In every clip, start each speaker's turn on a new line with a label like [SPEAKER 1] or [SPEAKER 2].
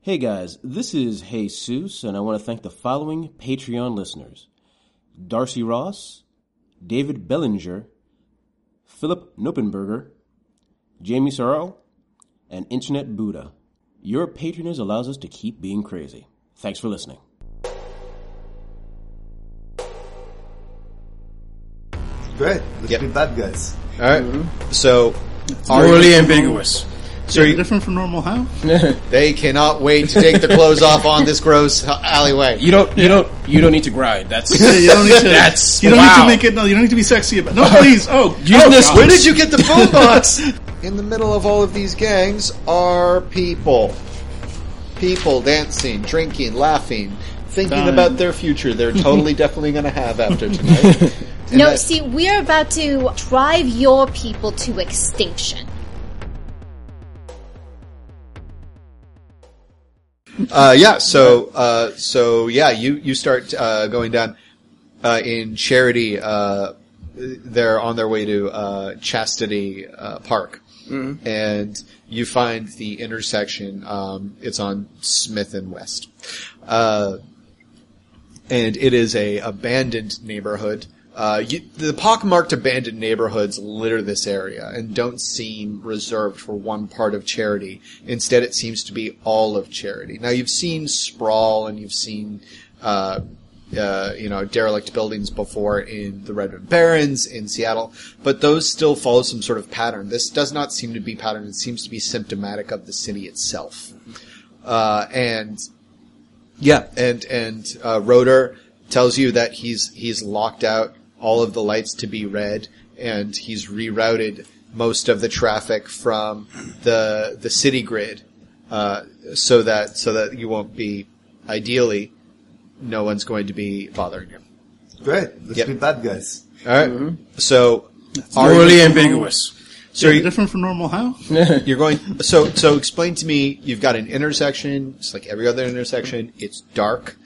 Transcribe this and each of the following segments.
[SPEAKER 1] Hey guys, this is Jesus, and I want to thank the following Patreon listeners Darcy Ross, David Bellinger, Philip Nopenberger, Jamie Sorrell, and Internet Buddha. Your patronage allows us to keep being crazy. Thanks for listening.
[SPEAKER 2] Great. Let's
[SPEAKER 3] Yep.
[SPEAKER 2] be bad guys.
[SPEAKER 3] All right.
[SPEAKER 4] Mm-hmm.
[SPEAKER 3] So,
[SPEAKER 4] morally
[SPEAKER 3] are-
[SPEAKER 4] ambiguous.
[SPEAKER 3] So you-
[SPEAKER 4] different from normal how?
[SPEAKER 3] they cannot wait to take the clothes off on this gross h- alleyway.
[SPEAKER 4] You don't. You don't.
[SPEAKER 5] You don't need to grind. That's
[SPEAKER 4] You don't need to.
[SPEAKER 5] That's-
[SPEAKER 4] you don't
[SPEAKER 5] wow.
[SPEAKER 4] need to make it. No, you don't need to be sexy about. No, please. Oh,
[SPEAKER 5] Use
[SPEAKER 4] oh,
[SPEAKER 5] this-
[SPEAKER 4] God.
[SPEAKER 3] Where did you get the phone box? In the middle of all of these gangs are people. People dancing, drinking, laughing, thinking
[SPEAKER 4] Dying.
[SPEAKER 3] about their future they're totally definitely going to have after tonight. And
[SPEAKER 6] No,
[SPEAKER 3] that-
[SPEAKER 6] see, we're about to drive your people to extinction.
[SPEAKER 3] uh, yeah, so uh, so yeah, you you start uh, going down uh, in Charity. Uh, they're on their way to uh, Chastity uh, Park, and you find the intersection. Um, it's on Smith and West, uh, and it is a abandoned neighborhood. Uh, you, the pockmarked abandoned neighborhoods litter this area and don't seem reserved for one part of charity. Instead, it seems to be all of charity. Now, you've seen sprawl and you've seen, uh, uh, you know, derelict buildings before in the Redmond Barrens in Seattle, but those still follow some sort of pattern. This does not seem to be pattern. It seems to be symptomatic of the city itself. Uh, and yeah, and and uh, Roder tells you that he's he's locked out all of the lights to be red, and he's rerouted most of the traffic from the the city grid, uh, so that so that you won't be ideally, no one's going to be bothering you.
[SPEAKER 2] Great. Let's
[SPEAKER 3] Yep.
[SPEAKER 2] be bad guys.
[SPEAKER 3] All right? So are you-
[SPEAKER 4] Morally ambiguous.
[SPEAKER 3] so you-
[SPEAKER 4] different from normal how?
[SPEAKER 3] You're going so so explain to me you've got an intersection, it's like every other intersection, it's dark.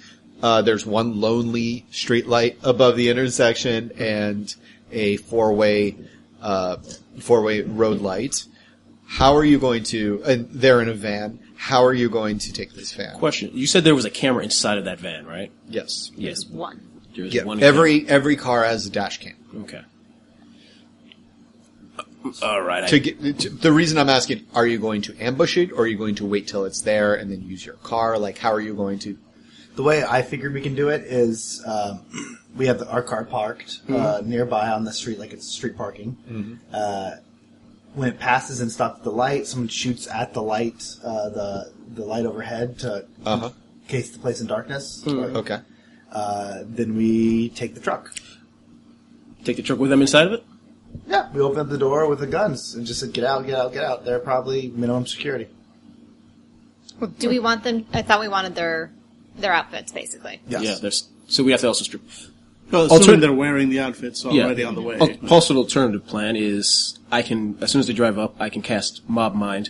[SPEAKER 3] Uh, there's one lonely street light above the intersection and a four-way uh, four-way road light. How are you going to and they're in a van. How are you going to take this van?
[SPEAKER 5] question. You said there was a camera inside of that van, right?
[SPEAKER 3] Yes.
[SPEAKER 5] Yes.
[SPEAKER 6] One.
[SPEAKER 5] There was
[SPEAKER 3] Yeah.
[SPEAKER 5] one
[SPEAKER 3] Every every car has a dash cam.
[SPEAKER 5] camera. Okay. Uh, All right.
[SPEAKER 3] To
[SPEAKER 5] I,
[SPEAKER 3] get, to, the reason I'm asking, are you going to ambush it, or are you going to wait till it's there and then use your car? Like, how are you going to
[SPEAKER 2] The way I figure we can do it is um, we have our car parked uh, nearby on the street, like it's street parking. Uh, when it passes and stops at the light, someone shoots at the light, uh, the the light overhead to
[SPEAKER 3] Uh-huh. Mm-hmm.
[SPEAKER 2] case the place in darkness.
[SPEAKER 3] Okay.
[SPEAKER 2] Uh, then we take the truck.
[SPEAKER 5] take the truck with them inside of it.
[SPEAKER 2] Yeah, we open up the door with the guns and just said, "Get out, get out, get out." They're probably minimum security.
[SPEAKER 6] Do we want them? I thought we wanted their their outfits, basically.
[SPEAKER 2] Yes.
[SPEAKER 5] Yeah. There's. So we have to also strip.
[SPEAKER 4] Well,
[SPEAKER 5] Alter-
[SPEAKER 4] assuming they're wearing the outfits
[SPEAKER 5] Yeah.
[SPEAKER 4] already on the way.
[SPEAKER 5] Al- Also, the alternative plan is I can as soon as they drive up, I can cast Mob Mind,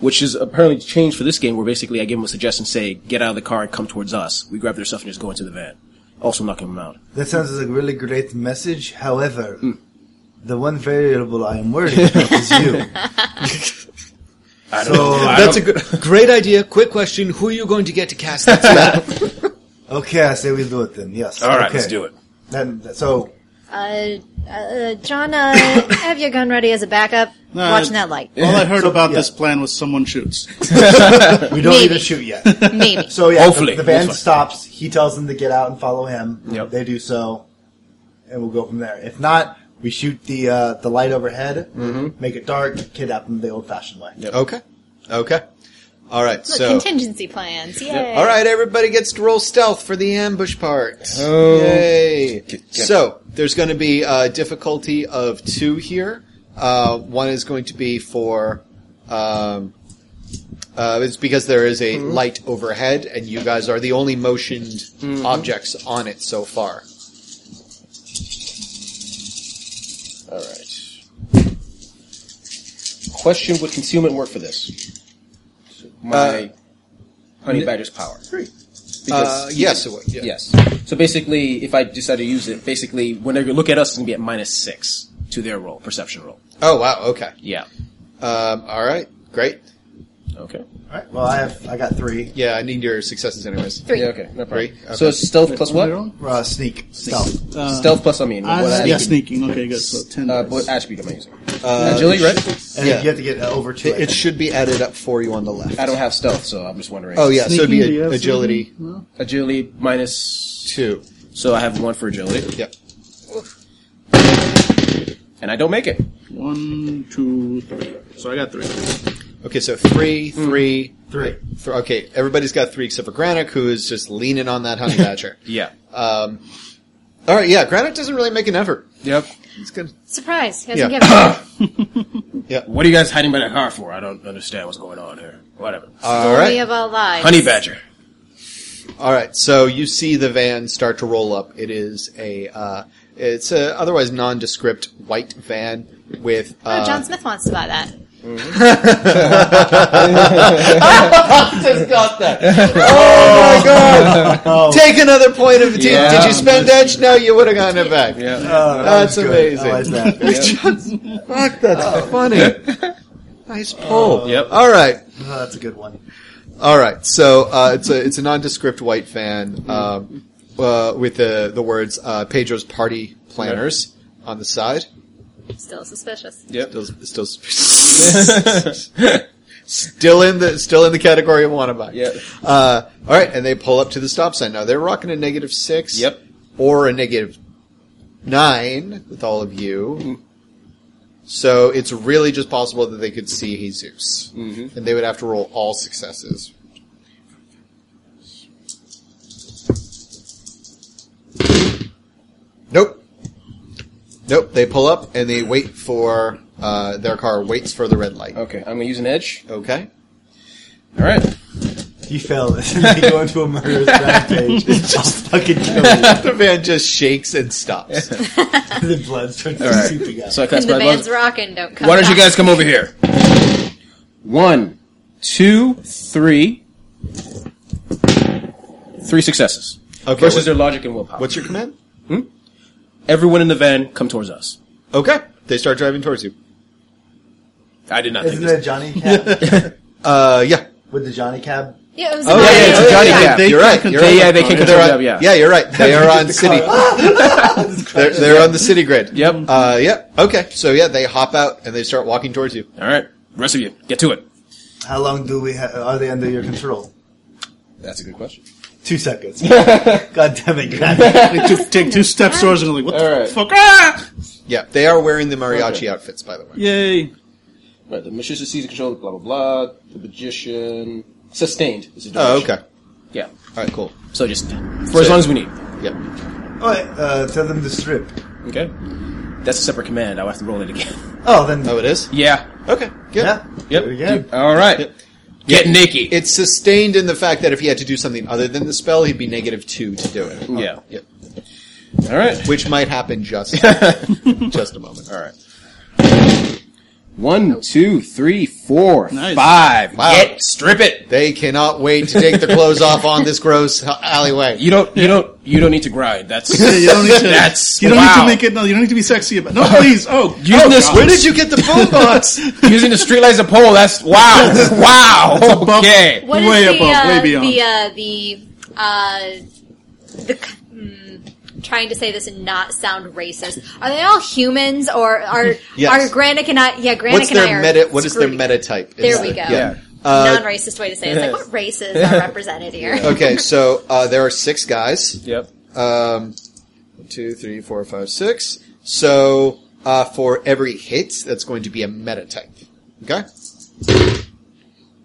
[SPEAKER 5] which is apparently changed for this game, where basically I give them a suggestion, say, "Get out of the car and come towards us." We grab their stuff and just go into the van. Also, knocking them out.
[SPEAKER 2] That sounds like a really great message. However,
[SPEAKER 3] Hmm.
[SPEAKER 2] the one variable I am worried about is you. so,
[SPEAKER 3] That's a good, great idea. Quick question: Who are you going to get to cast that spell?
[SPEAKER 2] okay, I say we do it then. Yes.
[SPEAKER 5] All right,
[SPEAKER 2] okay.
[SPEAKER 5] let's do it.
[SPEAKER 2] Then, so,
[SPEAKER 6] Uh, uh John, uh, have your gun ready as a backup.
[SPEAKER 4] No,
[SPEAKER 6] Watching that light,
[SPEAKER 4] All I heard about
[SPEAKER 2] yeah.
[SPEAKER 4] this plan was someone shoots.
[SPEAKER 2] we don't need
[SPEAKER 6] Maybe.
[SPEAKER 2] to shoot yet.
[SPEAKER 6] maybe.
[SPEAKER 2] So, yeah,
[SPEAKER 5] Hopefully.
[SPEAKER 2] the, the van
[SPEAKER 5] That's fine.
[SPEAKER 2] stops. He tells them to get out and follow him.
[SPEAKER 5] Yep.
[SPEAKER 2] They do so, and we'll go from there. If not, we shoot the uh, the light overhead,
[SPEAKER 3] Mm-hmm.
[SPEAKER 2] make it dark, kidnap them the old fashioned way.
[SPEAKER 3] okay, okay, all right.
[SPEAKER 6] Look,
[SPEAKER 3] So,
[SPEAKER 6] contingency plans. Yay!
[SPEAKER 3] all right, everybody gets to roll stealth for the ambush part.
[SPEAKER 5] Oh.
[SPEAKER 3] Yay!
[SPEAKER 5] get-
[SPEAKER 3] So there's going to be a difficulty of two here. Uh, one is going to be for. Um, uh, it's because there is a light overhead, and you guys are the only motioned Hmm. objects on it so far.
[SPEAKER 5] All right. Question: Would concealment work for this? Uh, My honey badger's power.
[SPEAKER 3] Uh,
[SPEAKER 5] Because
[SPEAKER 3] yes, it would. yeah.
[SPEAKER 5] yes. So basically, if I decide to use it, basically whenever you look at us, it's gonna be at minus six to their roll, perception roll.
[SPEAKER 3] Oh wow. Okay.
[SPEAKER 5] Yeah.
[SPEAKER 3] Um, all right. Great.
[SPEAKER 5] Okay.
[SPEAKER 2] All right. Well, I have I got three.
[SPEAKER 3] Yeah, I need your successes anyways.
[SPEAKER 6] Three.
[SPEAKER 5] Yeah, okay. No problem.
[SPEAKER 3] Three? Okay.
[SPEAKER 5] So it's stealth plus what?
[SPEAKER 4] Roll?
[SPEAKER 2] Uh, sneak, stealth.
[SPEAKER 4] Uh,
[SPEAKER 5] stealth plus, I mean.
[SPEAKER 4] I-
[SPEAKER 5] what
[SPEAKER 4] yeah,
[SPEAKER 5] attribute?
[SPEAKER 4] sneaking. Okay, good. So ten.
[SPEAKER 5] Uh,
[SPEAKER 4] dice.
[SPEAKER 5] what attribute am I using?
[SPEAKER 3] Uh,
[SPEAKER 5] Agility, right?
[SPEAKER 2] And
[SPEAKER 3] Yeah.
[SPEAKER 2] you have to get uh, over two.
[SPEAKER 3] It should be added up for you on the left.
[SPEAKER 5] I don't have stealth, so I'm just wondering.
[SPEAKER 3] Oh yeah, so it'd
[SPEAKER 4] Sneaking, do
[SPEAKER 3] be
[SPEAKER 4] you
[SPEAKER 3] a,
[SPEAKER 4] have
[SPEAKER 3] agility
[SPEAKER 5] Agility minus
[SPEAKER 3] two.
[SPEAKER 5] So I have one for agility,
[SPEAKER 3] Yep.
[SPEAKER 5] and I don't make it.
[SPEAKER 4] One, two, three. So I got three.
[SPEAKER 3] Okay, so three, Mm. three,
[SPEAKER 2] Three.
[SPEAKER 3] th- okay, everybody's got three except for Granick, who is just leaning on that honey badger.
[SPEAKER 5] Yeah.
[SPEAKER 3] All right, yeah, Granick doesn't really make an effort.
[SPEAKER 5] yep.
[SPEAKER 3] It's good.
[SPEAKER 6] Surprise. He hasn't
[SPEAKER 3] Yeah.
[SPEAKER 6] given up.
[SPEAKER 5] What are you guys hiding by the car for? I don't understand what's going on here. Whatever.
[SPEAKER 3] All
[SPEAKER 6] We
[SPEAKER 3] right,
[SPEAKER 6] have all lives.
[SPEAKER 5] Honey badger.
[SPEAKER 3] all right. So you see the van start to roll up. It is a, uh, it's a otherwise nondescript white van with.
[SPEAKER 6] Oh,
[SPEAKER 3] Uh,
[SPEAKER 6] John Smith wants to buy that.
[SPEAKER 3] Oh
[SPEAKER 5] Oh,
[SPEAKER 3] Take another point of. Did,
[SPEAKER 5] Yeah.
[SPEAKER 3] did you spend that? No, you would have gotten it back.
[SPEAKER 5] Yeah.
[SPEAKER 3] That's amazing.
[SPEAKER 2] I like that.
[SPEAKER 3] Fuck, that's funny. nice pull.
[SPEAKER 5] Yep.
[SPEAKER 3] All right.
[SPEAKER 2] Oh, that's a good one.
[SPEAKER 3] All right, so uh, it's a it's a nondescript white
[SPEAKER 5] Mm-hmm.
[SPEAKER 3] fan um, uh, with the the words uh, Pedro's party planners on the side.
[SPEAKER 6] Still suspicious.
[SPEAKER 5] Yep.
[SPEAKER 3] Still, still, still in the still in the category of wannabe.
[SPEAKER 5] Yeah.
[SPEAKER 3] Uh, all right, and they pull up to the stop sign. Now they're rocking a negative six.
[SPEAKER 5] Yep.
[SPEAKER 3] Or a negative nine with all of
[SPEAKER 5] Mm-hmm.
[SPEAKER 3] you. So it's really just possible that they could see Jesus,
[SPEAKER 5] Mm-hmm.
[SPEAKER 3] and they would have to roll all successes. Nope. Nope. They pull up and they wait for uh, their car. Waits for the red light.
[SPEAKER 5] Okay. I'm gonna use an edge.
[SPEAKER 3] Okay.
[SPEAKER 5] All right.
[SPEAKER 2] You failed it. you go into a murderous rampage. just fucking kill you.
[SPEAKER 3] The van just shakes and stops.
[SPEAKER 2] the blood starts
[SPEAKER 5] All right.
[SPEAKER 2] seeping out.
[SPEAKER 5] So I
[SPEAKER 6] And
[SPEAKER 5] cast
[SPEAKER 6] the
[SPEAKER 5] my
[SPEAKER 6] band's
[SPEAKER 5] gloves.
[SPEAKER 6] rocking. Don't come.
[SPEAKER 5] Why don't you
[SPEAKER 6] back.
[SPEAKER 5] guys come over here? One, two, three, three successes.
[SPEAKER 3] Okay.
[SPEAKER 5] Versus
[SPEAKER 3] what-
[SPEAKER 5] their logic and willpower.
[SPEAKER 3] what's your command?
[SPEAKER 5] Everyone in the van come towards us.
[SPEAKER 3] Okay. They start driving towards you.
[SPEAKER 5] I did not
[SPEAKER 2] Isn't
[SPEAKER 5] think this.
[SPEAKER 2] it a Johnny Cab?
[SPEAKER 3] Uh, yeah.
[SPEAKER 2] With the Johnny Cab?
[SPEAKER 6] Yeah, it was
[SPEAKER 3] Oh,
[SPEAKER 6] mine.
[SPEAKER 3] yeah, it's a Johnny
[SPEAKER 5] yeah,
[SPEAKER 3] Cab.
[SPEAKER 4] they
[SPEAKER 3] You're
[SPEAKER 4] can
[SPEAKER 3] right. You're
[SPEAKER 4] control
[SPEAKER 3] right.
[SPEAKER 5] Yeah, yeah, they can
[SPEAKER 3] They're
[SPEAKER 5] control
[SPEAKER 3] on-
[SPEAKER 5] them, yeah.
[SPEAKER 3] yeah, you're right. They are on city. they're, they're on the city grid.
[SPEAKER 5] Yep.
[SPEAKER 3] Uh, yep. Okay. So yeah, they hop out and they start walking towards you.
[SPEAKER 5] All right. Rest of you, get to it.
[SPEAKER 2] How long do we ha- are they under your control?
[SPEAKER 5] That's a good question.
[SPEAKER 2] Two seconds. God damn it, Grant.
[SPEAKER 4] Take two, take two steps towards and I'm like, what the
[SPEAKER 5] All right.
[SPEAKER 4] fuck? Ah!
[SPEAKER 3] Yeah, they are wearing the mariachi
[SPEAKER 5] Okay.
[SPEAKER 3] outfits, by the way.
[SPEAKER 4] Yay!
[SPEAKER 5] Right, the magician sees the control, blah blah blah. The magician sustained. Is a
[SPEAKER 3] Oh,
[SPEAKER 5] duration.
[SPEAKER 3] okay.
[SPEAKER 5] Yeah.
[SPEAKER 3] All right, cool.
[SPEAKER 5] So just for as long as we need.
[SPEAKER 3] Yep.
[SPEAKER 2] Oh, wait, uh, tell them to strip.
[SPEAKER 5] Okay. That's a separate command. I'll have to roll it again.
[SPEAKER 2] Oh, then.
[SPEAKER 3] Oh, it is.
[SPEAKER 5] Yeah.
[SPEAKER 3] Okay. Good.
[SPEAKER 2] yeah.
[SPEAKER 5] Yep.
[SPEAKER 2] Do it again.
[SPEAKER 5] All right.
[SPEAKER 3] Yep.
[SPEAKER 5] Get naked.
[SPEAKER 3] It's sustained in the fact that if he had to do something other than the spell, he'd be negative two to do it.
[SPEAKER 5] yeah.
[SPEAKER 3] Yep.
[SPEAKER 5] All right.
[SPEAKER 3] Which might happen just just a moment.
[SPEAKER 5] All right. One, two, three, four, five.
[SPEAKER 4] Nice.
[SPEAKER 3] Wow.
[SPEAKER 5] Get strip it.
[SPEAKER 3] They cannot wait to take their clothes off on this gross alleyway.
[SPEAKER 5] You don't. You don't. You don't need to grind. That's.
[SPEAKER 4] Yeah, you don't need to.
[SPEAKER 5] That's.
[SPEAKER 4] you don't
[SPEAKER 5] wow.
[SPEAKER 4] need to make it. No, you don't need to be sexy about. No, please. Oh,
[SPEAKER 5] Using
[SPEAKER 4] oh,
[SPEAKER 5] this-
[SPEAKER 4] God.
[SPEAKER 3] Where did you get the phone box?
[SPEAKER 5] Using the streetlight as a pole. That's wow. wow.
[SPEAKER 4] above-
[SPEAKER 5] okay.
[SPEAKER 6] What is
[SPEAKER 4] Way
[SPEAKER 6] the,
[SPEAKER 4] above,
[SPEAKER 6] uh,
[SPEAKER 4] way beyond.
[SPEAKER 6] the uh, the uh, the c- mm, trying to say this and not sound racist? Are they all humans or are
[SPEAKER 3] Yes.
[SPEAKER 6] are Granick and I? Yeah, Granick
[SPEAKER 3] What's
[SPEAKER 6] and
[SPEAKER 3] their
[SPEAKER 6] I
[SPEAKER 3] meta?
[SPEAKER 6] are
[SPEAKER 3] What is their
[SPEAKER 6] screwed.
[SPEAKER 3] meta type?
[SPEAKER 6] There
[SPEAKER 3] Is
[SPEAKER 6] we
[SPEAKER 3] the-
[SPEAKER 6] go.
[SPEAKER 3] Yeah. Uh,
[SPEAKER 6] Non-racist way to say it. It's like what races are represented here?
[SPEAKER 3] okay, so uh, there are six guys.
[SPEAKER 5] Yep.
[SPEAKER 3] Um, one, two, three, four, five, six. So uh, for every hit, that's going to be a meta type. Okay.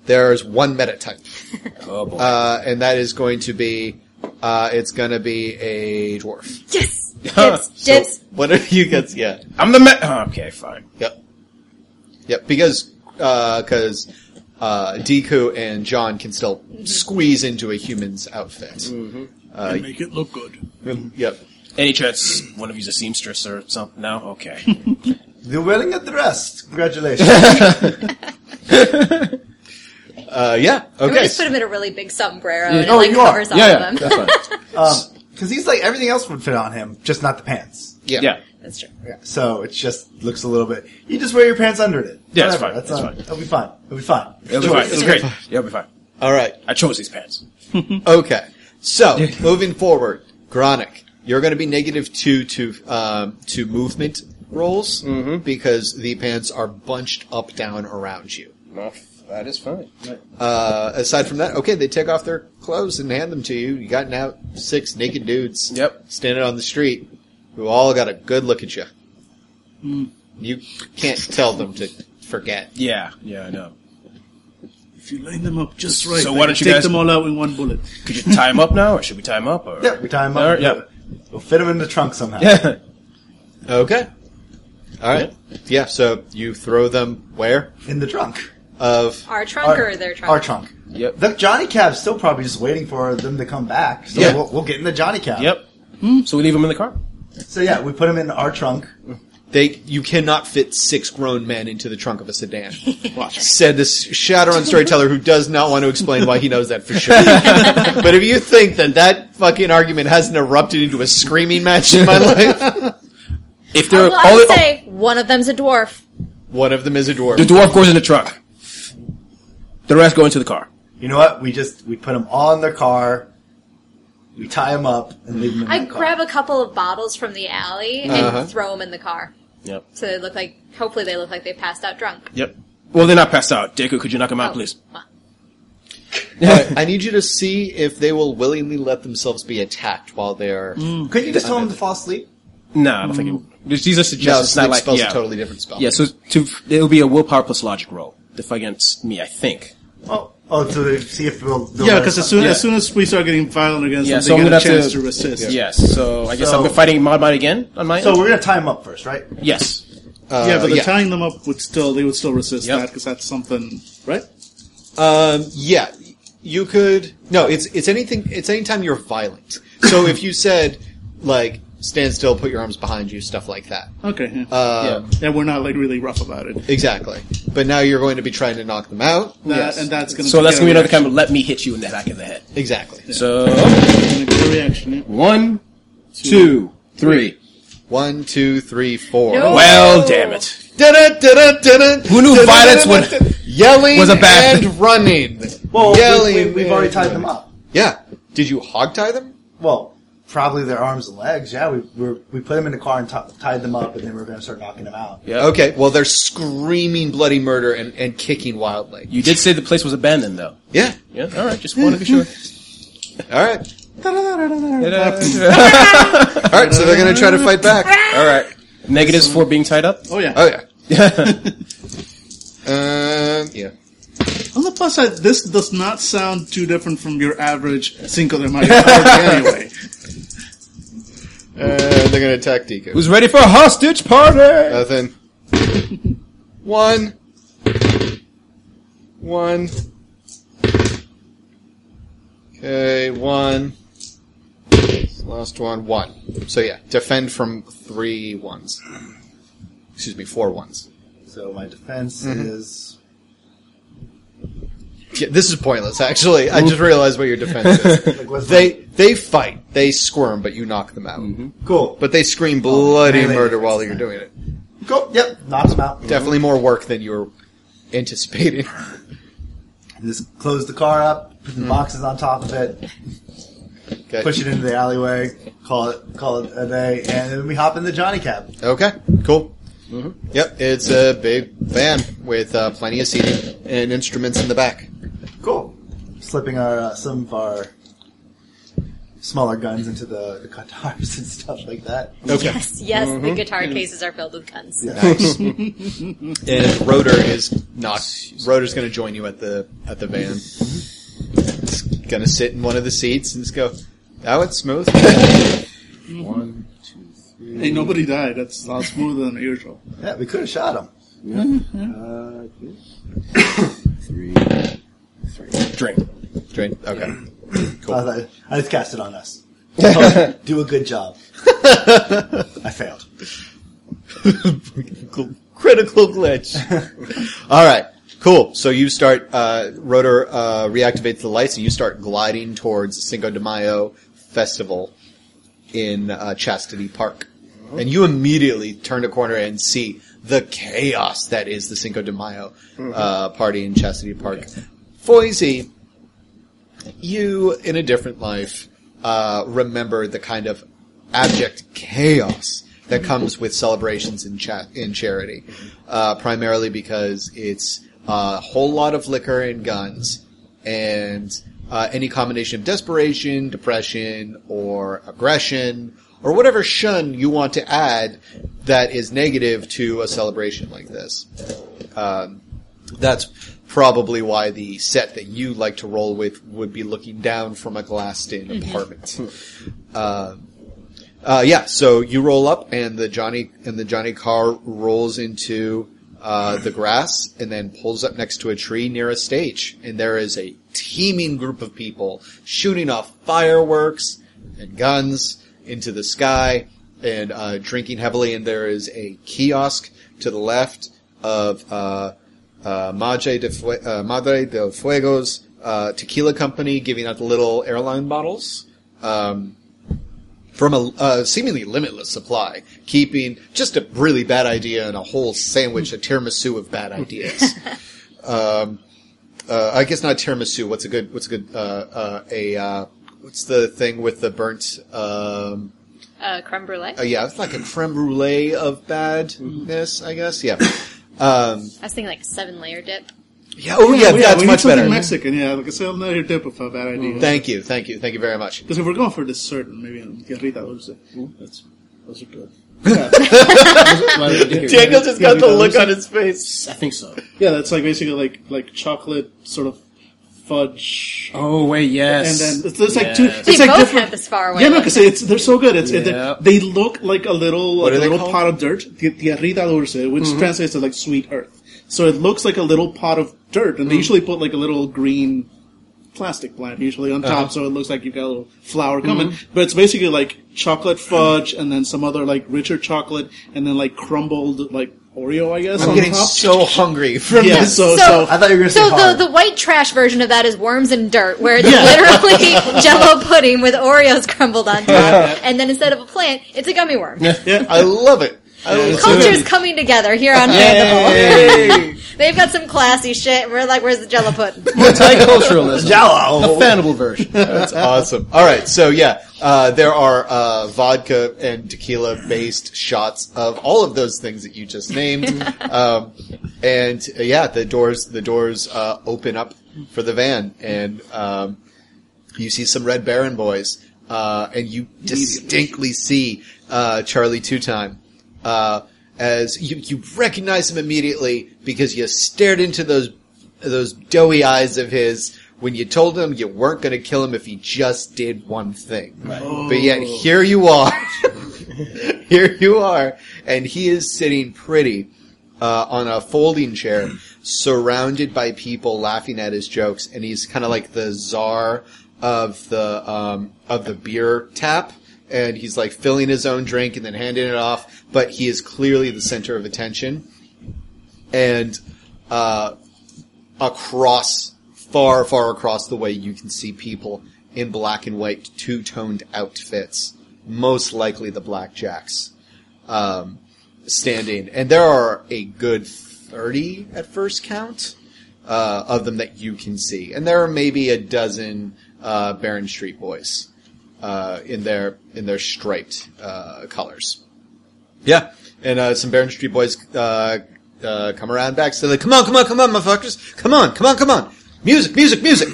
[SPEAKER 3] There's one meta type,
[SPEAKER 5] Oh boy.
[SPEAKER 3] uh, and that is going to be. Uh, it's going to be a dwarf.
[SPEAKER 6] Yes, dips, dips.
[SPEAKER 3] So whatever you get, yeah.
[SPEAKER 5] I'm the ma- oh, okay, fine.
[SPEAKER 3] Yep. Yep, because because uh, Deku and John can still squeeze into a human's outfit.
[SPEAKER 4] And make it look good.
[SPEAKER 3] Yep.
[SPEAKER 5] Any chance one of you's a seamstress or something? No, okay.
[SPEAKER 2] They're wearing a dress. Congratulations.
[SPEAKER 3] Uh, yeah.
[SPEAKER 6] Or We
[SPEAKER 3] Okay.
[SPEAKER 6] just put him in a really big sombrero and
[SPEAKER 2] Oh,
[SPEAKER 6] it like
[SPEAKER 2] you are.
[SPEAKER 6] covers all
[SPEAKER 5] yeah, yeah,
[SPEAKER 6] of them.
[SPEAKER 5] that's fine.
[SPEAKER 2] Because he's like everything else would fit on him, just not the pants.
[SPEAKER 3] Yeah.
[SPEAKER 5] Yeah.
[SPEAKER 6] That's true.
[SPEAKER 2] Yeah, so it just looks a little bit. You just wear your pants under it.
[SPEAKER 5] Yeah, it's
[SPEAKER 2] Whatever,
[SPEAKER 5] fine, it's
[SPEAKER 2] all-
[SPEAKER 5] fine.
[SPEAKER 2] It'll be fine. It'll be fine.
[SPEAKER 5] It'll be fine. It's great. Yeah, it'll be fine.
[SPEAKER 3] All right.
[SPEAKER 5] I chose these pants.
[SPEAKER 3] Okay. So moving forward, Gronick, you're going to be negative two to um, to movement rolls because the pants are bunched up, down, around you.
[SPEAKER 5] that is fine.
[SPEAKER 3] Uh, aside from that, okay, they take off their clothes and hand them to you. You got now six naked dudes.
[SPEAKER 5] Yep.
[SPEAKER 3] Standing on the street, who all got a good look at you. You can't tell them to forget.
[SPEAKER 5] Yeah. Yeah, I know.
[SPEAKER 4] If you line them up just right,
[SPEAKER 5] So
[SPEAKER 4] so
[SPEAKER 5] why
[SPEAKER 4] why
[SPEAKER 5] don't you
[SPEAKER 4] take
[SPEAKER 5] guys-
[SPEAKER 4] them all out in one bullet?
[SPEAKER 5] Could you tie them up now, or should we tie them up? Or?
[SPEAKER 2] Yeah, we tie them
[SPEAKER 5] All
[SPEAKER 2] up.
[SPEAKER 5] right, yeah.
[SPEAKER 2] We'll fit them in the trunk somehow.
[SPEAKER 5] Yeah.
[SPEAKER 3] Okay. All right. Yeah. So you throw them where?
[SPEAKER 2] In the trunk.
[SPEAKER 3] Of
[SPEAKER 6] Our trunk
[SPEAKER 2] Our-
[SPEAKER 6] or their trunk?
[SPEAKER 2] Our trunk.
[SPEAKER 5] Yep.
[SPEAKER 2] The Johnny Cab's still probably just waiting for them to come back. So
[SPEAKER 5] Yeah.
[SPEAKER 2] we'll, we'll get in the Johnny Cab.
[SPEAKER 5] Yep.
[SPEAKER 4] Hmm?
[SPEAKER 5] So we leave them in the car.
[SPEAKER 2] So yeah, we put them in our trunk.
[SPEAKER 3] they, you cannot fit six grown men into the trunk of a sedan. Said this Shadowrun storyteller who does not want to explain why he knows that for sure. but if you think that that fucking argument hasn't erupted into a screaming match in my life,
[SPEAKER 5] If
[SPEAKER 6] I
[SPEAKER 5] they're
[SPEAKER 6] will- I
[SPEAKER 5] all
[SPEAKER 6] would say one of them's a dwarf.
[SPEAKER 3] one of them is a
[SPEAKER 5] oh, the
[SPEAKER 3] dwarf.
[SPEAKER 5] dwarf goes in the truck. The rest go into the car.
[SPEAKER 2] You know what? We just we put them all in their car. We tie them up and leave them. In
[SPEAKER 6] I
[SPEAKER 2] the car.
[SPEAKER 6] grab a couple of bottles from the alley and
[SPEAKER 3] Uh-huh.
[SPEAKER 6] throw them in the car.
[SPEAKER 5] Yep.
[SPEAKER 6] So they look like, hopefully they look like they passed out drunk.
[SPEAKER 5] Yep. Well, they're not passed out. Deku, could you knock them out,
[SPEAKER 6] Oh.
[SPEAKER 5] please?
[SPEAKER 3] Uh, I need you to see if they will willingly let themselves be attacked while they're.
[SPEAKER 2] Couldn't you just tell them to fall asleep?
[SPEAKER 5] No, I don't
[SPEAKER 2] Mm.
[SPEAKER 5] think it would. These are
[SPEAKER 3] No,
[SPEAKER 5] suggestions.
[SPEAKER 3] sleep
[SPEAKER 5] not like
[SPEAKER 3] spell's
[SPEAKER 5] yeah.
[SPEAKER 3] a totally different spell.
[SPEAKER 5] Yeah, so to, it'll be a willpower plus logic roll. If against me, I think.
[SPEAKER 2] Oh, oh, so they see if we'll. they'll
[SPEAKER 4] Yeah,
[SPEAKER 2] let
[SPEAKER 4] because
[SPEAKER 2] us-
[SPEAKER 4] as soon
[SPEAKER 5] Yeah.
[SPEAKER 4] as soon as we start getting violent against
[SPEAKER 5] Yeah,
[SPEAKER 4] them,
[SPEAKER 5] so I'm
[SPEAKER 4] they
[SPEAKER 5] gonna
[SPEAKER 4] get
[SPEAKER 5] have
[SPEAKER 4] a chance
[SPEAKER 5] to-
[SPEAKER 4] to, resist.
[SPEAKER 5] Yes. So I guess
[SPEAKER 2] So-
[SPEAKER 5] I'm fighting Mod Mine again on my
[SPEAKER 2] So
[SPEAKER 5] end?
[SPEAKER 2] we're gonna tie them up first, right?
[SPEAKER 5] Yes.
[SPEAKER 3] Uh,
[SPEAKER 4] yeah, but the tying them up would still they would still resist
[SPEAKER 5] Yep.
[SPEAKER 4] that because that's something, right?
[SPEAKER 3] Um, yeah, you could. No, it's it's anything. It's anytime you're violent. So if you said like stand still, put your arms behind you, stuff like that.
[SPEAKER 4] Okay, yeah.
[SPEAKER 5] Uh,
[SPEAKER 3] Um,
[SPEAKER 5] yeah.
[SPEAKER 4] and we're not like really rough about it.
[SPEAKER 3] Exactly. But now you're going to be trying to knock them out.
[SPEAKER 4] That,
[SPEAKER 5] Yes.
[SPEAKER 4] And that's going to
[SPEAKER 5] So that's going to be another kind of let me hit you in the back of the head.
[SPEAKER 3] Exactly.
[SPEAKER 5] So
[SPEAKER 4] of reaction. yeah.
[SPEAKER 5] one, two, three.
[SPEAKER 3] One, two, three, four.
[SPEAKER 6] No.
[SPEAKER 5] Well,
[SPEAKER 6] Oh.
[SPEAKER 5] damn it.
[SPEAKER 3] Da-da, da-da, da-da,
[SPEAKER 5] Who knew
[SPEAKER 3] da-da,
[SPEAKER 5] violence
[SPEAKER 3] da-da,
[SPEAKER 5] would-
[SPEAKER 3] da-da. yelling
[SPEAKER 5] was a bad
[SPEAKER 3] and running?
[SPEAKER 2] Well,
[SPEAKER 3] yelling.
[SPEAKER 2] we, we, we've
[SPEAKER 3] and
[SPEAKER 2] already tied
[SPEAKER 3] running.
[SPEAKER 2] them up.
[SPEAKER 3] Yeah. Did you hog tie them?
[SPEAKER 2] Well, probably their arms and legs. Yeah, we we're, we put them in the car and t- tied them up, and then we're gonna start knocking them out.
[SPEAKER 5] Yeah.
[SPEAKER 3] Okay. Well, they're screaming bloody murder and, and kicking wildly.
[SPEAKER 5] You did say the place was abandoned, though.
[SPEAKER 3] yeah.
[SPEAKER 5] Yeah. All right. Just wanted to be sure.
[SPEAKER 3] All right. All right, so they're going to try to fight back.
[SPEAKER 5] All right. Negatives for being tied up.
[SPEAKER 4] Oh yeah.
[SPEAKER 3] Oh yeah. Um, yeah.
[SPEAKER 4] On the plus side, this does not sound too different from your average Cinco de Mayo party anyway.
[SPEAKER 3] Uh, they're going to attack Deku.
[SPEAKER 5] Who's ready for a hostage party?
[SPEAKER 3] Nothing. One. One. Okay, one. Last one, one. So yeah, defend from three ones. Excuse me, four ones.
[SPEAKER 2] So my defense
[SPEAKER 3] Mm-hmm.
[SPEAKER 2] is
[SPEAKER 3] Yeah, this is pointless, actually. I just realized what your defense is.
[SPEAKER 2] like what's
[SPEAKER 3] They they fight, they squirm, but you knock them out.
[SPEAKER 2] cool.
[SPEAKER 3] But they scream bloody
[SPEAKER 2] melee
[SPEAKER 3] murder while
[SPEAKER 2] defense.
[SPEAKER 3] you're doing it.
[SPEAKER 2] Cool. Yep. Knocks them out.
[SPEAKER 3] Definitely more work than you were anticipating.
[SPEAKER 2] Just close the car up.
[SPEAKER 3] Mm-hmm.
[SPEAKER 2] Put the boxes on top of it.
[SPEAKER 3] Okay.
[SPEAKER 2] Push it into the alleyway. Call it. Call it a day. And then we hop in the Johnny cab.
[SPEAKER 3] Okay, cool. Yep, it's a big van with uh, plenty of seating and instruments in the back.
[SPEAKER 2] Cool. Slipping our uh, some of our smaller guns into the, the guitars and stuff like that.
[SPEAKER 3] Okay.
[SPEAKER 6] Yes, yes, the guitar cases are filled with guns.
[SPEAKER 3] Nice. and Rotor is not. Rotor's going to join you at the at the van. He's Mm-hmm. going to sit in one of the seats and just go. That went smooth.
[SPEAKER 4] hey, nobody died. That's a lot smoother than usual.
[SPEAKER 2] Yeah, we could have shot Mm-hmm. him.
[SPEAKER 3] Uh,
[SPEAKER 5] Drink.
[SPEAKER 3] Drain. Okay.
[SPEAKER 2] I, I just cast it on us. Oh, do a good job. I failed.
[SPEAKER 3] Critical glitch. All right. Cool. So you start, uh, Rotor, uh, reactivates the lights and you start gliding towards Cinco de Mayo Festival in, uh, Chastity Park. And you immediately turn a corner and see the chaos that is the Cinco de Mayo uh, party in Chastity Park. Foisey, you in a different life uh, remember the kind of abject chaos that comes with celebrations in, cha- in charity, uh, primarily because it's a whole lot of liquor and guns, and uh, any combination of desperation, depression, or aggression, or whatever shun you want to add that is negative to a celebration like this that's probably why the set that you like to roll with would be looking down from a glassed in apartment. Um, uh, yeah, so you roll up and the Johnny and the Johnny car rolls into uh, the grass and then pulls up next to a tree near a stage, and there is a teeming group of people shooting off fireworks and guns into the sky and uh, drinking heavily. And there is a kiosk to the left of uh, uh, Madre, de Fue- uh, Madre del Fuego's uh, tequila company giving out the little airline bottles um, from a uh, seemingly limitless supply, keeping just a really bad idea and a whole sandwich, a tiramisu of bad ideas. um, uh, I guess not tiramisu. What's a good? What's a good? Uh, uh, a uh, what's the thing with the burnt? Um,
[SPEAKER 6] Uh, creme brulee.
[SPEAKER 3] uh, yeah, it's like a creme brulee of badness, I guess. Yeah. Um,
[SPEAKER 6] I was thinking like seven layer dip.
[SPEAKER 3] yeah. Oh, yeah.
[SPEAKER 4] we
[SPEAKER 3] that's
[SPEAKER 4] need
[SPEAKER 3] much
[SPEAKER 4] something
[SPEAKER 3] better.
[SPEAKER 4] Mexican, yeah, like I said, another dip of a bad
[SPEAKER 5] Mm-hmm.
[SPEAKER 4] idea.
[SPEAKER 3] Thank you, thank you, thank you very much.
[SPEAKER 4] Because if we're going for dessert, maybe a guerrita dulce. That's, those are good.
[SPEAKER 3] Daniel just
[SPEAKER 4] got the look on
[SPEAKER 3] his face.
[SPEAKER 5] I think so.
[SPEAKER 4] Yeah, that's like basically like like chocolate sort of fudge.
[SPEAKER 5] Oh wait,
[SPEAKER 4] And
[SPEAKER 5] yes.
[SPEAKER 4] then it's, it's like
[SPEAKER 5] Yes.
[SPEAKER 4] two.
[SPEAKER 6] They
[SPEAKER 4] It's like
[SPEAKER 6] both
[SPEAKER 4] different.
[SPEAKER 6] have this far away.
[SPEAKER 4] Yeah, no, because it's they're so good. It's it-
[SPEAKER 5] Yeah.
[SPEAKER 4] they look like a little like
[SPEAKER 3] are
[SPEAKER 4] a
[SPEAKER 3] they Mm-hmm.
[SPEAKER 4] little
[SPEAKER 3] called?
[SPEAKER 4] pot of dirt, the tierrita dulce, which translates to like sweet earth. So it looks like a little pot of dirt, and they
[SPEAKER 3] Mm.
[SPEAKER 4] usually put like a little green plastic plant usually on
[SPEAKER 3] Uh-huh.
[SPEAKER 4] top, so it looks like you've got a little flower coming.
[SPEAKER 3] Mm-hmm.
[SPEAKER 4] But it's basically like chocolate fudge, and then some other like richer chocolate, and then like crumbled like Oreo, I guess.
[SPEAKER 3] I'm
[SPEAKER 4] on
[SPEAKER 3] getting
[SPEAKER 4] top.
[SPEAKER 3] so hungry from
[SPEAKER 4] yeah,
[SPEAKER 3] this.
[SPEAKER 4] so,
[SPEAKER 6] So-
[SPEAKER 4] so
[SPEAKER 2] I thought you were going to say
[SPEAKER 6] So
[SPEAKER 2] hard.
[SPEAKER 6] the, the white trash version of that is worms and dirt, where it's literally jello pudding with Oreos crumbled on top, and then instead of a plant, it's a gummy worm.
[SPEAKER 3] I love it. I love it.
[SPEAKER 6] Culture's coming together here on Fandible. They've got some classy shit, and we're like, where's the jello pudding?
[SPEAKER 5] Multiculturalism.
[SPEAKER 2] Jell-O.
[SPEAKER 5] The fanable version.
[SPEAKER 3] That's awesome. All right, so yeah, uh, there are uh, vodka and tequila based shots of all of those things that you just named, um, and uh, yeah, the doors the doors uh, open up for the van, and um, you see some Red Baron boys, uh, and you distinctly see uh, Charlie Two Time. Uh, as you, you recognize him immediately because you stared into those those doughy eyes of his when you told him you weren't going to kill him if he just did one thing. But yet here you are, here you are, and he is sitting pretty uh, on a folding chair, surrounded by people laughing at his jokes, and he's kind of like the czar of the um, of the beer tap, and he's like filling his own drink and then handing it off. But he is clearly the center of attention, and uh, across far, far across the way, you can see people in black and white, two toned outfits, most likely the blackjacks um, standing, and there are a good thirty at first count uh, of them that you can see, and there are maybe a dozen uh, Barron Street boys uh, in their in their striped uh, colors. Yeah, and uh, some Barron Street boys uh, uh, come around back, so they're like, "Come on, come on, come on, motherfuckers! Come on, come on, come on! Music, music, music!"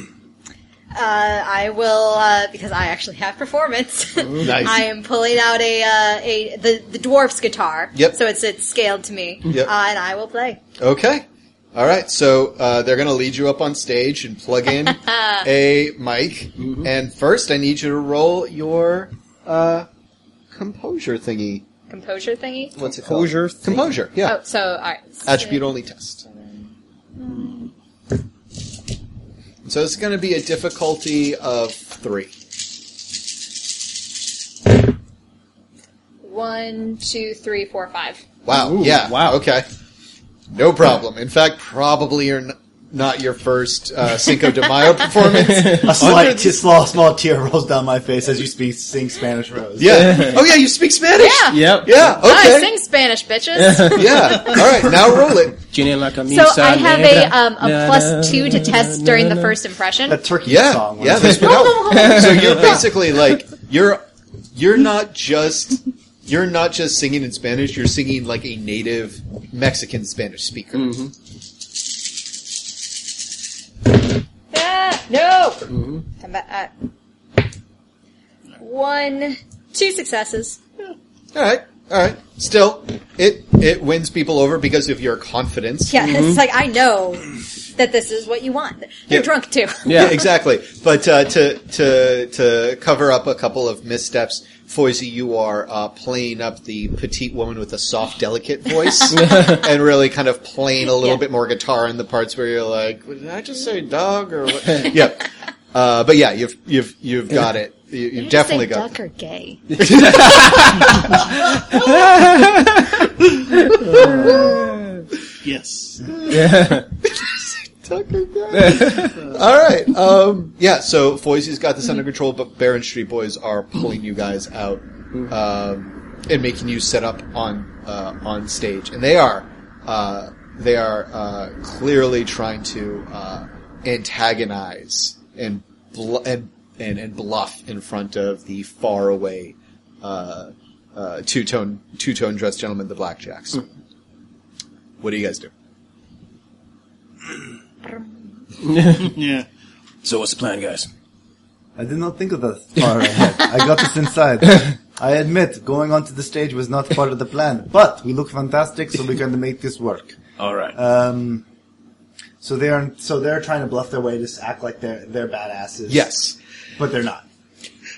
[SPEAKER 6] Uh, I will uh, because I actually have performance.
[SPEAKER 3] Nice.
[SPEAKER 6] I am pulling out a uh, a the, the dwarf's guitar.
[SPEAKER 3] Yep.
[SPEAKER 6] So it's it's scaled to me.
[SPEAKER 3] Yep.
[SPEAKER 6] Uh, and I will play.
[SPEAKER 3] Okay. All right. So uh, they're going to lead you up on stage and plug in a mic. And first, I need you to roll your uh, composure thingy.
[SPEAKER 6] Composure thingy.
[SPEAKER 3] What's it called? Composure. Composure. Yeah.
[SPEAKER 6] Oh, so all right.
[SPEAKER 3] Attribute only test. So it's going to be a difficulty of three.
[SPEAKER 6] One, two, three, four, five.
[SPEAKER 3] Wow. yeah. Wow. Okay. No problem. In fact, probably you're n- not your first uh, Cinco de Mayo performance.
[SPEAKER 2] A slight, t- small, small tear rolls down my face as you speak, sing Spanish Rose.
[SPEAKER 3] Yeah. Oh yeah, you speak Spanish.
[SPEAKER 6] Yeah.
[SPEAKER 5] Yep.
[SPEAKER 3] Yeah.
[SPEAKER 6] I
[SPEAKER 3] Okay.
[SPEAKER 6] sing Spanish, bitches.
[SPEAKER 3] Yeah. All right. Now roll it.
[SPEAKER 5] Tiene la camisa
[SPEAKER 6] so I have a
[SPEAKER 5] negra.
[SPEAKER 6] um, a
[SPEAKER 5] Na, na,
[SPEAKER 6] plus two to test during the
[SPEAKER 5] na,
[SPEAKER 6] first impression.
[SPEAKER 2] A turkey
[SPEAKER 3] Yeah,
[SPEAKER 2] song.
[SPEAKER 3] yeah, that's what helps. So you're basically like you're you're not just you're not just singing in Spanish. You're singing like a native Mexican Spanish speaker.
[SPEAKER 6] Ah, no.
[SPEAKER 3] Mm-hmm.
[SPEAKER 6] Come back, uh, one, two successes.
[SPEAKER 3] All right, all right. Still, it it wins people over because of your confidence.
[SPEAKER 6] Yeah, it's like I know that this is what you want. You're
[SPEAKER 3] Mm-hmm. Yeah.
[SPEAKER 6] drunk too.
[SPEAKER 5] Yeah.
[SPEAKER 3] exactly. But uh, to to to cover up a couple of missteps, Foisey, you are uh, playing up the petite woman with a soft, delicate voice, and really kind of playing a little
[SPEAKER 6] Yeah.
[SPEAKER 3] bit more guitar in the parts where you're like, "Did I just say dog or what?" yep. Uh, but yeah, you've you've you've got it. You, you've
[SPEAKER 6] You
[SPEAKER 3] definitely
[SPEAKER 6] just say
[SPEAKER 3] got.
[SPEAKER 6] duck
[SPEAKER 3] it.
[SPEAKER 6] or gay.
[SPEAKER 4] Yes.
[SPEAKER 3] All right. Um, yeah. So Foisey's got this under control, but Baron Street Boys are pulling you guys out um, and making you set up on uh, on stage, and they are uh, they are uh, clearly trying to uh, antagonize and, bl- and and and bluff in front of the far away uh, uh, two tone two tone dressed gentleman, the Blackjacks. What do you guys do?
[SPEAKER 4] Yeah.
[SPEAKER 5] So what's the plan, guys?
[SPEAKER 2] I did not think of that far ahead. I got this inside. I admit, going onto the stage was not part of the plan, but we look fantastic, so we're going to make this work.
[SPEAKER 5] All right.
[SPEAKER 2] Um, so they're so they're trying to bluff their way to s- act like they're they're badasses.
[SPEAKER 3] Yes.
[SPEAKER 2] but they're not.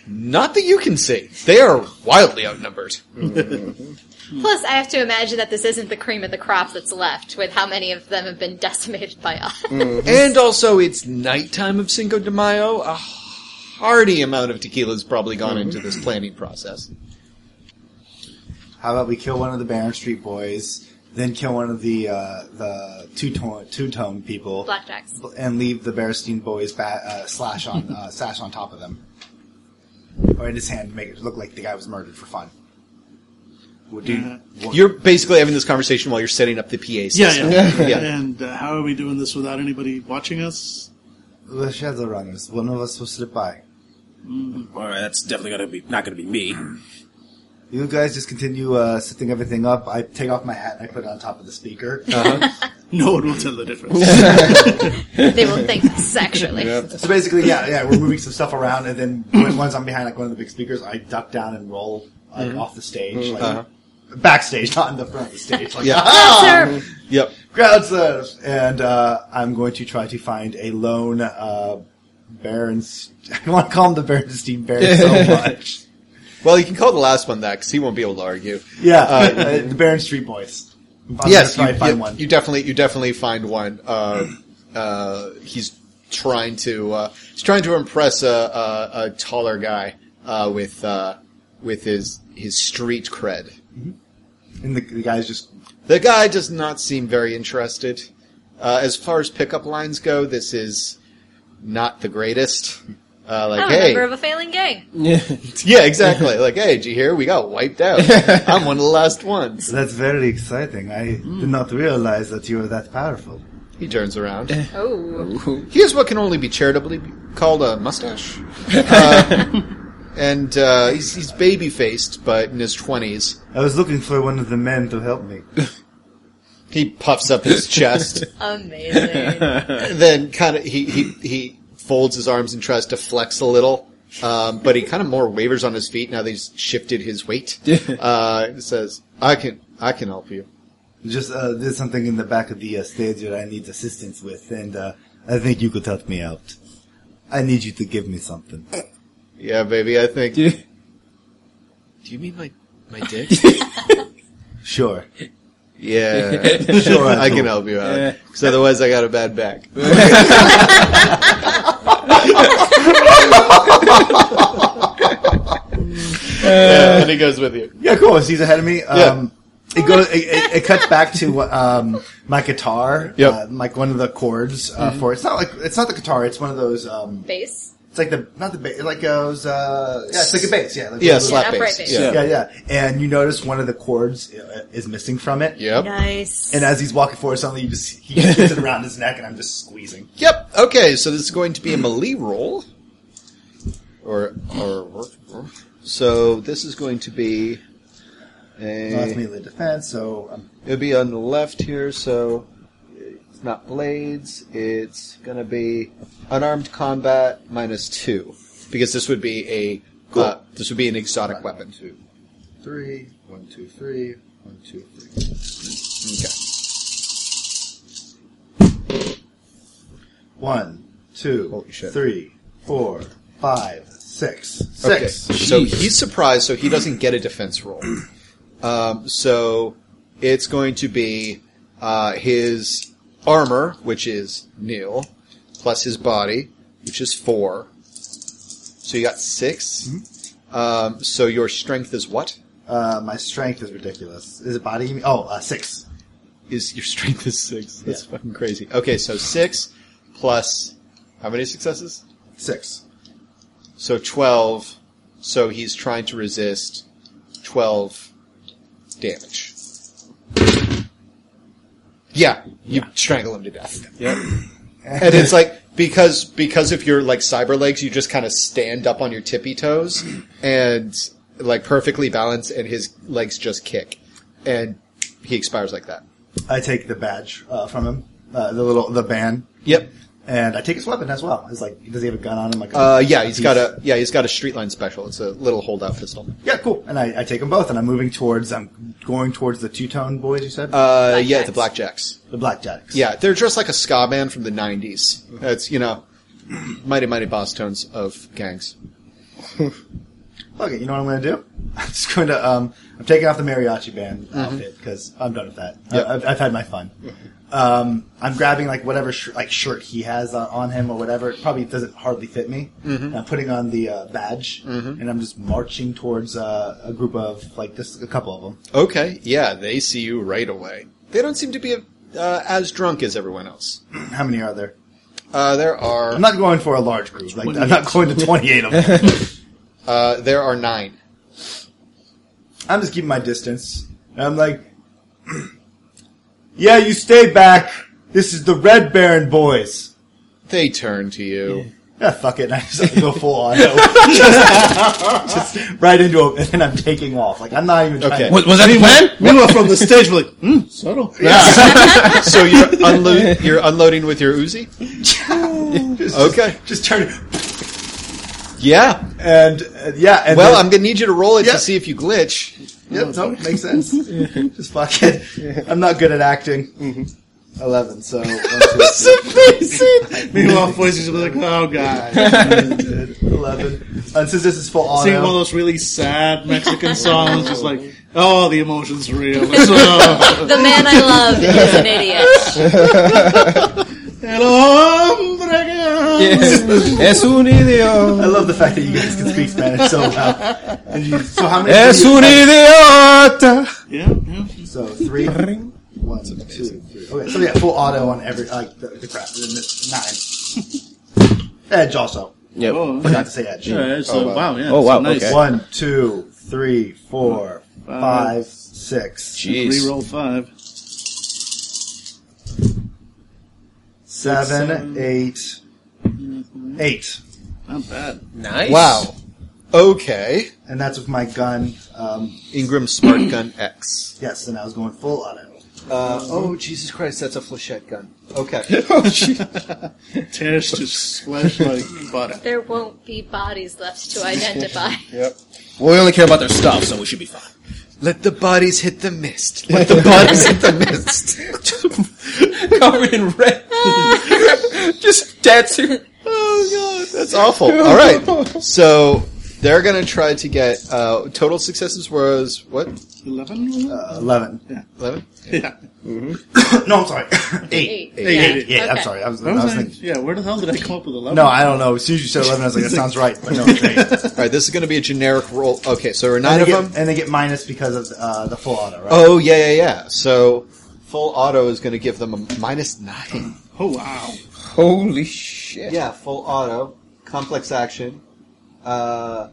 [SPEAKER 3] Not that you can see. They are wildly outnumbered.
[SPEAKER 6] Plus, I have to imagine that this isn't the cream of the crop that's left, with how many of them have been decimated by us.
[SPEAKER 3] And also, it's nighttime of Cinco de Mayo. A hearty amount of tequila's probably gone into this planning process.
[SPEAKER 2] How about we kill one of the Barron Street boys, then kill one of the uh, the two tone two tone people,
[SPEAKER 6] Blackjacks.
[SPEAKER 2] and leave the Bearstein boys ba- uh, slash on uh, sash on top of them, or in his hand to make it look like the guy was murdered for fun. Would you? what-
[SPEAKER 3] You're basically having this conversation while you're setting up the PA
[SPEAKER 4] Yeah,
[SPEAKER 3] system.
[SPEAKER 4] yeah.
[SPEAKER 3] Yeah.
[SPEAKER 4] And uh, how are we doing this without anybody watching us?
[SPEAKER 2] the shadow runners. One of us will slip by.
[SPEAKER 5] All right. That's definitely gonna be not gonna be me.
[SPEAKER 2] You guys just continue uh, setting everything up. I take off my hat and I put it on top of the speaker.
[SPEAKER 4] No one will tell the difference.
[SPEAKER 6] they will think sexually.
[SPEAKER 2] So basically, yeah, yeah, we're moving some stuff around, and then when, once I'm behind like one of the big speakers, I duck down and roll like
[SPEAKER 3] Mm-hmm.
[SPEAKER 2] off the stage, like backstage, not in the front of the stage. Like,
[SPEAKER 3] Uh-huh. Yeah.
[SPEAKER 6] Oh, Sir,
[SPEAKER 3] Yep.
[SPEAKER 2] crowd surf, and uh, I'm going to try to find a lone uh, Baron. I want to call him the Berenstein Bear so much.
[SPEAKER 3] Well, you can call the last one that because he won't be able to argue.
[SPEAKER 2] Yeah, uh, uh, the Baron Street Boys. I'm
[SPEAKER 3] yes, you,
[SPEAKER 2] gonna try to find
[SPEAKER 3] you-
[SPEAKER 2] one.
[SPEAKER 3] you definitely, you definitely find one. Uh, uh, he's trying to, uh, he's trying to impress a, a, a taller guy uh, with uh, with his his street cred.
[SPEAKER 2] and the, the guy's just
[SPEAKER 3] The guy does not seem very interested. Uh, as far as pickup lines go, this is not the greatest. Uh, like,
[SPEAKER 6] I'm a
[SPEAKER 3] hey,
[SPEAKER 6] member of a failing gang.
[SPEAKER 3] yeah, exactly. Like, hey, did you hear? We got wiped out. I'm one of the last ones.
[SPEAKER 2] That's very exciting. I did not realize that you were that powerful.
[SPEAKER 3] He turns around.
[SPEAKER 6] Oh,
[SPEAKER 3] He has what can only be charitably called a mustache, uh, and uh, he's, he's baby faced, but in his twenties.
[SPEAKER 2] I was looking for one of the men to help me.
[SPEAKER 3] He puffs up his chest.
[SPEAKER 6] Oh, amazing.
[SPEAKER 3] And then kind of he, he he folds his arms and tries to flex a little, um, but he kind of more wavers on his feet now that he's shifted his weight. Uh, and says, "I can I can help you."
[SPEAKER 2] Just uh, there's something in the back of the uh, stage that I need assistance with, and uh, I think you could help me out. I need you to give me something.
[SPEAKER 3] Yeah, baby, I think.
[SPEAKER 5] Yeah.
[SPEAKER 3] Do you mean my my dick?
[SPEAKER 2] Sure,
[SPEAKER 3] yeah,
[SPEAKER 2] sure.
[SPEAKER 3] I
[SPEAKER 2] do.
[SPEAKER 3] can help you out. Because otherwise, I got a bad back. Yeah, and he goes with you.
[SPEAKER 2] Yeah, cool. He's ahead of me. Um, it goes. It, it, it cuts back to what, um, my guitar.
[SPEAKER 3] Yep. Mm-hmm.
[SPEAKER 2] uh, like one of the chords uh, for it's not like it's not the guitar. It's one of those. Um,
[SPEAKER 6] Bass.
[SPEAKER 2] it's like the not the bass. Like goes. Uh, yeah, it's like a bass. Yeah. Like
[SPEAKER 3] Yeah,
[SPEAKER 2] those-
[SPEAKER 3] slap
[SPEAKER 6] upright
[SPEAKER 3] bass.
[SPEAKER 6] bass.
[SPEAKER 3] Yeah.
[SPEAKER 2] Yeah, yeah. And you notice one of the chords uh, is missing from it.
[SPEAKER 3] Yep.
[SPEAKER 6] Nice.
[SPEAKER 2] And as he's walking forward, suddenly you just he keeps it around his neck, and I'm just squeezing.
[SPEAKER 3] Yep. Okay, so this is going to be a melee roll. Or, or, so this is going to be
[SPEAKER 2] So that's
[SPEAKER 3] a,
[SPEAKER 2] melee defense. So um,
[SPEAKER 3] it'll be on the left here, so it's not blades, it's gonna be unarmed combat minus two. Because this would be a, uh, this would be an exotic weapon.
[SPEAKER 2] two, three, one, two, three, one, two, three.
[SPEAKER 3] Okay.
[SPEAKER 2] One, two,
[SPEAKER 3] Holy shit.
[SPEAKER 2] three, four, five, six,
[SPEAKER 3] Okay,
[SPEAKER 2] six.
[SPEAKER 3] So he's surprised, so he doesn't get a defense roll. Um, so it's going to be uh, his armor, which is nil, plus his body, which is four. So you got 6 Um, so your strength is what?
[SPEAKER 2] Uh, my strength is ridiculous. Is it body? you mean? Oh, uh, six.
[SPEAKER 3] Is your strength is six? That's
[SPEAKER 2] Yeah.
[SPEAKER 3] fucking crazy. Okay, so six plus how many successes?
[SPEAKER 2] Six.
[SPEAKER 3] So twelve. So he's trying to resist twelve damage. Yeah, you strangle him to death.
[SPEAKER 5] Yep.
[SPEAKER 3] And it's like because because of your like cyber legs, you just kind of stand up on your tippy toes and like perfectly balanced, and his legs just kick, and he expires like that.
[SPEAKER 2] I take the badge uh, from him, uh, the little the band,
[SPEAKER 3] Yep.
[SPEAKER 2] and I take his weapon as well. It's like, does he have a gun on him? Like, a-
[SPEAKER 3] Uh, yeah, he's
[SPEAKER 2] piece?
[SPEAKER 3] got a yeah, he's got a streetline special. It's a little holdout pistol.
[SPEAKER 2] Yeah, cool. And I, I take them both, and I'm moving towards. I'm going towards the two tone boys. You said
[SPEAKER 3] Uh, yeah,
[SPEAKER 6] Blackjacks.
[SPEAKER 3] the blackjacks.
[SPEAKER 2] the blackjacks.
[SPEAKER 3] Yeah, they're dressed like a ska band from the '90s. That's you know, mighty mighty boss tones of gangs.
[SPEAKER 2] Okay, you know what I'm going to do? I'm just going to. Um, I'm taking off the mariachi band outfit because I'm done with that.
[SPEAKER 3] Yep.
[SPEAKER 2] I, I've, I've had my fun. Um, I'm grabbing like whatever sh- like shirt he has on, on him or whatever. It probably doesn't hardly fit me. And I'm putting on the uh, badge, and I'm just marching towards uh, a group of like just a couple of them.
[SPEAKER 3] Okay, yeah, they see you right away. They don't seem to be uh, as drunk as everyone else.
[SPEAKER 2] How many are there?
[SPEAKER 3] Uh, there are
[SPEAKER 2] I'm not going for a large group. Like I'm not going to 28 of them.
[SPEAKER 3] uh, there are nine.
[SPEAKER 2] I'm just keeping my distance. And I'm like, yeah, you stay back. This is the Red Baron boys.
[SPEAKER 3] They turn to you.
[SPEAKER 2] Yeah, Ah, fuck it. And I just go full on. just, just right into him, and then I'm taking off. Like I'm not even trying.
[SPEAKER 3] Okay.
[SPEAKER 2] to-
[SPEAKER 5] Was, was that the plan?
[SPEAKER 4] Meanwhile, from the stage, we're like, hmm, subtle.
[SPEAKER 3] so you're unload you're unloading with your Uzi. Okay.
[SPEAKER 2] Just turn.
[SPEAKER 3] Yeah.
[SPEAKER 2] And uh, yeah. And
[SPEAKER 3] Well,
[SPEAKER 2] then-
[SPEAKER 3] I'm gonna need you to roll it
[SPEAKER 2] Yeah.
[SPEAKER 3] to see if you glitch.
[SPEAKER 2] Yep, no, makes sense. Just fuck it. I'm not good at acting.
[SPEAKER 3] Mm-hmm.
[SPEAKER 2] Eleven. So. One, two, three,
[SPEAKER 4] Meanwhile, voices are like, oh god.
[SPEAKER 2] Eleven. And since this is full auto,
[SPEAKER 4] Singing one of those really sad Mexican songs, just like, oh, the emotion's real. It's, uh,
[SPEAKER 6] the man I love is an idiot.
[SPEAKER 4] el hombre que-
[SPEAKER 5] es un idiota.
[SPEAKER 2] I love the fact that you guys can speak Spanish so well. And you, so how many?
[SPEAKER 5] Es un idiota.
[SPEAKER 4] Yeah, yeah.
[SPEAKER 2] So three, one, two, three. Okay, so yeah, full auto on every like the, the crap. and then Nine. edge also.
[SPEAKER 1] Yep.
[SPEAKER 4] Oh,
[SPEAKER 2] Forgot to say edge.
[SPEAKER 4] yeah, it's, uh, wow, yeah.
[SPEAKER 1] Oh,
[SPEAKER 4] it's
[SPEAKER 1] wow,
[SPEAKER 4] nice.
[SPEAKER 1] okay.
[SPEAKER 2] One, two, three, four, five, six,
[SPEAKER 1] Jeez.
[SPEAKER 4] Reroll five.
[SPEAKER 2] seven, eight, eight,
[SPEAKER 4] Not bad.
[SPEAKER 5] Nice.
[SPEAKER 3] Wow. Okay.
[SPEAKER 2] and that's with my gun. Um,
[SPEAKER 3] Ingram Smart Gun X.
[SPEAKER 2] yes, and I was going full auto.
[SPEAKER 3] Uh, oh, Jesus Christ, that's a flechette gun. Okay.
[SPEAKER 4] Tears just splash like butter.
[SPEAKER 6] There won't be bodies left to identify.
[SPEAKER 5] Well, we only care about their stuff, so we should be fine.
[SPEAKER 3] Let the bodies hit the mist. Let the bodies hit the mist.
[SPEAKER 5] Covered in red. Just dancing.
[SPEAKER 3] Oh, God. That's awful. All right. So, They're gonna try to get uh, total successes was what
[SPEAKER 4] 11?
[SPEAKER 2] Uh, Eleven.
[SPEAKER 3] eleven?
[SPEAKER 4] yeah.
[SPEAKER 2] no, I'm sorry. Eight.
[SPEAKER 6] Eight.
[SPEAKER 4] Eight.
[SPEAKER 2] Yeah, I'm
[SPEAKER 6] Okay.
[SPEAKER 2] sorry. I was,
[SPEAKER 4] I
[SPEAKER 2] I
[SPEAKER 4] was,
[SPEAKER 2] was
[SPEAKER 4] like,
[SPEAKER 2] thinking.
[SPEAKER 4] yeah, where the hell did I come up with 11?
[SPEAKER 2] No, I don't know. As soon as you said eleven, I was like, that sounds right, but no, it's eight.
[SPEAKER 3] All right, this is gonna be a generic roll. Okay, so there are
[SPEAKER 2] And
[SPEAKER 3] nine
[SPEAKER 2] they,
[SPEAKER 3] of
[SPEAKER 2] get,
[SPEAKER 3] them.
[SPEAKER 2] and they get minus because of uh, the full auto, right?
[SPEAKER 3] Oh yeah, yeah, yeah. So full auto is gonna give them a minus nine.
[SPEAKER 4] Oh, wow.
[SPEAKER 7] Holy shit.
[SPEAKER 3] Yeah, full auto, complex action. Uh,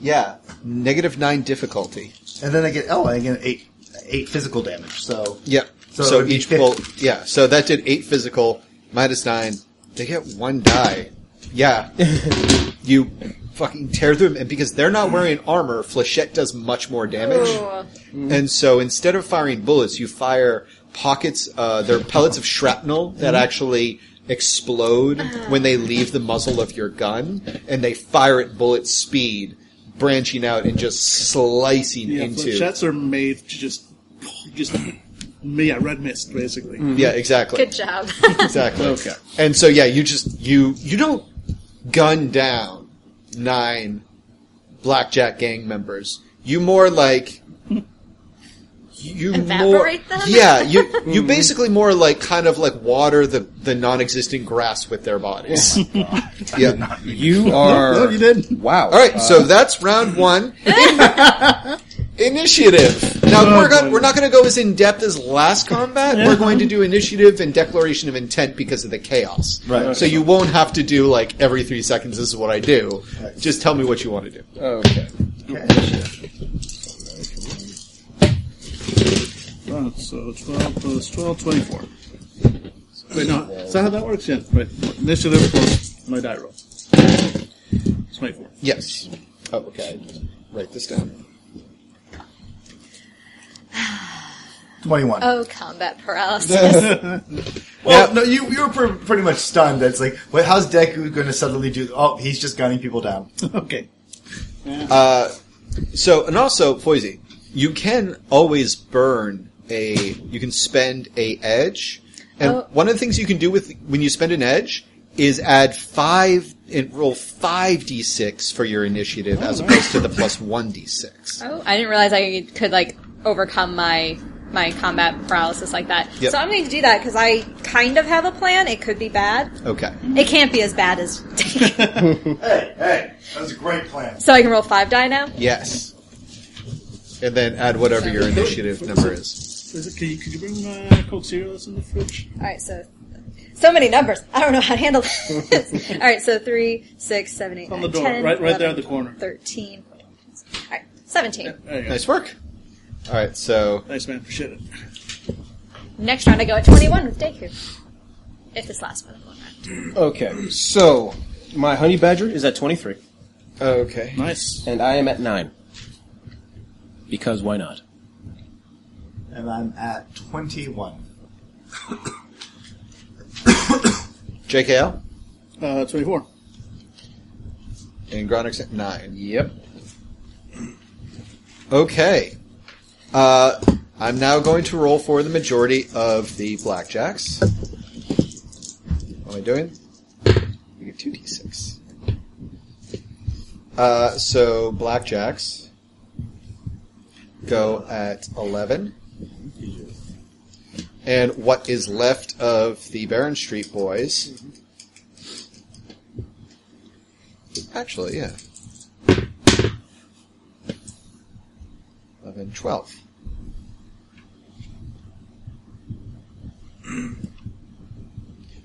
[SPEAKER 3] yeah, negative nine difficulty.
[SPEAKER 2] And then they get oh, and they get eight, eight physical damage. So
[SPEAKER 3] Yeah. So,
[SPEAKER 2] So it would be
[SPEAKER 3] each
[SPEAKER 2] 50.
[SPEAKER 3] roll, yeah. So that did eight physical minus nine. They get one die. Yeah. you fucking tear through them, and because they're not wearing armor, Flechette does much more damage.
[SPEAKER 6] Ooh.
[SPEAKER 3] And so instead of firing bullets, you fire pockets, uh, they're pellets of shrapnel that actually explode when they leave the muzzle of your gun, and they fire at bullet speed, branching out and just slicing
[SPEAKER 4] Yeah,
[SPEAKER 3] into.
[SPEAKER 4] flechets are made to just, just, yeah, red mist, basically.
[SPEAKER 3] Yeah, exactly.
[SPEAKER 6] Good job.
[SPEAKER 3] Exactly. Mm. Okay. And so yeah, you just you you don't gun down nine blackjack gang members. You more like you
[SPEAKER 6] Evaporate
[SPEAKER 3] more,
[SPEAKER 6] them?
[SPEAKER 3] Yeah, you you basically more like kind of like water the the non-existent grass with their bodies. yeah.
[SPEAKER 7] Oh You are.
[SPEAKER 4] no, you didn't.
[SPEAKER 7] Wow.
[SPEAKER 3] All right, so that's round one. initiative. Now we're
[SPEAKER 4] boy.
[SPEAKER 3] going we're not going to go as in depth as last combat. We're going to do initiative and declaration of intent because of the chaos.
[SPEAKER 2] Right.
[SPEAKER 3] So you won't have to do like every three seconds. This is what I do. Just tell me what you want to do.
[SPEAKER 7] Okay.
[SPEAKER 4] Right, so 12 plus 12, 24. Wait, no, is that how that works? Yeah, right. Initiative plus my die roll. 24.
[SPEAKER 3] Yes. Oh, okay. Write this down.
[SPEAKER 2] Twenty-one.
[SPEAKER 6] oh, combat paralysis.
[SPEAKER 2] well, no, you you were pre- pretty much stunned. That's like, wait, how's Deku going to suddenly do? Oh, he's just gunning people down.
[SPEAKER 4] Okay.
[SPEAKER 3] So and also Foisey, you can always burn a. You can spend a edge, and
[SPEAKER 6] Oh.
[SPEAKER 3] one of the things you can do with when you spend an edge is add five and roll five d six for your initiative as opposed to the plus one d six.
[SPEAKER 6] oh, I didn't realize I could like overcome my my combat paralysis like that.
[SPEAKER 3] Yep.
[SPEAKER 6] So I'm going to do that because I kind of have a plan. It could be bad.
[SPEAKER 3] Okay.
[SPEAKER 6] It can't be as bad as.
[SPEAKER 2] Hey, hey, that was a great plan.
[SPEAKER 6] so I can roll five die now.
[SPEAKER 3] Yes. And then add whatever your initiative number is.
[SPEAKER 4] Is it, can, you, could you bring uh, Coke cereal that's in the fridge?
[SPEAKER 6] All right, so so many numbers. I don't know how to handle this. All right, so three, six, seven, eight,
[SPEAKER 4] On
[SPEAKER 6] nine,
[SPEAKER 4] the door,
[SPEAKER 6] 10,
[SPEAKER 4] right- right there
[SPEAKER 6] 11,
[SPEAKER 4] at the corner.
[SPEAKER 6] Thirteen. All right, seventeen.
[SPEAKER 4] There you go.
[SPEAKER 3] Nice work. All right. So
[SPEAKER 4] Nice man, appreciate it.
[SPEAKER 6] Next round, I go at twenty-one with Deku. If this last one, one round.
[SPEAKER 5] Okay, so my honey badger is at 23,
[SPEAKER 3] okay.
[SPEAKER 4] Nice.
[SPEAKER 5] and I am at 9. Because why not?
[SPEAKER 2] And I'm at twenty-one.
[SPEAKER 3] JKL
[SPEAKER 4] Uh, 24.
[SPEAKER 3] and Gronix at nine.
[SPEAKER 7] Yep.
[SPEAKER 3] Okay. Uh, I'm now going to roll for the majority of the blackjacks. What am I doing? We get 2d6. Uh, so, blackjacks go at 11. And what is left of the Barron Street boys. Actually, yeah. 11, 12.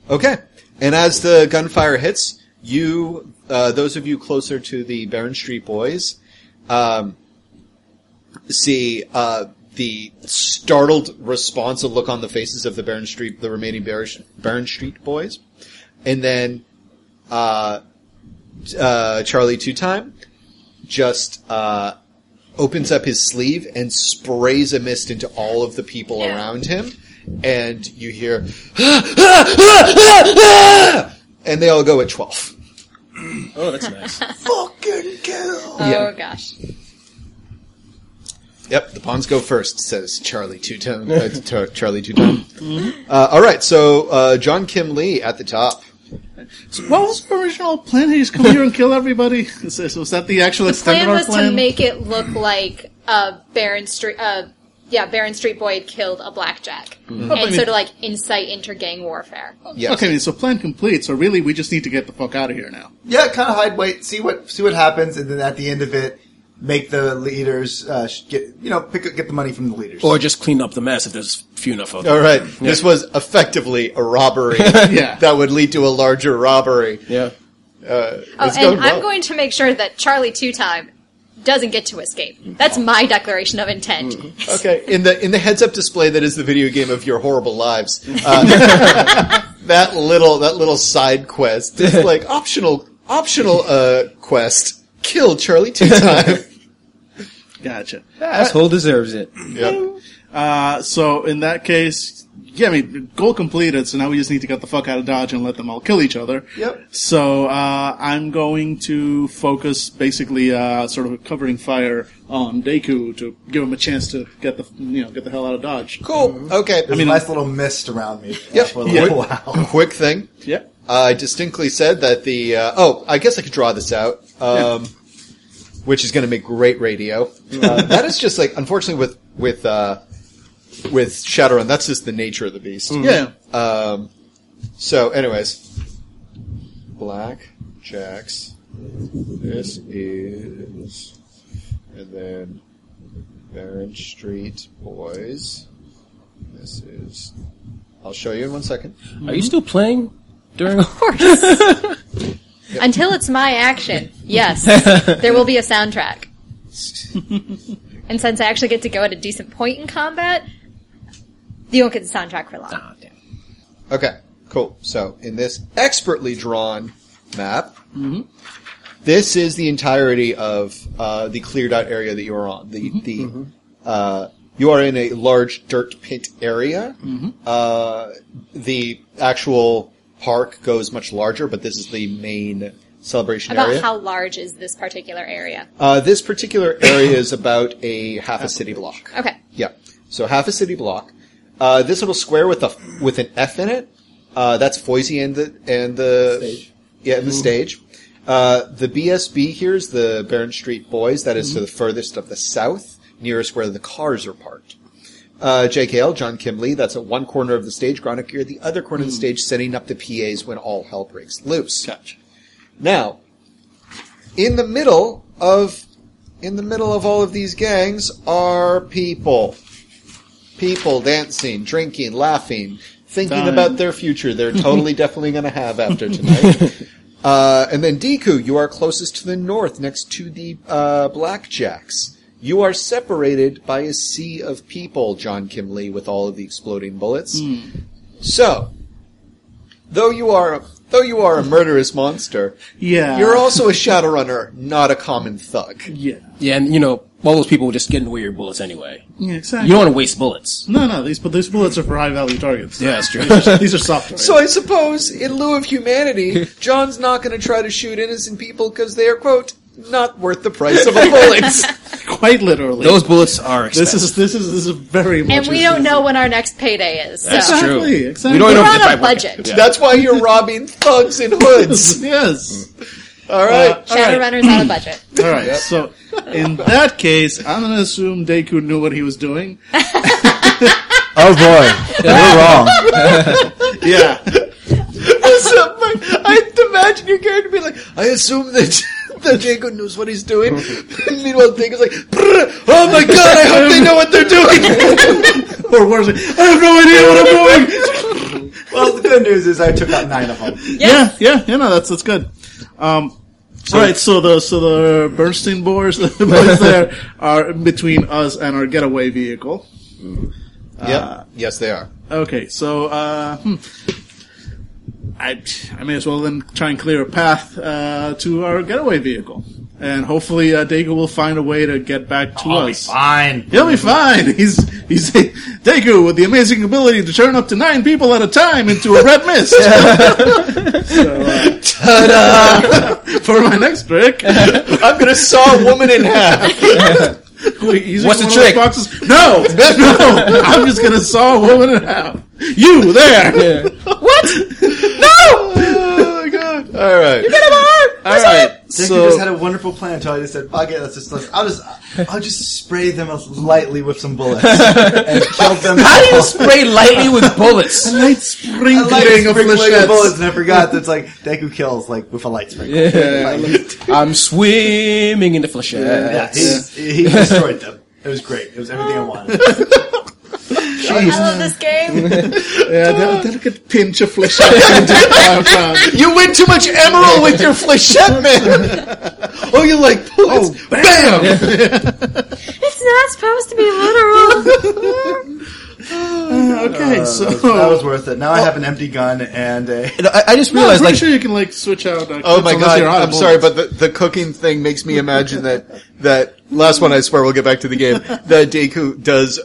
[SPEAKER 3] Okay. And as the gunfire hits, you, uh, those of you closer to the Barron Street boys, um, see uh, the startled response and look on the faces of the Barron Street, the remaining Barron, Barron Street boys, and then uh, uh, Charlie Two Time just uh, opens up his sleeve and sprays a mist into all of the people
[SPEAKER 6] Yeah.
[SPEAKER 3] around him, and you hear, "Ah, ah, ah, ah, ah," and they all go at twelve.
[SPEAKER 5] Oh, that's nice.
[SPEAKER 2] Fucking kill.
[SPEAKER 6] Oh
[SPEAKER 3] Yeah.
[SPEAKER 6] gosh.
[SPEAKER 3] Yep, the pawns go first, says Charlie Two Tone. Uh, Tar- Charlie Two Tone. Uh, all right, so uh, John Kim Lee at the top.
[SPEAKER 4] I So what was the original plan? He just come here and kill everybody. So, so was that the actual extent
[SPEAKER 6] plan
[SPEAKER 4] of our
[SPEAKER 6] was
[SPEAKER 4] plan?
[SPEAKER 6] to make it look like uh, Baron Street. Uh, yeah, Baron Street Boy had killed a blackjack,
[SPEAKER 3] Mm-hmm.
[SPEAKER 4] I mean-
[SPEAKER 6] and so to like incite inter-gang warfare.
[SPEAKER 3] Yes.
[SPEAKER 4] Okay, I mean, so plan complete. So really, we just need to get the fuck out of here now.
[SPEAKER 2] Yeah, kind of hide, wait, see what see what happens, and then at the end of it, make the leaders uh, sh- get you know pick up- get the money from the leaders.
[SPEAKER 5] Or just clean up the mess if there's few enough of them.
[SPEAKER 3] All right. This was effectively a robbery
[SPEAKER 4] Yeah.
[SPEAKER 3] that would lead to a larger robbery.
[SPEAKER 5] Yeah.
[SPEAKER 6] Oh,
[SPEAKER 3] It's
[SPEAKER 6] and
[SPEAKER 3] going well.
[SPEAKER 6] I'm going to make sure that Charlie Two Time doesn't get to escape.
[SPEAKER 3] Mm-hmm.
[SPEAKER 6] That's my declaration of intent.
[SPEAKER 3] Okay, in the in the heads up display that is the video game of your horrible lives, uh, that little that little side quest is like optional optional uh, quest. Kill Charlie two time.
[SPEAKER 4] Gotcha.
[SPEAKER 7] Asshole deserves it.
[SPEAKER 3] Yep.
[SPEAKER 4] Uh, so in that case, yeah, I mean, goal completed. So now we just need to get the fuck out of Dodge and let them all kill each other.
[SPEAKER 2] Yep.
[SPEAKER 4] So uh, I'm going to focus basically uh, sort of covering fire on Deku to give him a chance to get the you know get the hell out of Dodge.
[SPEAKER 3] Cool. Okay.
[SPEAKER 2] There's
[SPEAKER 3] I mean,
[SPEAKER 2] a nice little mist around me uh,
[SPEAKER 3] Yep.
[SPEAKER 2] for a little
[SPEAKER 3] Yeah.
[SPEAKER 2] while.
[SPEAKER 3] quick thing.
[SPEAKER 4] Yeah.
[SPEAKER 3] I distinctly said that the uh, oh, I guess I could draw this out, um, which is going to make great radio. Uh, that is just like unfortunately with with uh, with Shadowrun, that's just the nature of the beast.
[SPEAKER 4] Yeah.
[SPEAKER 3] Um, so, anyways, black jacks. This is, and then Baron Street Boys. This is. I'll show you in one second.
[SPEAKER 5] Are you still playing during?
[SPEAKER 6] Of course. Until it's my action, yes, there will be a soundtrack. and since I actually get to go at a decent point in combat, you don't get the soundtrack for long.
[SPEAKER 3] Okay, cool. So, in this expertly drawn map, this is the entirety of uh, the cleared out area that you are on. The the uh, you are in a large dirt pit area. Uh, the actual park goes much larger, but this is the main celebration
[SPEAKER 6] About
[SPEAKER 3] area.
[SPEAKER 6] how large is this particular area?
[SPEAKER 3] uh, this particular area is about a half a city block.
[SPEAKER 6] Okay.
[SPEAKER 3] Yeah. So half a city block. Uh, this little square with a with an F in it. Uh, that's Foisey and the and the
[SPEAKER 2] Stage.
[SPEAKER 3] yeah and the stage. Uh, the BSB here is the Barron Street Boys. That is to the furthest of the south, nearest where the cars are parked. Uh, JKL, John Kimley, that's at one corner of the stage. Gronick here, the other corner of the stage, setting up the PAs when all hell breaks loose. Now, in the middle of in the middle of all of these gangs are people. People dancing, drinking, laughing, thinking
[SPEAKER 4] Dying.
[SPEAKER 3] about their future they're totally definitely going to have after tonight. uh, and then Deku, you are closest to the north next to the uh, Blackjacks. You are separated by a sea of people, John Kimley, with all of the exploding bullets. So, though you are though you are a murderous monster,
[SPEAKER 4] Yeah.
[SPEAKER 3] you're also a Shadowrunner, not a common thug.
[SPEAKER 4] Yeah.
[SPEAKER 5] yeah, and you know all those people just get in the way of your bullets anyway.
[SPEAKER 4] Yeah. Exactly.
[SPEAKER 5] You don't want to waste bullets.
[SPEAKER 4] no, no. These but these bullets are for high value targets.
[SPEAKER 5] Yeah, that's true.
[SPEAKER 4] These are soft targets.
[SPEAKER 3] So I suppose, in lieu of humanity, John's not going to try to shoot innocent people because they are, quote, not worth the price of a bullet.
[SPEAKER 4] Quite literally.
[SPEAKER 5] those bullets are expensive.
[SPEAKER 4] this is this is this is very much.
[SPEAKER 6] And we don't know when our next payday is. So.
[SPEAKER 5] That's true.
[SPEAKER 4] Exactly. Exactly.
[SPEAKER 5] We don't
[SPEAKER 6] We're
[SPEAKER 5] know
[SPEAKER 6] on
[SPEAKER 5] if
[SPEAKER 6] a
[SPEAKER 5] I work it.
[SPEAKER 6] budget.
[SPEAKER 5] Yeah.
[SPEAKER 3] That's why you're robbing thugs in hoods.
[SPEAKER 4] yes.
[SPEAKER 3] All right.
[SPEAKER 4] Uh, all right.
[SPEAKER 6] Shadowrunner's on a budget.
[SPEAKER 4] All right. So in that case, I'm going to assume Deku knew what he was doing.
[SPEAKER 7] Oh boy, we're wrong.
[SPEAKER 4] Yeah.
[SPEAKER 3] So, my- I imagine your character be like, I assume that, that Jacob knows what he's doing. Meanwhile, Jacob's like, "Brr, oh my god, I hope they know what they're doing.
[SPEAKER 4] or worse, I have no idea what I'm doing.
[SPEAKER 2] well, the good news is I took out nine of them.
[SPEAKER 4] Yeah. Yeah. Yeah. No, that's that's good. Um. all right, so the so the Bernstein boys, the boys there are in between us and our getaway vehicle.
[SPEAKER 3] Yeah. Uh, Yes, they are.
[SPEAKER 4] Okay, so uh, hmm. I I may as well then try and clear a path uh, to our getaway vehicle, and hopefully uh, Dago will find a way to get back to us.
[SPEAKER 2] fine.
[SPEAKER 4] He'll be fine. He's he's Deku with the amazing ability to turn up to nine people at a time into a red mist. so, uh, for my next trick,
[SPEAKER 3] I'm going to saw a woman in half.
[SPEAKER 4] he's
[SPEAKER 5] What's the trick?
[SPEAKER 4] Boxes. No, no, I'm just gonna saw a woman in half. You there?
[SPEAKER 3] Oh my god. All right. You got him All right.
[SPEAKER 2] Dick just had a wonderful plan until I just said, "Fuck it, let's just let's, I'll just I'll just spray them lightly with some bullets and kill them."
[SPEAKER 5] How do you spray lightly with bullets?
[SPEAKER 4] Light
[SPEAKER 2] I
[SPEAKER 4] sprinkling
[SPEAKER 2] like
[SPEAKER 4] of
[SPEAKER 2] sprinkling of
[SPEAKER 4] flechettes.
[SPEAKER 2] bullets, and I forgot that's like Deku kills like with a light sprinkle.
[SPEAKER 5] Yeah.
[SPEAKER 2] Like,
[SPEAKER 5] I'm swimming in the fleshette.
[SPEAKER 2] yeah, he, he destroyed them. It was great. It was everything I wanted.
[SPEAKER 6] I love this game.
[SPEAKER 4] Yeah, that delicate pinch of flesh. oh,
[SPEAKER 3] You win too much emerald with your flechette, man. oh, you like bullets? bam!
[SPEAKER 6] it's not supposed to be literal.
[SPEAKER 4] okay, so
[SPEAKER 2] That was worth it. Now I have an empty gun and a.
[SPEAKER 5] You know, I, I just
[SPEAKER 4] No, I'm
[SPEAKER 5] realized,
[SPEAKER 4] pretty
[SPEAKER 5] like,
[SPEAKER 4] sure you can like switch out. Uh,
[SPEAKER 3] Oh my
[SPEAKER 4] clips unless
[SPEAKER 3] god!
[SPEAKER 4] you're out of
[SPEAKER 3] I'm
[SPEAKER 4] bullets.
[SPEAKER 3] sorry, but the, the cooking thing makes me imagine that that last one. I swear we'll get back to the game. That Deku does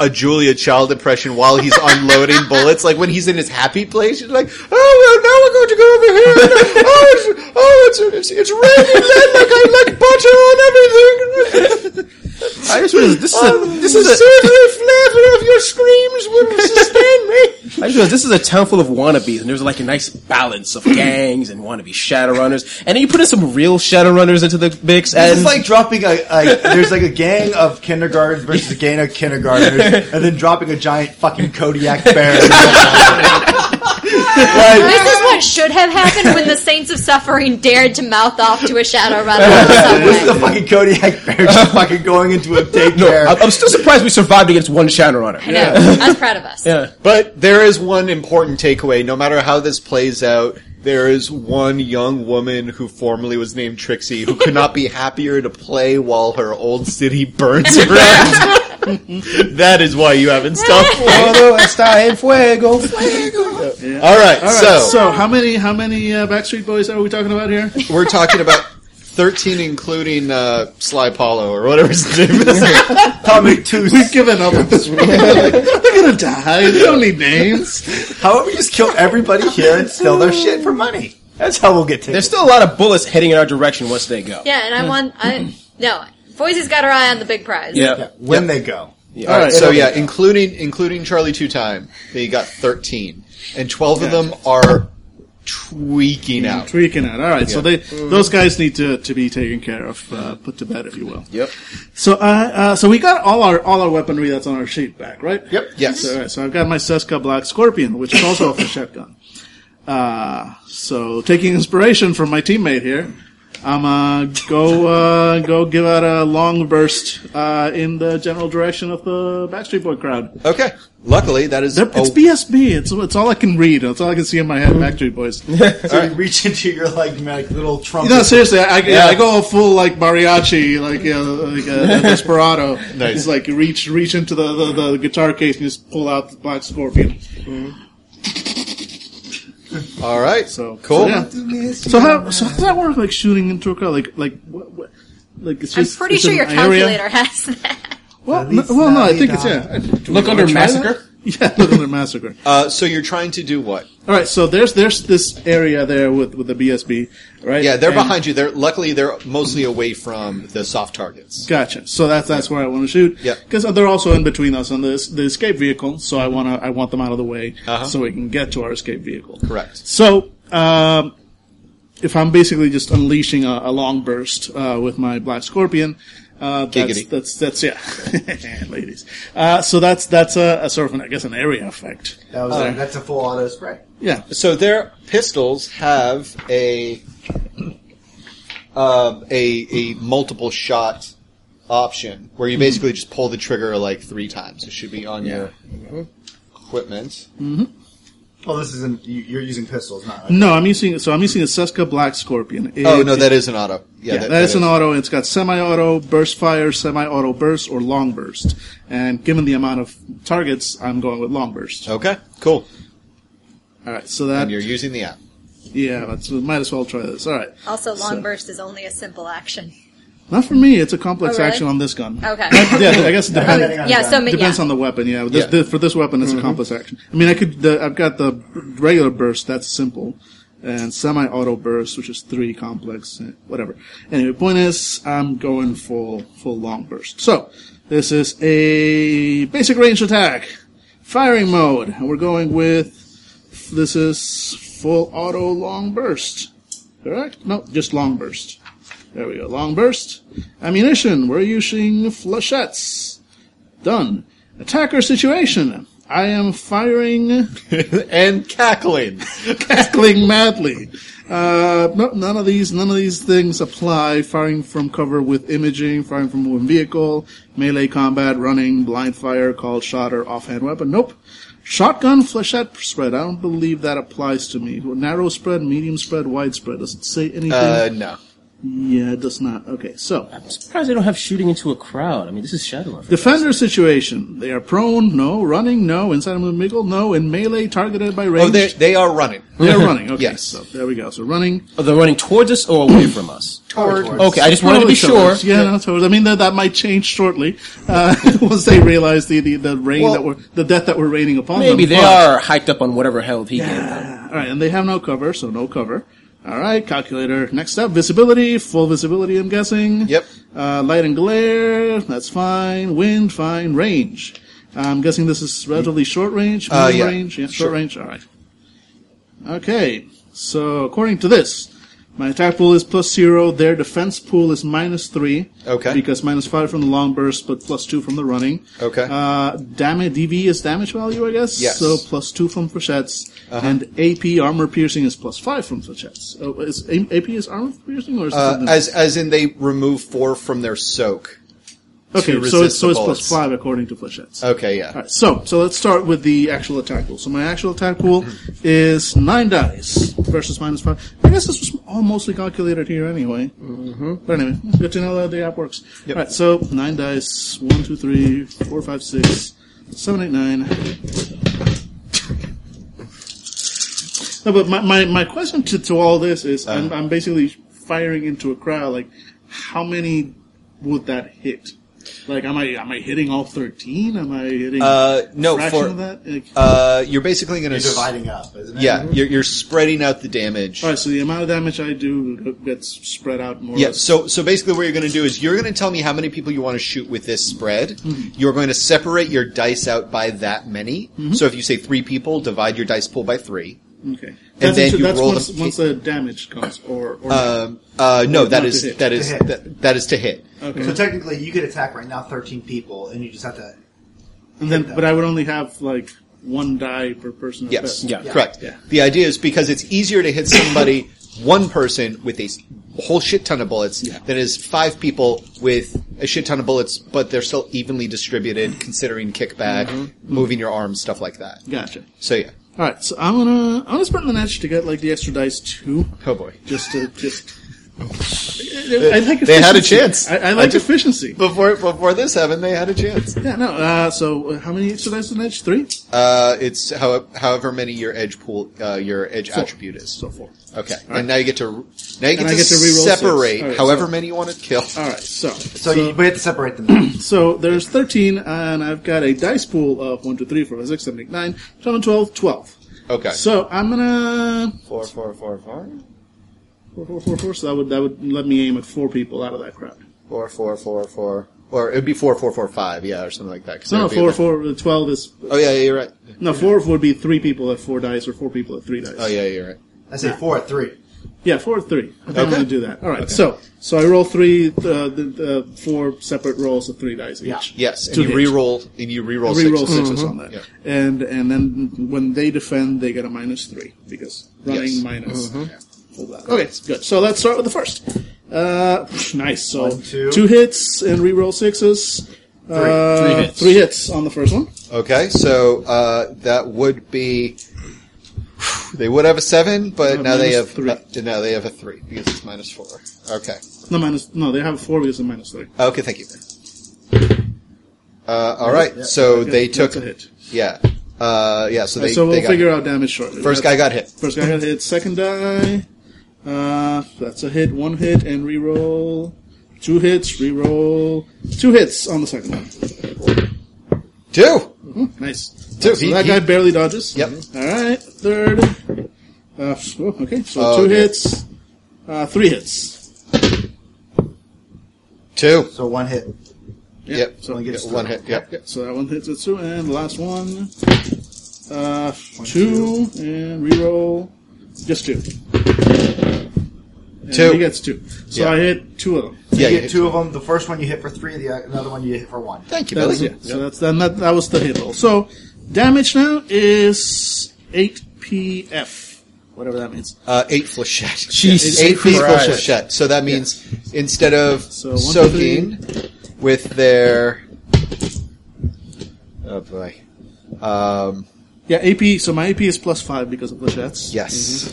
[SPEAKER 3] a Julia Child impression while he's unloading bullets. Like when he's in his happy place, he's like, "Oh, well, now we're going to go over here. Oh, it's, oh, it's it's, it's raining men like I like butter on everything.
[SPEAKER 5] I just realized this is a, this
[SPEAKER 3] the
[SPEAKER 5] is a,
[SPEAKER 3] silvery flavor of your screams will sustain me."
[SPEAKER 5] I just realized this is a town full of wannabes, and there's like a nice balance of gangs and wannabe Shadowrunners, and then you put in some real Shadowrunners into the mix, and
[SPEAKER 2] It's like dropping a, a there's like a gang of kindergartens versus a gang of kindergartners, and then dropping a giant fucking Kodiak bear.
[SPEAKER 6] this is what should have happened when the Saints of Suffering dared to mouth off to a shadow runner on
[SPEAKER 2] This is
[SPEAKER 6] the
[SPEAKER 2] the
[SPEAKER 6] subway.
[SPEAKER 2] fucking Kodiak bear just fucking going into a
[SPEAKER 5] no,
[SPEAKER 2] daycare.
[SPEAKER 5] I, I'm still surprised we survived against one Shadowrunner.
[SPEAKER 6] I know. I was proud of us.
[SPEAKER 5] Yeah.
[SPEAKER 3] But there is one important takeaway. No matter how this plays out, there is one young woman who formerly was named Trixie who could not be happier to play while her old city burns around. that is why you haven't stopped playing.
[SPEAKER 7] Todo está en fuego.
[SPEAKER 3] All right,
[SPEAKER 4] All right,
[SPEAKER 3] so,
[SPEAKER 4] so how many how many uh, Backstreet Boys are we talking about here?
[SPEAKER 3] we're talking about 13 including uh, Sly Paulo or whatever his name is.
[SPEAKER 2] Tommy Two.
[SPEAKER 4] We've given up on this one. They're gonna die. They don't need names.
[SPEAKER 2] How about we just kill everybody here and steal their shit for money? That's how we'll get
[SPEAKER 5] There's
[SPEAKER 2] tickets.
[SPEAKER 5] still a lot of bullets heading in our direction once they go.
[SPEAKER 6] Yeah, and I want. I no. Boise's got her eye on the big prize.
[SPEAKER 5] Yeah.
[SPEAKER 2] When they go.
[SPEAKER 3] All right, so yeah, including including Charlie Two Time, they got 13, and 12 of them are tweaking out.
[SPEAKER 4] Tweaking out. All right, so they those guys need to, to be taken care of, uh, put to bed, if you will.
[SPEAKER 5] Yep.
[SPEAKER 4] So uh, uh, so we got all our all our weaponry that's on our sheet back, right?
[SPEAKER 3] Yep. Yes.
[SPEAKER 4] So, all right, so I've got my Seska Black Scorpion, which is also a flechette gun. Uh, so taking inspiration from my teammate here, I'm uh, go uh, go give out a long burst uh, in the general direction of the Backstreet Boy crowd.
[SPEAKER 3] Okay. Luckily, that is
[SPEAKER 4] They're- It's
[SPEAKER 3] a-
[SPEAKER 4] BSB. It's it's all I can read. It's all I can see in my head. Backstreet Boys.
[SPEAKER 2] So you reach into your like, like little trumpet.
[SPEAKER 4] No, seriously, I, I, I go full like mariachi, like you know, like a, a desperado.
[SPEAKER 3] Nice.
[SPEAKER 4] It's like you reach reach into the, the, the guitar case and just pull out the black scorpion.
[SPEAKER 3] all right.
[SPEAKER 4] So
[SPEAKER 3] cool.
[SPEAKER 4] So, yeah. So how so how does that work? Like shooting into a crowd? Like like what? what like it's
[SPEAKER 6] I'm
[SPEAKER 4] just,
[SPEAKER 6] pretty
[SPEAKER 4] it's
[SPEAKER 6] sure
[SPEAKER 4] an
[SPEAKER 6] your
[SPEAKER 4] area?
[SPEAKER 6] calculator has that.
[SPEAKER 4] Well, no, well, no, I think it's yeah.
[SPEAKER 5] Look under massacre.
[SPEAKER 4] Yeah, look under massacre.
[SPEAKER 3] Uh, so you're trying to do what?
[SPEAKER 4] All right, so there's there's this area there with with the BSB, right?
[SPEAKER 3] Yeah, they're
[SPEAKER 4] And-
[SPEAKER 3] behind you. They're luckily they're mostly away from the soft targets.
[SPEAKER 4] Gotcha. So that's that's where I want to shoot.
[SPEAKER 3] Yeah.
[SPEAKER 4] Because they're also in between us on this the escape vehicle. So I want to I want them out of the way
[SPEAKER 3] Uh-huh.
[SPEAKER 4] so we can get to our escape vehicle.
[SPEAKER 3] Correct.
[SPEAKER 4] So um, if I'm basically just unleashing a, a long burst uh, with my black scorpion. Uh, that's,
[SPEAKER 3] Giggity.
[SPEAKER 4] that's that's yeah, ladies. Uh, so that's that's a, a sort of an, I guess an area effect.
[SPEAKER 2] That was, that's a full auto spray.
[SPEAKER 4] Yeah,
[SPEAKER 3] So their pistols have a um, a a multiple shot option where you basically just pull the trigger like three times. It should be on your equipment.
[SPEAKER 2] Well, this isn't. You, you're using pistols, not.
[SPEAKER 4] no, I'm using so I'm using a Seska Black Scorpion.
[SPEAKER 3] Oh
[SPEAKER 4] It-
[SPEAKER 3] no, that is an auto. Yeah,
[SPEAKER 4] Yeah,
[SPEAKER 3] that-
[SPEAKER 4] that is
[SPEAKER 3] that
[SPEAKER 4] an auto. It's got semi-auto, burst fire, semi-auto burst, or long burst. And given the amount of targets, I'm going with long burst.
[SPEAKER 3] Okay, cool.
[SPEAKER 4] All right, so
[SPEAKER 3] And
[SPEAKER 4] that
[SPEAKER 3] you're using the app.
[SPEAKER 4] yeah, that's, we might as well try this. All right,
[SPEAKER 6] Also, long
[SPEAKER 4] So-
[SPEAKER 6] burst is only a simple action.
[SPEAKER 4] not for me. It's a complex
[SPEAKER 6] Oh, really?
[SPEAKER 4] action on this gun.
[SPEAKER 6] Okay.
[SPEAKER 4] yeah, I guess it depends.
[SPEAKER 2] Yeah,
[SPEAKER 6] yeah. So ma-
[SPEAKER 4] Depends
[SPEAKER 6] yeah.
[SPEAKER 4] on the weapon, yeah. This,
[SPEAKER 3] Yeah.
[SPEAKER 4] This, for this weapon, it's a complex action. I mean, I could. The, I've got the regular burst. That's simple, and semi-auto burst, which is three complex, eh, whatever. Anyway, point is, I'm going full full long burst. So this is a basic range attack, firing mode, and we're going with. This is full auto long burst. Correct? No, just long burst. There we go. Long burst. Ammunition. We're using flechettes. Done. Attacker situation. I am firing
[SPEAKER 3] and cackling.
[SPEAKER 4] cackling madly. Uh, no, none of these, none of these things apply. Firing from cover with imaging, firing from moving vehicle, melee combat, running, blind fire, called shot, or offhand weapon. Nope. Shotgun, flechette spread. I don't believe that applies to me. Narrow spread, medium spread, wide spread. Does it say anything?
[SPEAKER 3] Uh, no.
[SPEAKER 4] yeah, it does not. Okay, so.
[SPEAKER 5] I'm surprised they don't have shooting into a crowd. I mean, this is Shadowrun.
[SPEAKER 4] Defender situation. They are prone, no. Running, no. Inside a moving vehicle, no. In melee, targeted by range.
[SPEAKER 3] Oh, they they are running.
[SPEAKER 4] They're running. Okay,
[SPEAKER 3] Yes.
[SPEAKER 4] so there we go. So running.
[SPEAKER 5] Are they running towards us or away from us?
[SPEAKER 2] Toward.
[SPEAKER 5] Okay, I just wanted to
[SPEAKER 4] Probably
[SPEAKER 5] be sure.
[SPEAKER 4] towards- Yeah, no, towards. I mean, that, that might change shortly uh, once they realize the the, the rain that we're the death that we're raining upon them.
[SPEAKER 5] Maybe they
[SPEAKER 4] But-
[SPEAKER 5] are hyped up on whatever hell he gave them.
[SPEAKER 4] All right, and they have no cover, so no cover. All right, calculator. Next up, visibility. Full visibility, I'm guessing.
[SPEAKER 3] Yep.
[SPEAKER 4] Uh, light and glare. That's fine. Wind, fine. Range. I'm guessing this is relatively short range.
[SPEAKER 3] Uh,
[SPEAKER 4] medium
[SPEAKER 3] yeah.
[SPEAKER 4] range. Yeah, short
[SPEAKER 3] Sure.
[SPEAKER 4] range. All right. Okay. So according to this, my attack pool is plus zero. Their defense pool is minus three.
[SPEAKER 3] Okay.
[SPEAKER 4] Because minus five from the long burst, but plus two from the running.
[SPEAKER 3] Okay.
[SPEAKER 4] Uh, damage DV is damage value, I guess.
[SPEAKER 3] Yes. Uh-huh.
[SPEAKER 4] So plus two from flechettes, and AP armor piercing is plus five from flechettes. Oh, is A- AP is armor piercing or is it
[SPEAKER 3] Uh,
[SPEAKER 4] something-
[SPEAKER 3] as as in they remove four from their soak.
[SPEAKER 4] okay?
[SPEAKER 3] to
[SPEAKER 4] So it's,
[SPEAKER 3] resist the
[SPEAKER 4] so it's plus
[SPEAKER 3] bullets.
[SPEAKER 4] five according to flechettes.
[SPEAKER 3] Okay, yeah.
[SPEAKER 4] All right, so so let's start with the actual attack pool. So my actual attack pool is nine dice versus minus five. I guess this was all mostly calculated here anyway. Mm-hmm. But anyway, good to know that the app works. All right, so nine dice: one, two, three, four, five, six, seven, eight, nine. No, but my, my, my question to, to all this is,
[SPEAKER 3] Uh.
[SPEAKER 4] I'm, I'm basically firing into a crowd. Like, how many would that hit? Like, am I am I hitting all thirteen? Am I hitting
[SPEAKER 3] Uh, no,
[SPEAKER 4] a fraction
[SPEAKER 3] for-
[SPEAKER 4] of that? Like,
[SPEAKER 3] Uh, you're basically going to
[SPEAKER 2] You're dividing up, isn't it?
[SPEAKER 3] Yeah, you're, you're spreading out the damage.
[SPEAKER 4] all right, so the amount of damage I do gets spread out more. or
[SPEAKER 3] Yeah,
[SPEAKER 4] less.
[SPEAKER 3] so so basically what you're going to do is you're going to tell me how many people you want to shoot with this spread.
[SPEAKER 4] Mm-hmm.
[SPEAKER 3] You're going to separate your dice out by that many. So if you say 3 people, divide your dice pool by 3.
[SPEAKER 4] okay.
[SPEAKER 3] and
[SPEAKER 4] That's,
[SPEAKER 3] then
[SPEAKER 4] into-
[SPEAKER 3] you
[SPEAKER 4] that's
[SPEAKER 3] roll
[SPEAKER 4] once,
[SPEAKER 3] the-
[SPEAKER 4] once the damage comes, or, or
[SPEAKER 3] Um, uh, no,
[SPEAKER 4] Not
[SPEAKER 3] that
[SPEAKER 4] to
[SPEAKER 3] is
[SPEAKER 4] hit.
[SPEAKER 3] that is
[SPEAKER 2] To hit.
[SPEAKER 3] that, that is to hit.
[SPEAKER 4] okay.
[SPEAKER 2] So technically, you could attack right now 13 people, and you just have to.
[SPEAKER 4] and then, but I would only have like one die per person. at
[SPEAKER 3] Yes.
[SPEAKER 4] best.
[SPEAKER 5] Yeah.
[SPEAKER 3] Correct.
[SPEAKER 4] Yeah.
[SPEAKER 3] The idea is because it's easier to hit somebody one person with a s- whole shit ton of bullets than it is five people with a shit ton of bullets, but they're still evenly distributed, considering kickback, moving your arms, stuff like that.
[SPEAKER 4] Gotcha.
[SPEAKER 3] So yeah.
[SPEAKER 4] All right, so I'm gonna I'm gonna spread the edge to get like the extra dice too.
[SPEAKER 3] Oh boy.
[SPEAKER 4] just to just. I, I like
[SPEAKER 3] They had a
[SPEAKER 4] efficiency.
[SPEAKER 3] chance.
[SPEAKER 4] I, I
[SPEAKER 3] I
[SPEAKER 4] like
[SPEAKER 3] just-
[SPEAKER 4] efficiency.
[SPEAKER 3] Before before this happened, they had a chance.
[SPEAKER 4] Yeah, no. Uh, so uh, how many extra dice in edge? Three.
[SPEAKER 3] Uh, it's how, however many your edge pool, uh, your edge
[SPEAKER 4] Four.
[SPEAKER 3] attribute is.
[SPEAKER 4] So four.
[SPEAKER 3] Okay, and now you get to now you get
[SPEAKER 4] And I
[SPEAKER 3] to,
[SPEAKER 4] get to re-roll six.
[SPEAKER 3] separate
[SPEAKER 4] All right,
[SPEAKER 3] however
[SPEAKER 4] so-
[SPEAKER 3] many you want to kill.
[SPEAKER 4] All right. So
[SPEAKER 2] So, you, we have to separate them. Now.
[SPEAKER 4] so there's thirteen, and I've got a dice pool of one, two, three, four, five, six, seven, eight, nine, ten, twelve, twelve.
[SPEAKER 3] Okay,
[SPEAKER 4] So I'm gonna
[SPEAKER 3] four, four, four, four,
[SPEAKER 4] four, four, four, four. So that would that would let me aim at four people out of that crowd.
[SPEAKER 3] four, four, four, four, or it'd be four, four, four, five, yeah, or something like that. 'cause
[SPEAKER 4] No, no,
[SPEAKER 3] there'd be
[SPEAKER 4] four,
[SPEAKER 3] like-
[SPEAKER 4] four, twelve is
[SPEAKER 3] Oh yeah, yeah, you're right.
[SPEAKER 4] no four would be three people at four dice or four people at three dice.
[SPEAKER 3] Oh yeah, you're right.
[SPEAKER 2] I say four at three.
[SPEAKER 4] Yeah, four or three. I think I'm
[SPEAKER 3] Okay.
[SPEAKER 4] going to do that. All right. So, so I roll three, uh, the, uh, four separate rolls of three dice each.
[SPEAKER 2] Yeah.
[SPEAKER 3] Yes, and
[SPEAKER 4] To
[SPEAKER 3] you
[SPEAKER 4] hit.
[SPEAKER 3] re-roll and you re-roll,
[SPEAKER 4] Three roll
[SPEAKER 3] sixes. Mm-hmm.
[SPEAKER 4] 6s on that,
[SPEAKER 3] Yeah.
[SPEAKER 4] and and then when they defend, they get a minus three because running
[SPEAKER 3] Yes. Mm-hmm.
[SPEAKER 4] minus. Okay, good. So let's start with the first. Uh, nice. So
[SPEAKER 2] One, two.
[SPEAKER 4] hits and re-roll sixes. Three,
[SPEAKER 2] Three
[SPEAKER 5] hits.
[SPEAKER 4] three hits on the first one.
[SPEAKER 3] Mm-hmm. Okay, so uh, that would be they would have a seven, but
[SPEAKER 4] Uh,
[SPEAKER 3] now they have
[SPEAKER 4] minus three.
[SPEAKER 3] uh, now they have a three because it's minus four. Okay,
[SPEAKER 4] No minus. No, they have a four because of minus three.
[SPEAKER 3] okay, thank you. Uh, all right, so
[SPEAKER 4] Okay,
[SPEAKER 3] they took
[SPEAKER 4] that's a hit.
[SPEAKER 3] yeah, uh, yeah. So they
[SPEAKER 4] so
[SPEAKER 3] they
[SPEAKER 4] we'll
[SPEAKER 3] got
[SPEAKER 4] figure
[SPEAKER 3] hit.
[SPEAKER 4] out damage shortly.
[SPEAKER 3] first
[SPEAKER 4] That's-
[SPEAKER 3] guy got hit.
[SPEAKER 4] First guy got hit. Second die. Uh, that's a hit. One hit and reroll. Two hits. Reroll. Two hits on the second one.
[SPEAKER 3] Two.
[SPEAKER 4] Nice.
[SPEAKER 3] Two.
[SPEAKER 4] So
[SPEAKER 3] He-
[SPEAKER 4] that
[SPEAKER 3] he-
[SPEAKER 4] guy barely dodges.
[SPEAKER 3] Yep.
[SPEAKER 4] All right. Third. Uh, oh, okay. So
[SPEAKER 3] Oh,
[SPEAKER 4] two
[SPEAKER 3] dear.
[SPEAKER 4] hits. Uh, three hits.
[SPEAKER 3] Two.
[SPEAKER 2] So one hit.
[SPEAKER 3] Yep.
[SPEAKER 4] So
[SPEAKER 2] only gets
[SPEAKER 3] Yeah, one hit. Yep.
[SPEAKER 4] So that one hits at two, and the last one. Uh, two, and reroll. Just two.
[SPEAKER 3] Two.
[SPEAKER 4] He gets two. So
[SPEAKER 3] Yeah.
[SPEAKER 4] I hit two of them.
[SPEAKER 3] Yeah,
[SPEAKER 2] you
[SPEAKER 3] you-
[SPEAKER 2] get two of them. The first one you hit for three. The uh, another one you hit for one.
[SPEAKER 3] Thank you,
[SPEAKER 4] That
[SPEAKER 3] Billy.
[SPEAKER 4] was it. So that's then that, that was the hit roll. So damage now is eight PF, whatever that means.
[SPEAKER 3] Uh, eight flechettes.
[SPEAKER 4] Jesus
[SPEAKER 3] eight people
[SPEAKER 4] Christ.
[SPEAKER 3] flechettes. So that means instead of
[SPEAKER 4] So one,
[SPEAKER 3] soaking with their. Oh boy. Um,
[SPEAKER 4] Yeah, AP. So my AP is plus five because of flechettes.
[SPEAKER 3] yes.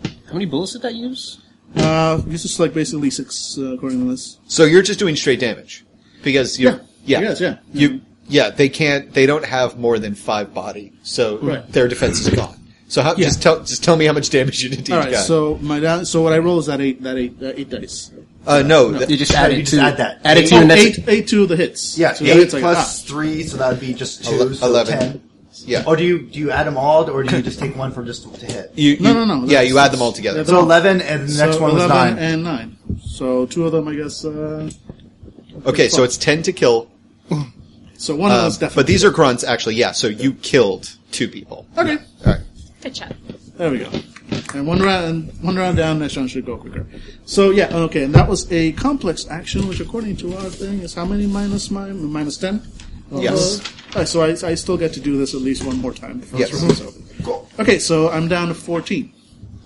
[SPEAKER 4] Mm-hmm.
[SPEAKER 5] How many bullets did that use?
[SPEAKER 4] Uh, this is like basically six uh, according to this.
[SPEAKER 3] So you're just doing straight damage because you
[SPEAKER 4] Yeah.
[SPEAKER 3] yeah
[SPEAKER 4] I guess, yeah.
[SPEAKER 3] you yeah they can't they don't have more than five body so
[SPEAKER 4] Right.
[SPEAKER 3] their defense is gone. So how,
[SPEAKER 4] Yeah.
[SPEAKER 3] just tell just tell me how much damage you did to
[SPEAKER 4] All
[SPEAKER 3] each
[SPEAKER 4] right.
[SPEAKER 3] guy.
[SPEAKER 4] So my da- so what I roll is that eight that eight uh, eight dice.
[SPEAKER 3] uh, no, th-
[SPEAKER 5] You just
[SPEAKER 2] Yeah,
[SPEAKER 5] add
[SPEAKER 2] you
[SPEAKER 5] it
[SPEAKER 2] just
[SPEAKER 5] to
[SPEAKER 2] add that.
[SPEAKER 5] Add it to
[SPEAKER 4] Oh,
[SPEAKER 5] your next.
[SPEAKER 4] eight, eight to the hits.
[SPEAKER 2] Yeah,
[SPEAKER 4] so the
[SPEAKER 2] eight
[SPEAKER 4] hits I- Ah.
[SPEAKER 2] plus three, so that would be just two.
[SPEAKER 3] Ele-
[SPEAKER 2] so
[SPEAKER 3] eleven.
[SPEAKER 2] Ten.
[SPEAKER 3] yeah.
[SPEAKER 2] Or do you do you add them all, or do you just take one for just to hit?
[SPEAKER 3] You,
[SPEAKER 4] No,
[SPEAKER 3] you-
[SPEAKER 4] no, no,
[SPEAKER 3] Yeah,
[SPEAKER 4] that's-
[SPEAKER 3] you add them all together.
[SPEAKER 4] that's-
[SPEAKER 2] So eleven, and the
[SPEAKER 4] ah,
[SPEAKER 2] next
[SPEAKER 4] so
[SPEAKER 2] one was
[SPEAKER 4] 11
[SPEAKER 2] nine.
[SPEAKER 4] and nine. So two of them, I guess. Uh,
[SPEAKER 3] Okay, so it's ten to kill,
[SPEAKER 4] so one of
[SPEAKER 3] uh,
[SPEAKER 4] them's definitely.
[SPEAKER 3] but these are grunts actually. Yeah, so you killed two people.
[SPEAKER 4] okay.
[SPEAKER 3] All right.
[SPEAKER 6] Good job.
[SPEAKER 4] There we go. And one round, one round down. Next round should go quicker. So yeah, okay. And that was a complex action, which according to our thing is how many minus my minus ten.
[SPEAKER 3] Yes.
[SPEAKER 4] Uh, so I, I still get to do this at least one more time. before this
[SPEAKER 3] Yes.
[SPEAKER 4] round is over. Okay, so I'm down to fourteen.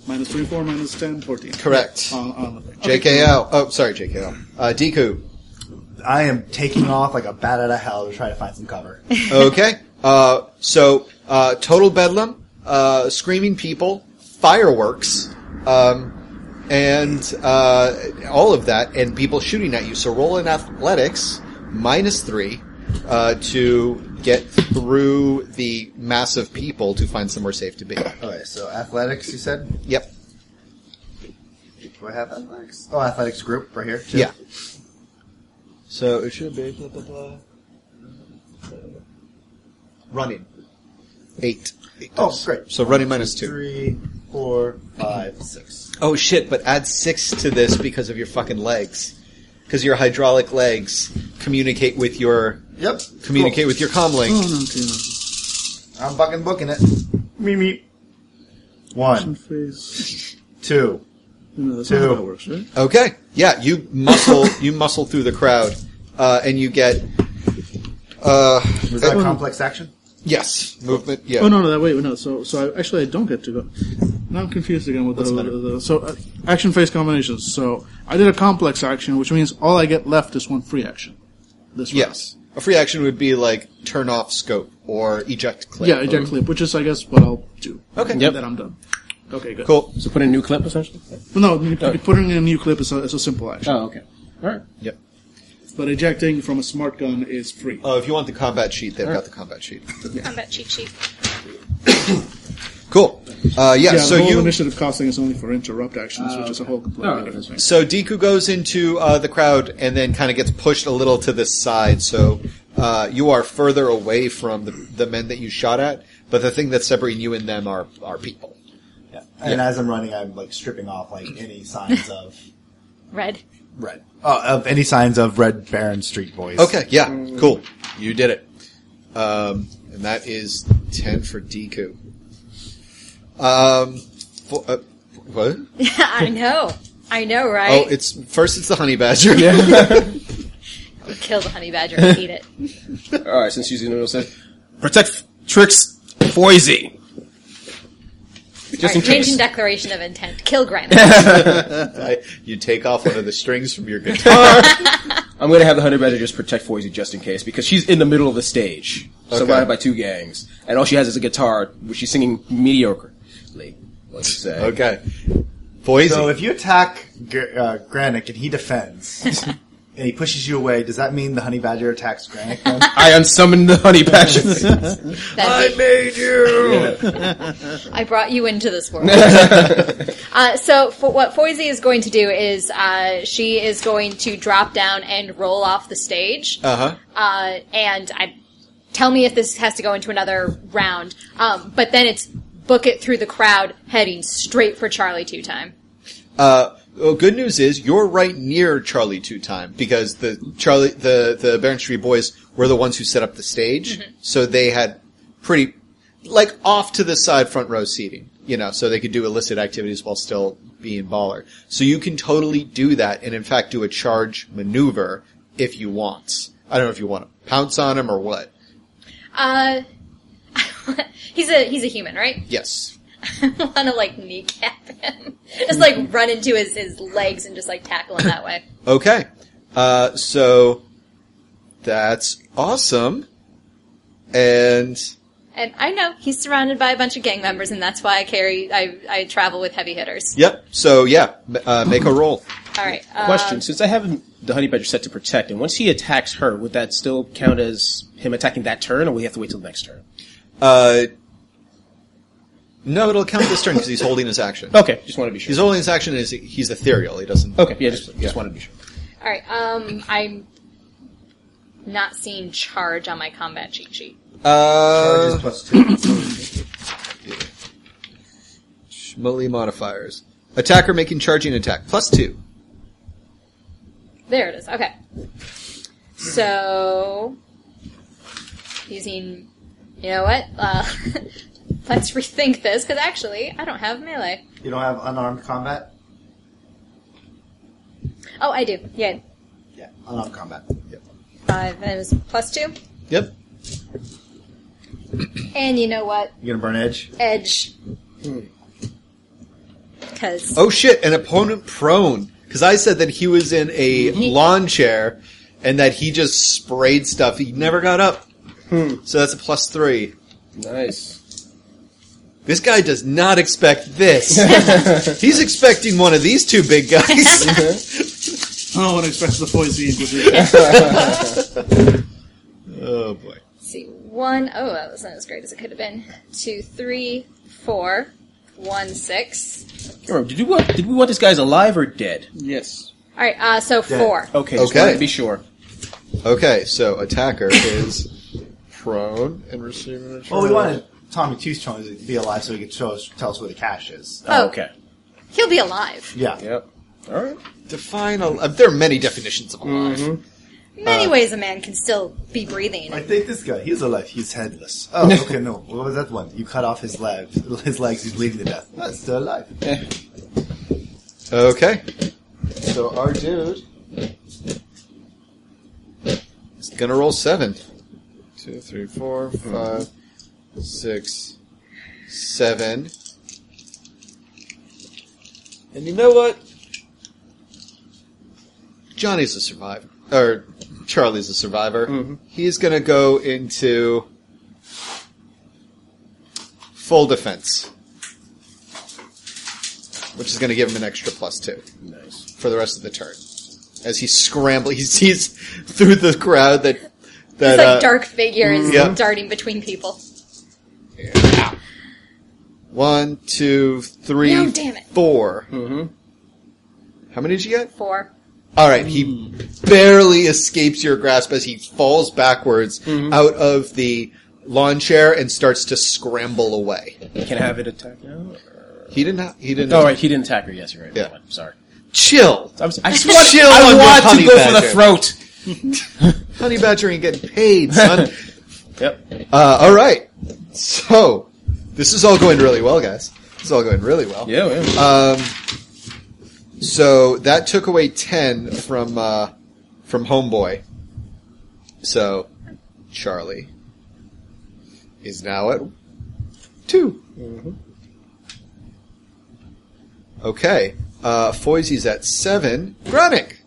[SPEAKER 4] Minus three, four, minus ten, fourteen.
[SPEAKER 3] Correct.
[SPEAKER 4] On, on the thing. Um, Okay.
[SPEAKER 3] JKL. Oh, sorry, JKL. Uh, Deku.
[SPEAKER 2] I am taking off like a bat out of hell to try to find some cover.
[SPEAKER 3] okay. Uh, so, uh, total bedlam, uh, screaming people, fireworks, um, and uh, all of that, and people shooting at you. So roll in athletics minus three uh, to get through the mass of people to find somewhere safe to be.
[SPEAKER 2] Okay, so athletics, you said.
[SPEAKER 3] Yep.
[SPEAKER 2] Do I have athletics? Oh, athletics group right here. too.
[SPEAKER 3] Yeah. So it should be blah blah blah. Running. Eight. Eight
[SPEAKER 2] Oh,
[SPEAKER 3] dice.
[SPEAKER 2] great.
[SPEAKER 3] So running minus two.
[SPEAKER 2] Three, four, five, six.
[SPEAKER 3] Oh shit, but add six to this because of your fucking legs. Because your hydraulic legs communicate with your
[SPEAKER 2] Yep.
[SPEAKER 3] communicate with your comlink.
[SPEAKER 4] Oh, no, okay, no.
[SPEAKER 2] Cool. I'm fucking booking it. Me me. One,
[SPEAKER 4] Phase.
[SPEAKER 2] two.
[SPEAKER 4] No, that's
[SPEAKER 2] Two.
[SPEAKER 4] not how that works, right?
[SPEAKER 3] Okay. Yeah, you muscle you muscle through the crowd. Uh, and you get uh
[SPEAKER 2] Was that
[SPEAKER 3] uh,
[SPEAKER 2] a complex action?
[SPEAKER 3] yes, movement. Yeah.
[SPEAKER 4] Oh no, no, that wait, no. So, so I, actually, I don't get to go. Now I'm confused again with the,
[SPEAKER 3] the matter?
[SPEAKER 4] the, the- so uh, action phase combinations. So I did a complex action, which means all I get left is one free action. This round.
[SPEAKER 3] Yes. A free action would be like turn off scope or eject clip.
[SPEAKER 4] yeah, eject clip, which is I guess what I'll do.
[SPEAKER 3] Okay.
[SPEAKER 4] Yep. Then I'm done. Okay, good.
[SPEAKER 3] Cool.
[SPEAKER 5] So put in a new clip, essentially?
[SPEAKER 4] No, you- you- putting in a new clip is a, is a simple action,
[SPEAKER 5] Oh, okay. Alright.
[SPEAKER 3] Yep.
[SPEAKER 4] but ejecting from a smart gun is free.
[SPEAKER 3] Oh, if you want the combat sheet, they've got the combat sheet.
[SPEAKER 6] Combat cheat sheet.
[SPEAKER 3] Cool. Uh, yeah,
[SPEAKER 4] yeah,
[SPEAKER 3] so
[SPEAKER 4] the whole
[SPEAKER 3] you Uh,
[SPEAKER 4] initiative costing is only for interrupt actions, which is a whole completely different thing.
[SPEAKER 3] So Deku goes into uh, the crowd and then kind of gets pushed a little to the side. So uh, you are further away from the, the men that you shot at, but the thing that's separating you and them are, are people.
[SPEAKER 2] And as I'm running, I'm like stripping off like any signs of
[SPEAKER 6] Red.
[SPEAKER 2] red. Uh, of any signs of Red Baron Street Boys.
[SPEAKER 3] Okay, yeah, cool. You did it. Um, and that is 10 for Deku. Um, for, uh, what?
[SPEAKER 6] I know. I know,
[SPEAKER 3] Oh,
[SPEAKER 6] right?
[SPEAKER 3] it's first it's the honey badger.
[SPEAKER 6] We kill the honey badger and eat it.
[SPEAKER 5] Alright, since using the said Protect Tricks Boise. Just
[SPEAKER 6] Alright,
[SPEAKER 5] in
[SPEAKER 6] change
[SPEAKER 5] case.
[SPEAKER 6] in declaration of intent. Kill Granite.
[SPEAKER 3] I- you take off one of the strings from your guitar.
[SPEAKER 5] I'm going to have the Hunter Badger just protect Foisey just in case, because she's in the middle of the stage, surrounded by two gangs, and all she has is a guitar, which she's singing mediocrely. Let's say.
[SPEAKER 3] okay. Boise.
[SPEAKER 2] So if you attack G- uh, Granick and he defends, and he pushes you away, does that mean the honey badger attacks Granick? Then?
[SPEAKER 5] I unsummoned the Honey Badger.
[SPEAKER 6] That'd be-
[SPEAKER 3] made you!
[SPEAKER 6] I brought you into this world. uh, so fo- what Foisey is going to do is uh, she is going to drop down and roll off the stage.
[SPEAKER 3] Uh-huh.
[SPEAKER 6] uh, and I tell me if this has to go into another round. Um, but then it's book it through the crowd, heading straight for Charlie two time.
[SPEAKER 3] Uh, well, good news is you're right near Charlie Two Time because the Charlie the the Baron Street Boys were the ones who set up the stage,
[SPEAKER 2] Mm-hmm.
[SPEAKER 3] so they had pretty like off to the side front row seating, you know, so they could do illicit activities while still being baller. So you can totally do that, and in fact, do a charge maneuver if you want. I don't know if you want to pounce on him or what.
[SPEAKER 6] Uh, he's a he's a human, right?
[SPEAKER 3] Yes.
[SPEAKER 6] I want to like kneecap him, just like run into his his legs and just like tackle him that way.
[SPEAKER 3] Okay. Uh, so that's awesome. And
[SPEAKER 6] And I know he's surrounded by a bunch of gang members, and that's why I carry I I travel with heavy hitters.
[SPEAKER 3] yep. So yeah, m- uh, make a roll.
[SPEAKER 6] All right. Um,
[SPEAKER 5] Question: Since I have him- the honey badger set to protect, and once he attacks her, would that still count as him attacking that turn, or would he have to wait till the next turn?
[SPEAKER 3] Uh, no, it'll count this turn because he's holding his action.
[SPEAKER 5] Okay, just want to be sure.
[SPEAKER 3] He's holding his action. And he's, he's ethereal. He doesn't.
[SPEAKER 5] Oh. okay, yeah, just, just
[SPEAKER 3] Yeah.
[SPEAKER 5] wanted to be sure.
[SPEAKER 6] All right. Um, I'm not seeing charge on my combat cheat sheet.
[SPEAKER 3] Uh,
[SPEAKER 2] Charges plus two.
[SPEAKER 3] melee modifiers. Attacker making charging attack plus two.
[SPEAKER 6] There it is. Okay. So, using, you know what? Uh, let's rethink this because actually, I don't have melee.
[SPEAKER 2] you don't have unarmed combat.
[SPEAKER 6] Oh, I do. Yeah,
[SPEAKER 2] Yeah, unarmed combat. Yep.
[SPEAKER 6] five. And it was plus two.
[SPEAKER 3] Yep.
[SPEAKER 6] And you know what?
[SPEAKER 2] You gonna burn edge?
[SPEAKER 6] Edge.
[SPEAKER 4] Hmm.
[SPEAKER 6] Because
[SPEAKER 3] Oh shit! An opponent prone because I said that he was in a lawn chair and that he just sprayed stuff. He never got up. So that's a plus three.
[SPEAKER 5] Nice.
[SPEAKER 3] This guy does not expect this. He's expecting one of these two big guys.
[SPEAKER 4] Oh, and expects the Boise Inquisition.
[SPEAKER 3] oh boy.
[SPEAKER 6] see, one. Oh, that wasn't as great as it could have been. Two, three, four, one, six.
[SPEAKER 5] Remember, did you want? Did we want this guy's alive or dead?
[SPEAKER 4] yes.
[SPEAKER 6] All right. Uh, so four.
[SPEAKER 5] Okay, just
[SPEAKER 3] Okay.
[SPEAKER 5] wanted to be sure.
[SPEAKER 3] Okay, so attacker is prone and receiving. a
[SPEAKER 2] Well, we
[SPEAKER 3] charge.
[SPEAKER 2] wanted Tommy Tombstone to be alive so he could show us, tell us where the cache is.
[SPEAKER 6] Oh.
[SPEAKER 5] okay.
[SPEAKER 6] He'll be alive.
[SPEAKER 2] Yeah.
[SPEAKER 5] Yep. All right.
[SPEAKER 3] define. al- uh, there are many definitions of alive.
[SPEAKER 4] Uh.
[SPEAKER 6] Many ways a man can still be breathing.
[SPEAKER 2] Like take this guy. He's alive. He's headless. Oh, okay. No, what was that one? You cut off his leg. His legs. He's bleeding to death. That's still alive.
[SPEAKER 3] Okay,
[SPEAKER 2] So our dude.
[SPEAKER 3] it's gonna roll seven. Two, three, four, five, six, seven. And you know what? Johnny's a survivor, or Charlie's a survivor. He's gonna go into full defense, which is gonna give him an extra plus two.
[SPEAKER 5] Nice.
[SPEAKER 3] for the rest of the turn. As he scrambles, he sees through the crowd that that
[SPEAKER 6] It's like
[SPEAKER 3] uh,
[SPEAKER 6] dark figures
[SPEAKER 4] Mm,
[SPEAKER 3] yeah.
[SPEAKER 6] darting between people.
[SPEAKER 3] one, two, three,
[SPEAKER 6] No, damn it.
[SPEAKER 3] four.
[SPEAKER 5] Mm-hmm.
[SPEAKER 3] How many did you get?
[SPEAKER 6] Four.
[SPEAKER 3] All right, he barely escapes your grasp as he falls backwards
[SPEAKER 5] Mm-hmm.
[SPEAKER 3] out of the lawn chair and starts to scramble away.
[SPEAKER 5] Can I have it attack now?
[SPEAKER 3] He didn't. Ha- he didn't.
[SPEAKER 5] All right, he didn't attack her. Yes, you're right.
[SPEAKER 3] Yeah.
[SPEAKER 5] Never mind. Sorry.
[SPEAKER 3] Chill,
[SPEAKER 5] I, was, I just want,
[SPEAKER 3] Chill on
[SPEAKER 5] I
[SPEAKER 3] your
[SPEAKER 5] want
[SPEAKER 3] honey
[SPEAKER 5] to go for
[SPEAKER 3] badger.
[SPEAKER 5] the throat.
[SPEAKER 3] honey badger ain't getting paid, son.
[SPEAKER 5] Yep.
[SPEAKER 3] uh, all right, so this is all going really well, guys. This is all going really well.
[SPEAKER 5] Yeah. yeah.
[SPEAKER 3] So that took away ten from uh, from Homeboy. So Charlie is now at 2 Okay, uh, Foisey's at seven. Gronick.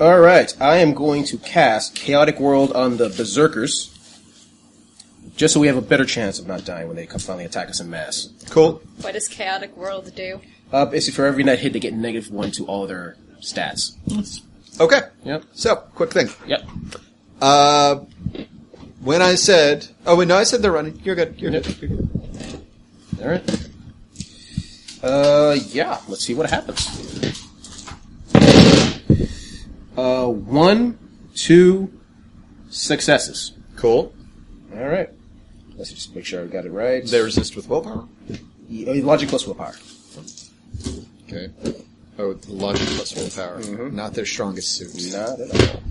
[SPEAKER 5] All right, I am going to cast Chaotic World on the Berserkers, just so we have a better chance of not dying when they come finally attack us in mass.
[SPEAKER 3] Cool.
[SPEAKER 6] What does chaotic world do?
[SPEAKER 5] Uh, basically, for every net hit, they get negative one to all their stats.
[SPEAKER 3] Okay.
[SPEAKER 5] Yep.
[SPEAKER 3] So quick thing.
[SPEAKER 5] Yep.
[SPEAKER 3] Uh, when I said, oh wait, no, I said they're running. You're good. You're good. You're good.
[SPEAKER 5] All right. Uh, yeah. Let's see what happens. Uh, one, two, successes.
[SPEAKER 3] Cool.
[SPEAKER 5] All right. Let's just make sure I got it right.
[SPEAKER 3] They resist with willpower.
[SPEAKER 5] Y- oh, logic plus willpower.
[SPEAKER 3] Okay. Oh, the logic plus willpower. Not their strongest suit.
[SPEAKER 5] Not at all.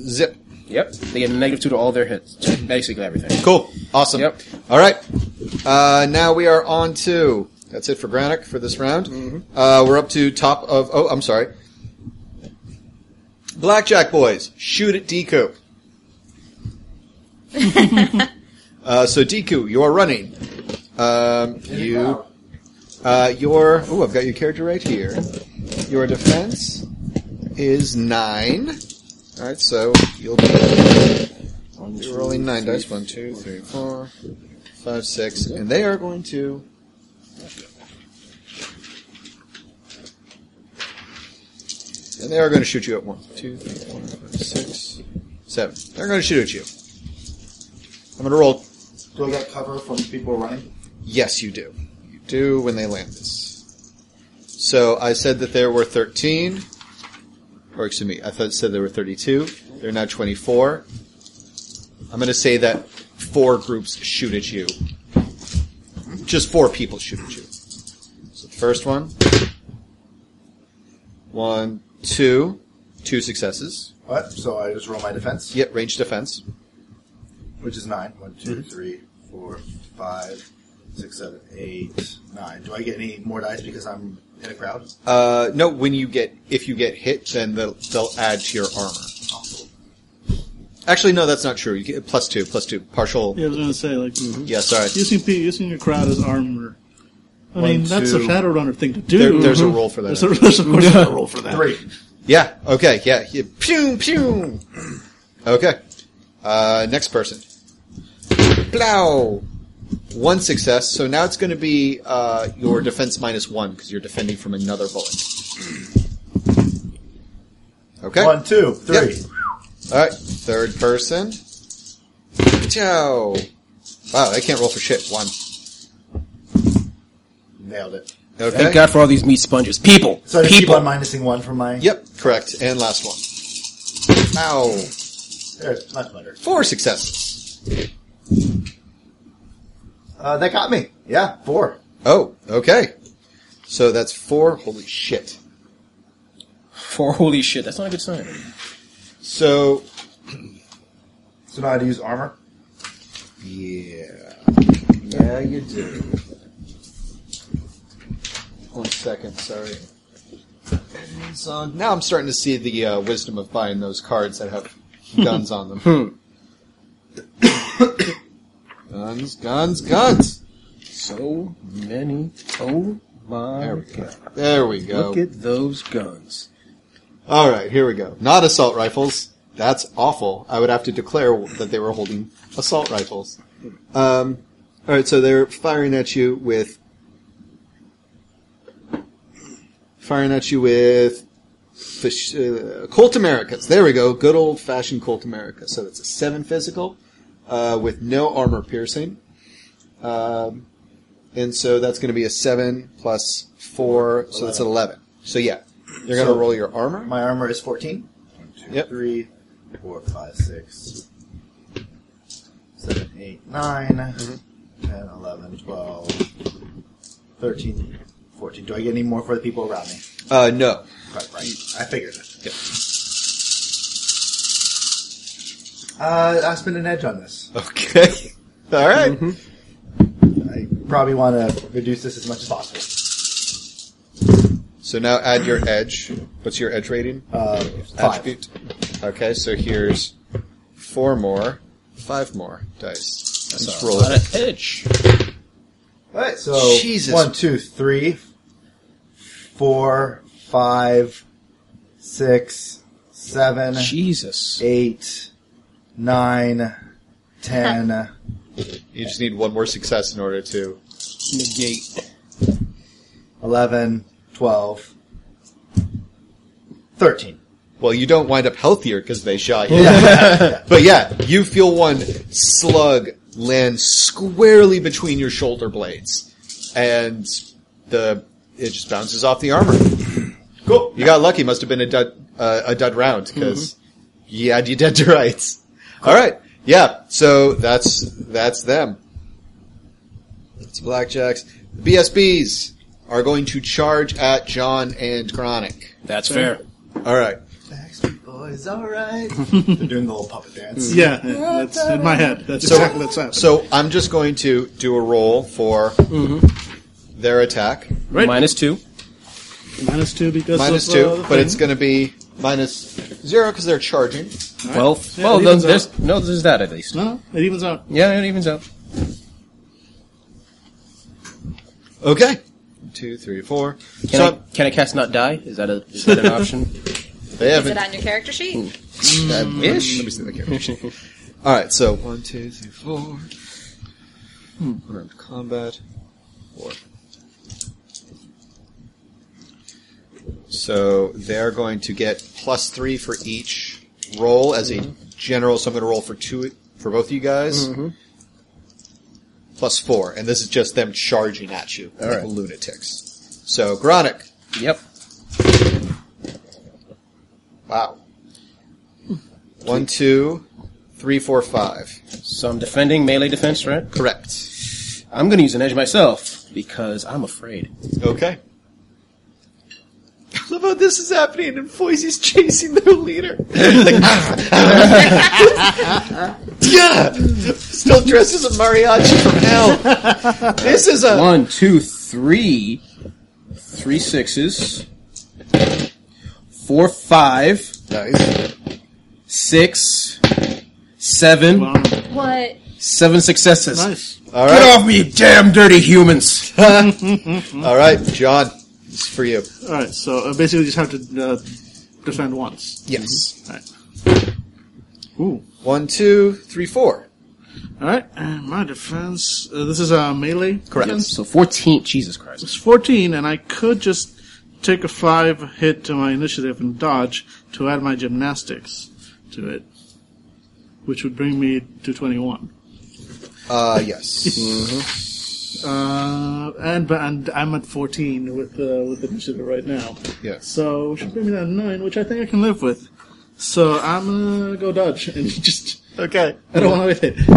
[SPEAKER 3] Zip.
[SPEAKER 5] Yep. They get a negative two to all their hits. Basically everything.
[SPEAKER 3] Cool. Awesome.
[SPEAKER 5] Yep.
[SPEAKER 3] All right. Uh, now we are on to That's it for Granic for this round. Uh, we're up to top of. Oh, I'm sorry. Blackjack boys shoot at Deku. uh, so Deku, you are running. Um, you, uh, your. Oh, I've got your character right here. Your defense is nine. All right, so you'll be. You're rolling nine dice. One, two, three, four, five, six, and they are going to. And they are going to shoot you at one, two, three, four, five, six, seven. They're going to shoot at you. I'm going to roll
[SPEAKER 2] Do I get cover from people running?
[SPEAKER 3] Yes, you do. You do when they land this. So I said that there were 13, or excuse me, I thought said there were 32. They're now 24. I'm going to say that four groups shoot at you. Just four people shoot at you. So the first one, one, two, two successes.
[SPEAKER 2] What? So I just roll my defense,
[SPEAKER 3] Yet range defense.
[SPEAKER 2] which is nine. One, two, three, four, five, six, seven, eight, nine. Do I get any more dice because I'm in a crowd?
[SPEAKER 3] Uh, no, when you get if you get hit, then they'll, they'll add to your armor. Actually, no, that's not true. You get plus two, plus two, partial.
[SPEAKER 4] Yeah, I was gonna say like
[SPEAKER 3] Yeah, sorry.
[SPEAKER 4] using pe- using your crowd as armor. I
[SPEAKER 3] One,
[SPEAKER 4] mean, that's a
[SPEAKER 3] two.
[SPEAKER 4] Shadowrunner thing to do.
[SPEAKER 3] There- there's a role for that.
[SPEAKER 4] There's, a, there's of course a role for that.
[SPEAKER 2] Three.
[SPEAKER 3] Yeah. Okay. Yeah. yeah. Pew pew. Okay. Uh, next person. Plow. One success. So now it's going to be uh, your defense minus one because you're defending from another bullet. Okay.
[SPEAKER 2] One, two, three.
[SPEAKER 3] Yep. All right, third person. Joe. Wow, I can't roll for shit. One.
[SPEAKER 2] Nailed it.
[SPEAKER 3] Okay.
[SPEAKER 5] Thank God for all these meat sponges. People.
[SPEAKER 2] So I just keep
[SPEAKER 5] people.
[SPEAKER 2] on minusing one from my.
[SPEAKER 3] Yep, correct. And last one. Ow.
[SPEAKER 2] There's much better.
[SPEAKER 3] Four successes.
[SPEAKER 2] Uh, that got me. Yeah, four.
[SPEAKER 3] Oh, okay. So that's four. Holy shit.
[SPEAKER 5] For holy shit, that's not a good sign.
[SPEAKER 3] So
[SPEAKER 2] So now I had to use armor.
[SPEAKER 3] Yeah. Yeah, you do. One second, sorry. Guns on- Now I'm starting to see the uh, wisdom of buying those cards that have guns on them. Hmm. guns, guns, guns!
[SPEAKER 5] So many. Oh my
[SPEAKER 3] There we go. There we
[SPEAKER 5] Look
[SPEAKER 3] go.
[SPEAKER 5] at those guns.
[SPEAKER 3] All right, here we go. Not assault rifles. That's awful. I would have to declare that they were holding assault rifles. Um, all right, so they're firing at you with firing at you with fish, uh, Colt Americas. There we go. Good old fashioned Colt America. So that's a seven physical uh, with no armor piercing. Um, and so that's going to be a seven plus four, so that's an eleven. So yeah, you're going to
[SPEAKER 2] So-
[SPEAKER 3] roll your armor.
[SPEAKER 2] My armor is 14. One, two,
[SPEAKER 3] Yep.
[SPEAKER 2] three, four, five, six, seven, eight, nine,
[SPEAKER 3] Mm-hmm.
[SPEAKER 2] 10, 11, 12, 13, 14. Do I get any more for the people around me?
[SPEAKER 3] Uh, no.
[SPEAKER 2] Right, right. I figured it.
[SPEAKER 3] Yep.
[SPEAKER 2] Uh, I spend an edge on this.
[SPEAKER 3] Okay. All right.
[SPEAKER 2] Mm-hmm. I probably want to reduce this as much as possible.
[SPEAKER 3] So now add your edge. What's your edge rating?
[SPEAKER 2] Uh, five.
[SPEAKER 3] Attribute. Okay, so here's four more, five more dice. Let's roll
[SPEAKER 5] Out
[SPEAKER 3] it.
[SPEAKER 5] of edge.
[SPEAKER 2] All right, so
[SPEAKER 3] Jesus.
[SPEAKER 2] one, two, three, four, five, six, seven,
[SPEAKER 5] Jesus.
[SPEAKER 2] eight, nine, ten.
[SPEAKER 3] You just need one more success in order to.
[SPEAKER 5] Negate.
[SPEAKER 2] 11, 12, 13.
[SPEAKER 3] Well, you don't wind up healthier because they shot you. but yeah, you feel one slug land squarely between your shoulder blades, and the it just bounces off the armor.
[SPEAKER 2] Cool.
[SPEAKER 3] You got lucky. Must have been a dud, uh, a dud round because you had you dead to rights. All right. Yeah. So that's that's them. It's blackjacks. The BSBs are going to charge at John and Chronic.
[SPEAKER 5] That's fair.
[SPEAKER 3] All right.
[SPEAKER 2] Backstreet Boys, alright. They're doing the little puppet dance.
[SPEAKER 4] Yeah, that's in my head. That's
[SPEAKER 3] So
[SPEAKER 4] exactly what's happening.
[SPEAKER 3] so
[SPEAKER 4] Mm-hmm.
[SPEAKER 3] I'm just going to do a roll for their attack.
[SPEAKER 4] Right.
[SPEAKER 5] Minus two.
[SPEAKER 4] Minus two because
[SPEAKER 3] Minus
[SPEAKER 4] of,
[SPEAKER 3] two,
[SPEAKER 4] uh, the
[SPEAKER 3] but it's
[SPEAKER 4] thing.
[SPEAKER 3] going to be minus zero because they're charging.
[SPEAKER 5] Well,
[SPEAKER 4] Yeah,
[SPEAKER 5] well, then
[SPEAKER 4] it evens
[SPEAKER 5] there's no, there's that at least.
[SPEAKER 4] no, no, it evens out.
[SPEAKER 5] Yeah, it evens out.
[SPEAKER 3] Okay. Two, three, four.
[SPEAKER 5] Can
[SPEAKER 3] so
[SPEAKER 5] I can I cast not die? Is that a is that an option?
[SPEAKER 3] they
[SPEAKER 6] Is it
[SPEAKER 3] haven't.
[SPEAKER 6] on your character sheet?
[SPEAKER 3] I wish. Let me see the character. All right. So one, two, three, four. Round of combat. Four. So they're going to get plus three for each roll as a general. So I'm going to roll for two for both of you guys. Plus four, and this is just them charging at you like
[SPEAKER 5] right.
[SPEAKER 3] lunatics. So Gronick,
[SPEAKER 5] Yep.
[SPEAKER 3] Wow. One, two, three, four, five.
[SPEAKER 5] So I'm defending melee defense, right?
[SPEAKER 3] Correct.
[SPEAKER 5] I'm gonna use an edge myself because I'm afraid.
[SPEAKER 3] Okay. I love how this is happening and Foisy's chasing their leader. like, ah, ah. yeah! Still dressed as a mariachi from hell. This is a.
[SPEAKER 5] One, two, three, three sixes, four, five,
[SPEAKER 3] Nice.
[SPEAKER 5] six, seven,
[SPEAKER 4] Wow.
[SPEAKER 6] What?
[SPEAKER 5] seven successes.
[SPEAKER 4] Nice.
[SPEAKER 3] Alright.
[SPEAKER 5] Get off me, you damn dirty humans!
[SPEAKER 3] Alright, John. This is for you.
[SPEAKER 4] All right. So uh, basically, you just have to uh, defend once.
[SPEAKER 3] Yes.
[SPEAKER 4] All right. Ooh.
[SPEAKER 3] Mm-hmm. One, two, three, four.
[SPEAKER 4] All right. And my defense. Uh, this is a uh, melee.
[SPEAKER 5] Correct. So 14, Jesus Christ.
[SPEAKER 4] It's fourteen, and I could just take a five hit to my initiative and dodge to add my gymnastics to it, which would bring me to twenty-one.
[SPEAKER 3] Uh, yes.
[SPEAKER 4] Uh, and but and I'm at 14 with uh, with initiative right now.
[SPEAKER 3] Yes.
[SPEAKER 4] So which should bring me down to nine, which I think I can live with. So I'm gonna go dodge and just
[SPEAKER 3] Okay.
[SPEAKER 4] I don't want to waste it.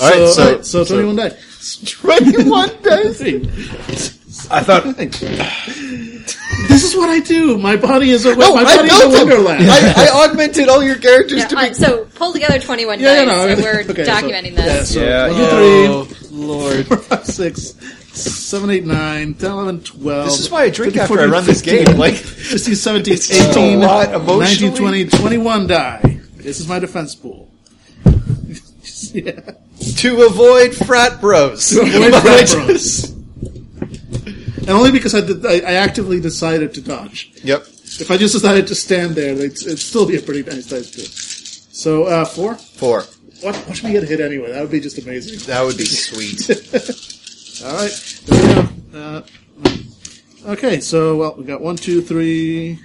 [SPEAKER 4] All
[SPEAKER 3] right, so-
[SPEAKER 4] alright, so,
[SPEAKER 3] so-
[SPEAKER 4] 21 die.
[SPEAKER 3] 21 days!
[SPEAKER 5] I thought.
[SPEAKER 4] This is what I do. My body is a
[SPEAKER 3] No,
[SPEAKER 4] my
[SPEAKER 3] I
[SPEAKER 4] body is
[SPEAKER 3] built
[SPEAKER 4] a
[SPEAKER 3] them.
[SPEAKER 4] wonderland.
[SPEAKER 3] I, I augmented all your characters
[SPEAKER 6] Yeah,
[SPEAKER 3] to
[SPEAKER 6] uh, so pull together 21
[SPEAKER 4] Yeah, yeah,
[SPEAKER 6] dice,
[SPEAKER 4] no,
[SPEAKER 6] and
[SPEAKER 4] I-
[SPEAKER 6] we're
[SPEAKER 4] okay, so-
[SPEAKER 6] documenting
[SPEAKER 4] yeah,
[SPEAKER 6] this.
[SPEAKER 4] so
[SPEAKER 5] Yeah,
[SPEAKER 4] one, two,
[SPEAKER 5] oh,
[SPEAKER 4] three, Lord, four, five, six, seven, eight, nine, 10, 11, 12.
[SPEAKER 3] This is why I drink
[SPEAKER 4] 13,
[SPEAKER 3] after I run this
[SPEAKER 4] 15,
[SPEAKER 3] game, like-
[SPEAKER 4] 16, 17,
[SPEAKER 3] It's just a
[SPEAKER 4] 18,
[SPEAKER 3] lot
[SPEAKER 4] 19,
[SPEAKER 3] emotionally.
[SPEAKER 4] 20, 21 die. This is my defense pool. yeah.
[SPEAKER 3] to avoid frat bros.
[SPEAKER 4] Avoid frat bros. And only because I, did, I, I actively decided to dodge.
[SPEAKER 3] Yep.
[SPEAKER 4] If I just decided to stand there, it'd, it'd still be a pretty nice dice pool. So, uh, four?
[SPEAKER 3] Four.
[SPEAKER 4] Watch, watch me get hit anyway. That would be just amazing.
[SPEAKER 3] That would be sweet.
[SPEAKER 4] All right, there we go. Uh, okay, so well, we got one, two, three,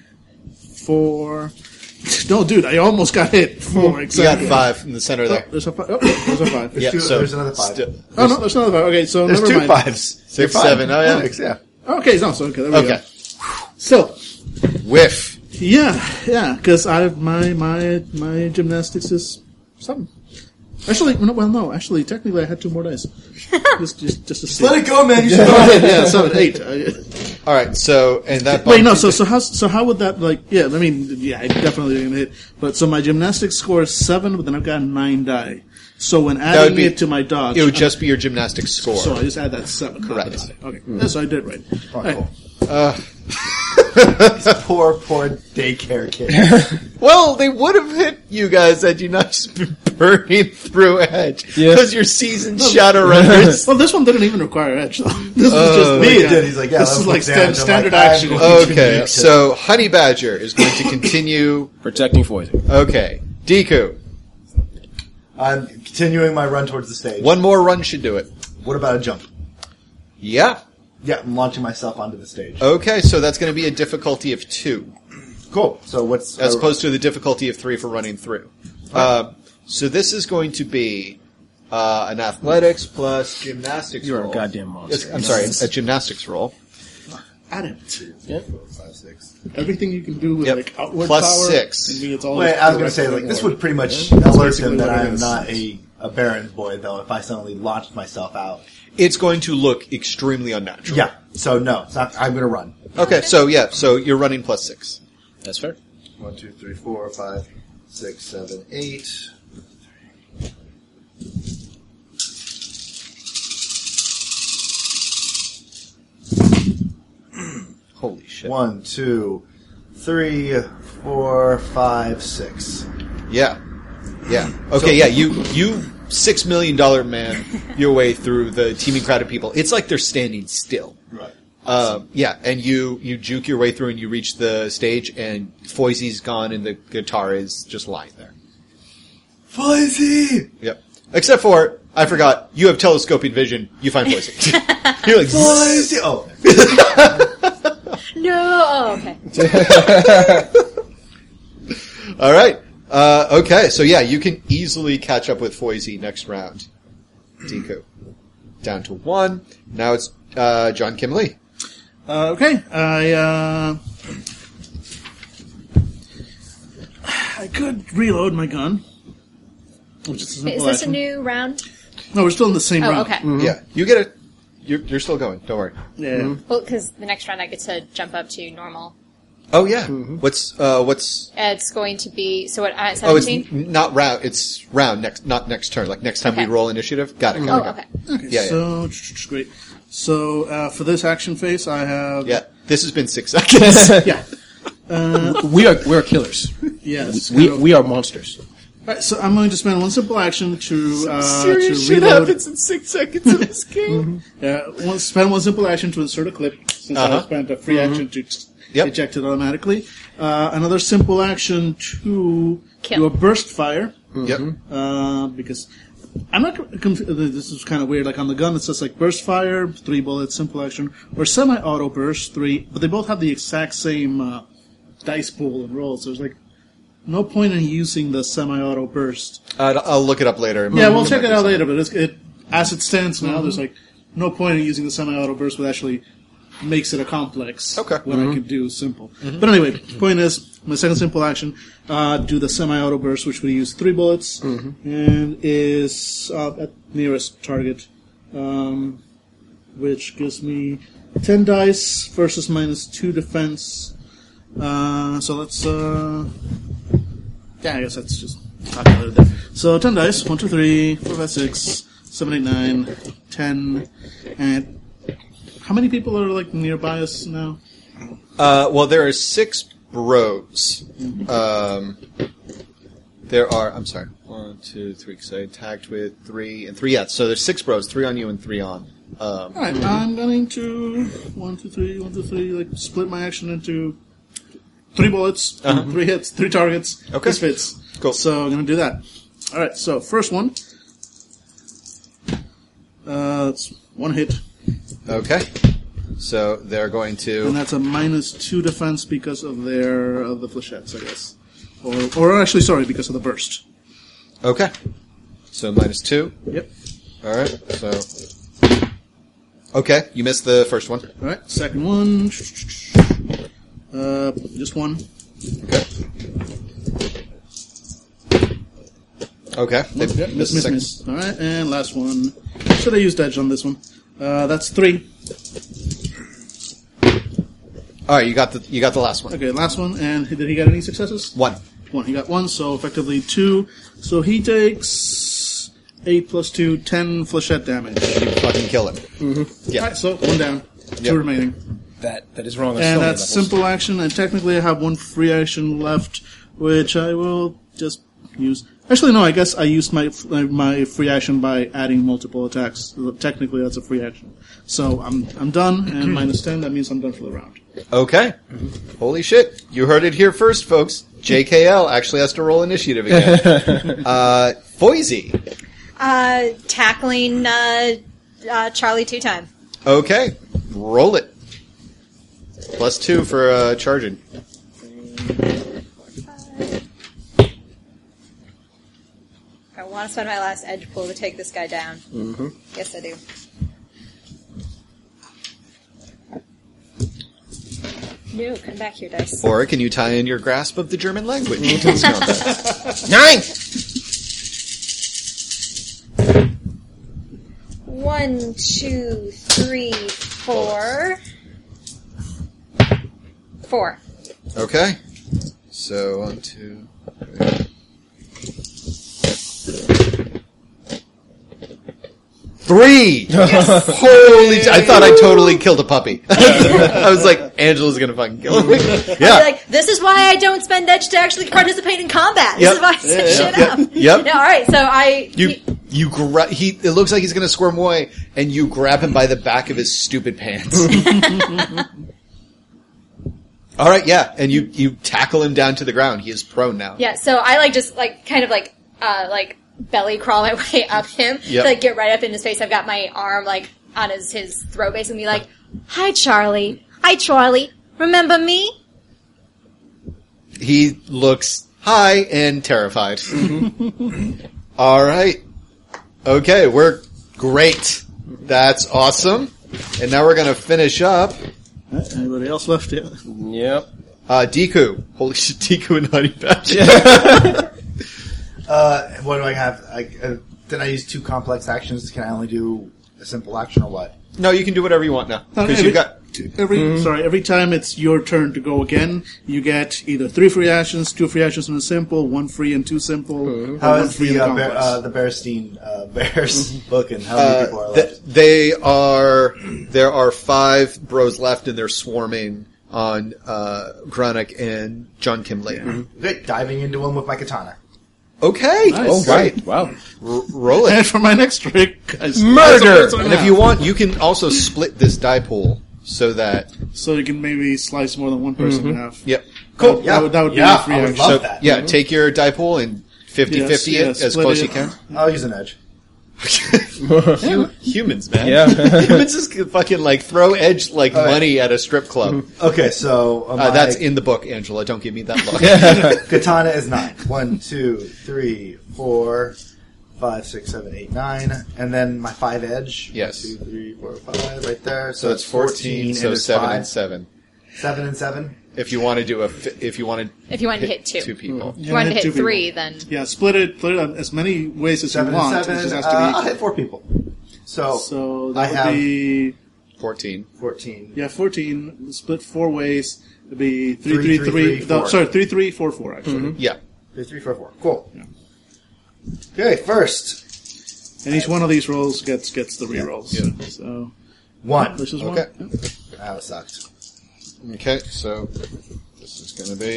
[SPEAKER 4] four. No, dude, I almost got hit. Four,
[SPEAKER 3] you got
[SPEAKER 4] exactly.
[SPEAKER 3] five in the center
[SPEAKER 4] Oh,
[SPEAKER 3] there.
[SPEAKER 4] there's a five. Oh, there's a five.
[SPEAKER 3] Yeah,
[SPEAKER 2] two-
[SPEAKER 3] so
[SPEAKER 2] there's another five.
[SPEAKER 3] sti-
[SPEAKER 4] Oh no, there's another five. Okay, so
[SPEAKER 2] There's
[SPEAKER 4] never
[SPEAKER 2] two
[SPEAKER 4] mind.
[SPEAKER 2] fives.
[SPEAKER 3] Six,
[SPEAKER 2] They're
[SPEAKER 3] seven. Oh, yeah.
[SPEAKER 2] Six, yeah.
[SPEAKER 4] Okay, no, so okay, there we
[SPEAKER 3] Okay.
[SPEAKER 4] go. So,
[SPEAKER 3] Whiff.
[SPEAKER 4] yeah, yeah, because I my my my gymnastics is something. Actually, no, well, no. Actually, technically, I had two more dice. just, just, just a six.
[SPEAKER 2] Let it go, man. You should
[SPEAKER 4] yeah, seven, eight. I-
[SPEAKER 3] All right. So and that.
[SPEAKER 4] Wait, no. So so how so how would that like? Yeah, I mean, yeah, I definitely didn't hit. But so my gymnastics score is seven, but then I've got nine die. So when
[SPEAKER 3] would
[SPEAKER 4] adding
[SPEAKER 3] be-
[SPEAKER 4] it to my dodge,
[SPEAKER 3] It would just be your gymnastic score.
[SPEAKER 4] so I just add that seven.
[SPEAKER 3] Correct.
[SPEAKER 4] Okay, okay. Yeah, so I did right. Alright.
[SPEAKER 2] poor, poor daycare kid.
[SPEAKER 3] Well, they would have hit you guys had you not just been burning through edge
[SPEAKER 5] Yeah.
[SPEAKER 3] because your seasoned shadow runners.
[SPEAKER 4] Well, this one didn't even require edge. Though. This is just
[SPEAKER 3] Oh,
[SPEAKER 2] Me,
[SPEAKER 4] like,
[SPEAKER 2] it
[SPEAKER 4] uh,
[SPEAKER 2] did. He's like, yeah,
[SPEAKER 4] this
[SPEAKER 2] let's
[SPEAKER 4] is
[SPEAKER 2] look
[SPEAKER 4] like
[SPEAKER 2] down.
[SPEAKER 4] stand-
[SPEAKER 2] I'm like,
[SPEAKER 4] standard
[SPEAKER 2] I'm
[SPEAKER 4] action.
[SPEAKER 2] going-
[SPEAKER 3] Okay, so Honey Badger is going to continue.
[SPEAKER 5] Protecting Foisin.
[SPEAKER 3] Okay, Deku,
[SPEAKER 2] I'm continuing my run towards the stage.
[SPEAKER 3] one more run should do it.
[SPEAKER 2] What about a jump?
[SPEAKER 3] Yeah.
[SPEAKER 2] Yeah, I'm launching myself onto the stage.
[SPEAKER 3] Okay, so that's going to be a difficulty of two,
[SPEAKER 2] Cool. So what's
[SPEAKER 3] as
[SPEAKER 2] uh,
[SPEAKER 3] opposed to the difficulty of three for running through. Uh, so this is going to be uh, an athletics plus gymnastics.
[SPEAKER 5] You are a
[SPEAKER 3] roll.
[SPEAKER 5] goddamn monster.
[SPEAKER 3] Yes, I'm sorry, a gymnastics roll.
[SPEAKER 4] Add it.
[SPEAKER 2] Five, six.
[SPEAKER 4] Everything you can do with
[SPEAKER 3] Yep.
[SPEAKER 4] like outward
[SPEAKER 3] Plus
[SPEAKER 4] power.
[SPEAKER 3] six.
[SPEAKER 4] I mean, it's all
[SPEAKER 2] Wait,
[SPEAKER 4] just
[SPEAKER 2] I was gonna
[SPEAKER 4] direct
[SPEAKER 2] say like
[SPEAKER 4] forward.
[SPEAKER 2] this would pretty much alert
[SPEAKER 4] basically
[SPEAKER 2] him that
[SPEAKER 4] what it
[SPEAKER 2] I am
[SPEAKER 4] is.
[SPEAKER 2] not a a Baron boy though. If I suddenly launched myself out,
[SPEAKER 3] It's going to look extremely unnatural.
[SPEAKER 2] yeah. So no, it's not, I'm gonna run.
[SPEAKER 3] Okay, so yeah, so you're running plus six.
[SPEAKER 5] That's fair.
[SPEAKER 2] One, two, three, four, five, six, seven, eight. One, two, three, four, five, six.
[SPEAKER 3] Yeah. Yeah. Okay, yeah, you you six million dollar man your way through the teeming crowd of people. It's like they're standing still.
[SPEAKER 2] Right.
[SPEAKER 3] Uh, yeah, and you you juke your way through and you reach the stage and Foisey's gone and the guitar is just lying there.
[SPEAKER 2] Fuzzy!
[SPEAKER 3] Yep. Except for I forgot, you have telescoping vision, you find Foisey. You're like "Zzz."
[SPEAKER 2] Fuzzy! Oh,
[SPEAKER 6] No. Oh, okay.
[SPEAKER 3] All right. Uh, okay, so yeah, you can easily catch up with Foisey next round. Deku. Down to one. Now it's uh, John Kim Lee.
[SPEAKER 4] Uh, okay, I uh, I could reload my gun. Which is a
[SPEAKER 6] Is
[SPEAKER 4] simple
[SPEAKER 6] this a
[SPEAKER 4] action.
[SPEAKER 6] new round?
[SPEAKER 4] No, we're still in the same
[SPEAKER 6] Oh,
[SPEAKER 4] round.
[SPEAKER 6] okay.
[SPEAKER 3] Yeah, you get a. You're, you're still going. Don't worry.
[SPEAKER 4] Yeah.
[SPEAKER 3] Mm-hmm.
[SPEAKER 6] Well, because the next round I get to jump up to normal.
[SPEAKER 3] Oh yeah.
[SPEAKER 4] Mm-hmm.
[SPEAKER 3] What's uh what's?
[SPEAKER 6] It's going to be so. What at
[SPEAKER 3] Oh, it's
[SPEAKER 6] seventeen?
[SPEAKER 3] n- not round. It's round next, not next turn. Like next time
[SPEAKER 6] Okay.
[SPEAKER 3] we roll initiative. Got it. Got it,
[SPEAKER 6] oh, okay.
[SPEAKER 3] got it. Yeah, yeah.
[SPEAKER 4] So tch, tch, great. So uh, for this action phase, I have
[SPEAKER 3] yeah. This has been six seconds.
[SPEAKER 4] yeah.
[SPEAKER 5] We are we are killers.
[SPEAKER 4] Yes.
[SPEAKER 5] We we are monsters.
[SPEAKER 4] Alright, so I'm going to spend one simple action to uh, to reload. Mm-hmm.
[SPEAKER 3] in six seconds in this game.
[SPEAKER 4] Yeah, one, spend one simple action to insert a clip, since I
[SPEAKER 3] Uh-huh. Mm-hmm.
[SPEAKER 4] spent a free action to t-
[SPEAKER 3] Yep.
[SPEAKER 4] eject it automatically. Uh, another simple action to
[SPEAKER 6] Kill.
[SPEAKER 4] do a burst fire,
[SPEAKER 3] Yep.
[SPEAKER 4] uh, because I'm not. com- Conf- this is kind of weird. Like on the gun, it says like burst fire, three bullets, simple action, or semi-auto burst, three. But they both have the exact same uh, dice pool and roll, so it's like no point in using the semi-auto burst.
[SPEAKER 3] Uh, I'll look it up later.
[SPEAKER 4] Yeah, we'll check it out later. But it's, it, as it stands now, there's like no point in using the semi-auto burst, which actually makes it a complex.
[SPEAKER 3] Okay.
[SPEAKER 4] When I could do simple. But anyway, point is, my second simple action, uh, do the semi-auto burst, which would use three bullets, and is uh, at nearest target, um, which gives me ten dice versus minus two defense. Uh, so let's. Uh, yeah, I guess that's just calculated there. So 10 dice, 1, 2, 3, 4, 5, 6, 7, 8, 9, 10, and how many people are like nearby us now?
[SPEAKER 3] Uh, well, there are six bros. Um, there are. I'm sorry. One, two, three. Because I tagged with three and three. Yeah. So there's six bros. Three on you and three on. Um,
[SPEAKER 4] Alright, I'm going to 1, 2, 3, 1, 2, 3, like split my action into three bullets, three hits, three targets.
[SPEAKER 3] Uh-huh. Okay.
[SPEAKER 4] This fits.
[SPEAKER 3] Cool.
[SPEAKER 4] So I'm going to do that. Alright, so first one. Uh, it's one hit,
[SPEAKER 3] Okay. So they're going
[SPEAKER 4] And
[SPEAKER 3] to.
[SPEAKER 4] that's a minus two defense because of their of the flechettes, I guess. Or, or actually, sorry, because of the burst.
[SPEAKER 3] Okay. So minus two.
[SPEAKER 4] Yep.
[SPEAKER 3] All right. So. Okay, you missed the first one.
[SPEAKER 4] All right. Second one. Uh, just one.
[SPEAKER 3] Okay. Okay. they
[SPEAKER 4] Yep,
[SPEAKER 3] missed the
[SPEAKER 4] miss, miss,
[SPEAKER 3] second-
[SPEAKER 4] miss. All right, and last one. Should I use edge on this one? Uh, that's three.
[SPEAKER 3] All right, you got the you got the last one.
[SPEAKER 4] Okay, last one. And did he get any successes?
[SPEAKER 3] One.
[SPEAKER 4] One. He got one, so effectively two. So he takes eight plus two, ten flechette damage.
[SPEAKER 3] You fucking kill him.
[SPEAKER 4] All right, so one down,
[SPEAKER 3] Yep.
[SPEAKER 4] two remaining.
[SPEAKER 5] That that is wrong. on so
[SPEAKER 4] And
[SPEAKER 5] many
[SPEAKER 4] that's
[SPEAKER 5] levels.
[SPEAKER 4] simple action, and technically I have one free action left, which I will just use. Actually, no, I guess I used my my free action by adding multiple attacks. Technically, that's a free action. So I'm I'm done, and minus ten. That means I'm done for the round.
[SPEAKER 3] Okay. Holy shit! You heard it here first, folks. JKL actually has to roll initiative again. uh, Foisey.
[SPEAKER 6] Uh, tackling uh, uh, Charlie two time.
[SPEAKER 3] Okay, roll it. Plus two for uh, charging.
[SPEAKER 6] I want to spend my last edge pool to take this guy down. Mm-hmm. Yes, I do. No, come back here, dice.
[SPEAKER 3] Or can you tie in your grasp of the German language? It's not bad.
[SPEAKER 5] nine.
[SPEAKER 6] One, two, three, four. Four.
[SPEAKER 3] Okay. So one, two. Three! Holy! I thought I totally killed a puppy. I was like, Angela's gonna fucking kill me.
[SPEAKER 6] I'd be
[SPEAKER 3] yeah.
[SPEAKER 6] like, this is why I don't spend edge to actually participate in combat. This
[SPEAKER 3] Yep.
[SPEAKER 6] is why I set shit
[SPEAKER 3] yeah.
[SPEAKER 6] up.
[SPEAKER 3] Yep.
[SPEAKER 6] Yeah, all right. So I
[SPEAKER 3] You
[SPEAKER 6] he-
[SPEAKER 3] you grab he it looks like he's gonna squirm away and you grab him by the back of his stupid pants. All right, yeah, and you you tackle him down to the ground. He is prone now.
[SPEAKER 6] yeah. So I like just like kind of like uh like belly crawl my way up him
[SPEAKER 3] Yep.
[SPEAKER 6] to like get right up in his face. I've got my arm like on his his throat base and be like, "Hi, Charlie. Hi, Charlie. Remember me?"
[SPEAKER 3] He looks high and terrified. All right. Okay, we're great. That's awesome. And now we're going to finish up.
[SPEAKER 4] Anybody else left? Yeah.
[SPEAKER 5] Yep.
[SPEAKER 3] Uh, Deku. Holy shit, Deku and Honey Badger.
[SPEAKER 2] Uh, what do I have? I, uh, did I use two complex actions? Can I only do a simple action or what?
[SPEAKER 3] No, you can do whatever you want now.
[SPEAKER 4] No,
[SPEAKER 3] Because
[SPEAKER 4] every-
[SPEAKER 3] you've got.
[SPEAKER 4] Every
[SPEAKER 3] Mm-hmm.
[SPEAKER 4] sorry, every time it's your turn to go again, you get either three free actions, two free actions and a simple, one free and two simple.
[SPEAKER 3] Mm-hmm.
[SPEAKER 4] or
[SPEAKER 2] How
[SPEAKER 4] one
[SPEAKER 2] is
[SPEAKER 4] free
[SPEAKER 2] the
[SPEAKER 4] and
[SPEAKER 2] uh, Bear,
[SPEAKER 4] complex.
[SPEAKER 2] uh, the Bearstein uh, Bears looking? How many people are
[SPEAKER 3] uh, th-
[SPEAKER 2] left?
[SPEAKER 3] they are there are five bros left, and they're swarming on uh, Granick and John Kim Lee.
[SPEAKER 4] Mm-hmm.
[SPEAKER 2] Good. Diving into one with my katana.
[SPEAKER 3] Okay, all
[SPEAKER 4] Nice.
[SPEAKER 3] right,
[SPEAKER 5] Wow.
[SPEAKER 3] R- roll it.
[SPEAKER 2] uh,
[SPEAKER 4] And for my next trick, I s- that's what I'm
[SPEAKER 3] And if
[SPEAKER 4] at.
[SPEAKER 3] you want, you can also split this die pool so that
[SPEAKER 4] so you can maybe slice more than one person in half.
[SPEAKER 3] yep.
[SPEAKER 4] Cool. That would, that would
[SPEAKER 2] Yeah,
[SPEAKER 4] be a free
[SPEAKER 2] I would
[SPEAKER 4] action.
[SPEAKER 2] love
[SPEAKER 3] So
[SPEAKER 2] that.
[SPEAKER 3] yeah, take your die pool and 50-50
[SPEAKER 4] Yes,
[SPEAKER 3] it
[SPEAKER 4] yeah,
[SPEAKER 3] as
[SPEAKER 4] split
[SPEAKER 3] close
[SPEAKER 4] it.
[SPEAKER 3] you can.
[SPEAKER 2] I'll use Oh, an edge.
[SPEAKER 3] Hu- humans, man.
[SPEAKER 5] Yeah.
[SPEAKER 3] humans just can fucking like throw edge like
[SPEAKER 2] right.
[SPEAKER 3] money at a strip club.
[SPEAKER 2] Okay, so uh,
[SPEAKER 3] Uh,
[SPEAKER 2] my
[SPEAKER 3] that's in the book, Angela. Don't give me that look.
[SPEAKER 2] katana is nine. One, two, three, four, five, six, seven, eight, nine, and then my five edge.
[SPEAKER 3] Yes.
[SPEAKER 2] One, two, three, four, five, right there. So,
[SPEAKER 3] So
[SPEAKER 2] it's
[SPEAKER 3] it's
[SPEAKER 2] fourteen.
[SPEAKER 3] 14, so
[SPEAKER 2] there's
[SPEAKER 3] 7
[SPEAKER 2] five.
[SPEAKER 3] and 7.
[SPEAKER 2] Seven and seven.
[SPEAKER 3] If you want to do a fi- if you want to
[SPEAKER 6] If you wanted to hit two,
[SPEAKER 3] two people.
[SPEAKER 6] if you wanted to
[SPEAKER 4] hit
[SPEAKER 6] hit
[SPEAKER 4] two people.
[SPEAKER 6] three, then
[SPEAKER 4] Yeah, split it, split it on as many ways as
[SPEAKER 2] Seven
[SPEAKER 4] you want.
[SPEAKER 2] and
[SPEAKER 4] It
[SPEAKER 2] seven.
[SPEAKER 4] just has to
[SPEAKER 2] Uh,
[SPEAKER 4] be
[SPEAKER 2] I'll hit four people. So,
[SPEAKER 4] So
[SPEAKER 2] I
[SPEAKER 4] that would
[SPEAKER 2] have
[SPEAKER 4] be
[SPEAKER 3] 14.
[SPEAKER 2] fourteen.
[SPEAKER 4] yeah, fourteen. Split four ways. It'd be three,
[SPEAKER 2] Three,
[SPEAKER 4] three, three.
[SPEAKER 2] three, three,
[SPEAKER 4] no,
[SPEAKER 2] four.
[SPEAKER 4] sorry, three, three, four, four. Actually,
[SPEAKER 3] Yeah.
[SPEAKER 2] Three, three, four, four. Cool. Okay, first
[SPEAKER 4] and each one of these rolls gets gets the rerolls. So
[SPEAKER 2] one.
[SPEAKER 4] this is
[SPEAKER 3] Okay.
[SPEAKER 4] one.
[SPEAKER 2] That was sucked.
[SPEAKER 3] Okay, so this is going to be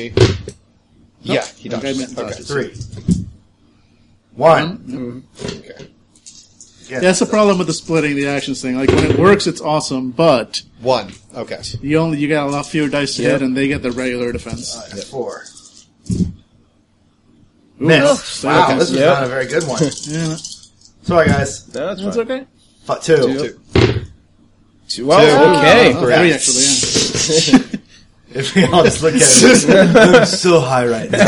[SPEAKER 3] Yeah, he
[SPEAKER 4] Okay, I
[SPEAKER 3] dodges.
[SPEAKER 4] meant dodges.
[SPEAKER 2] Three. One.
[SPEAKER 3] Okay.
[SPEAKER 2] Yes.
[SPEAKER 4] That's the problem with the splitting the actions thing. Like when it works, it's awesome, but
[SPEAKER 3] 1. Okay.
[SPEAKER 4] you only you got a lot fewer dice to hit, and they get the regular defense.
[SPEAKER 2] Uh, Four.
[SPEAKER 4] Ooh,
[SPEAKER 2] Miss.
[SPEAKER 4] so-
[SPEAKER 2] Wow,
[SPEAKER 4] okay.
[SPEAKER 2] this was
[SPEAKER 5] Yeah.
[SPEAKER 2] not a very good one.
[SPEAKER 4] Yeah,
[SPEAKER 2] Sorry, guys.
[SPEAKER 5] No, that's
[SPEAKER 4] that's
[SPEAKER 5] fine.
[SPEAKER 4] okay.
[SPEAKER 2] Fu- Two.
[SPEAKER 3] Two.
[SPEAKER 5] Two. Oh, okay.
[SPEAKER 4] Oh, three actually. Yeah.
[SPEAKER 2] If we all just look at it, I'm so high right now.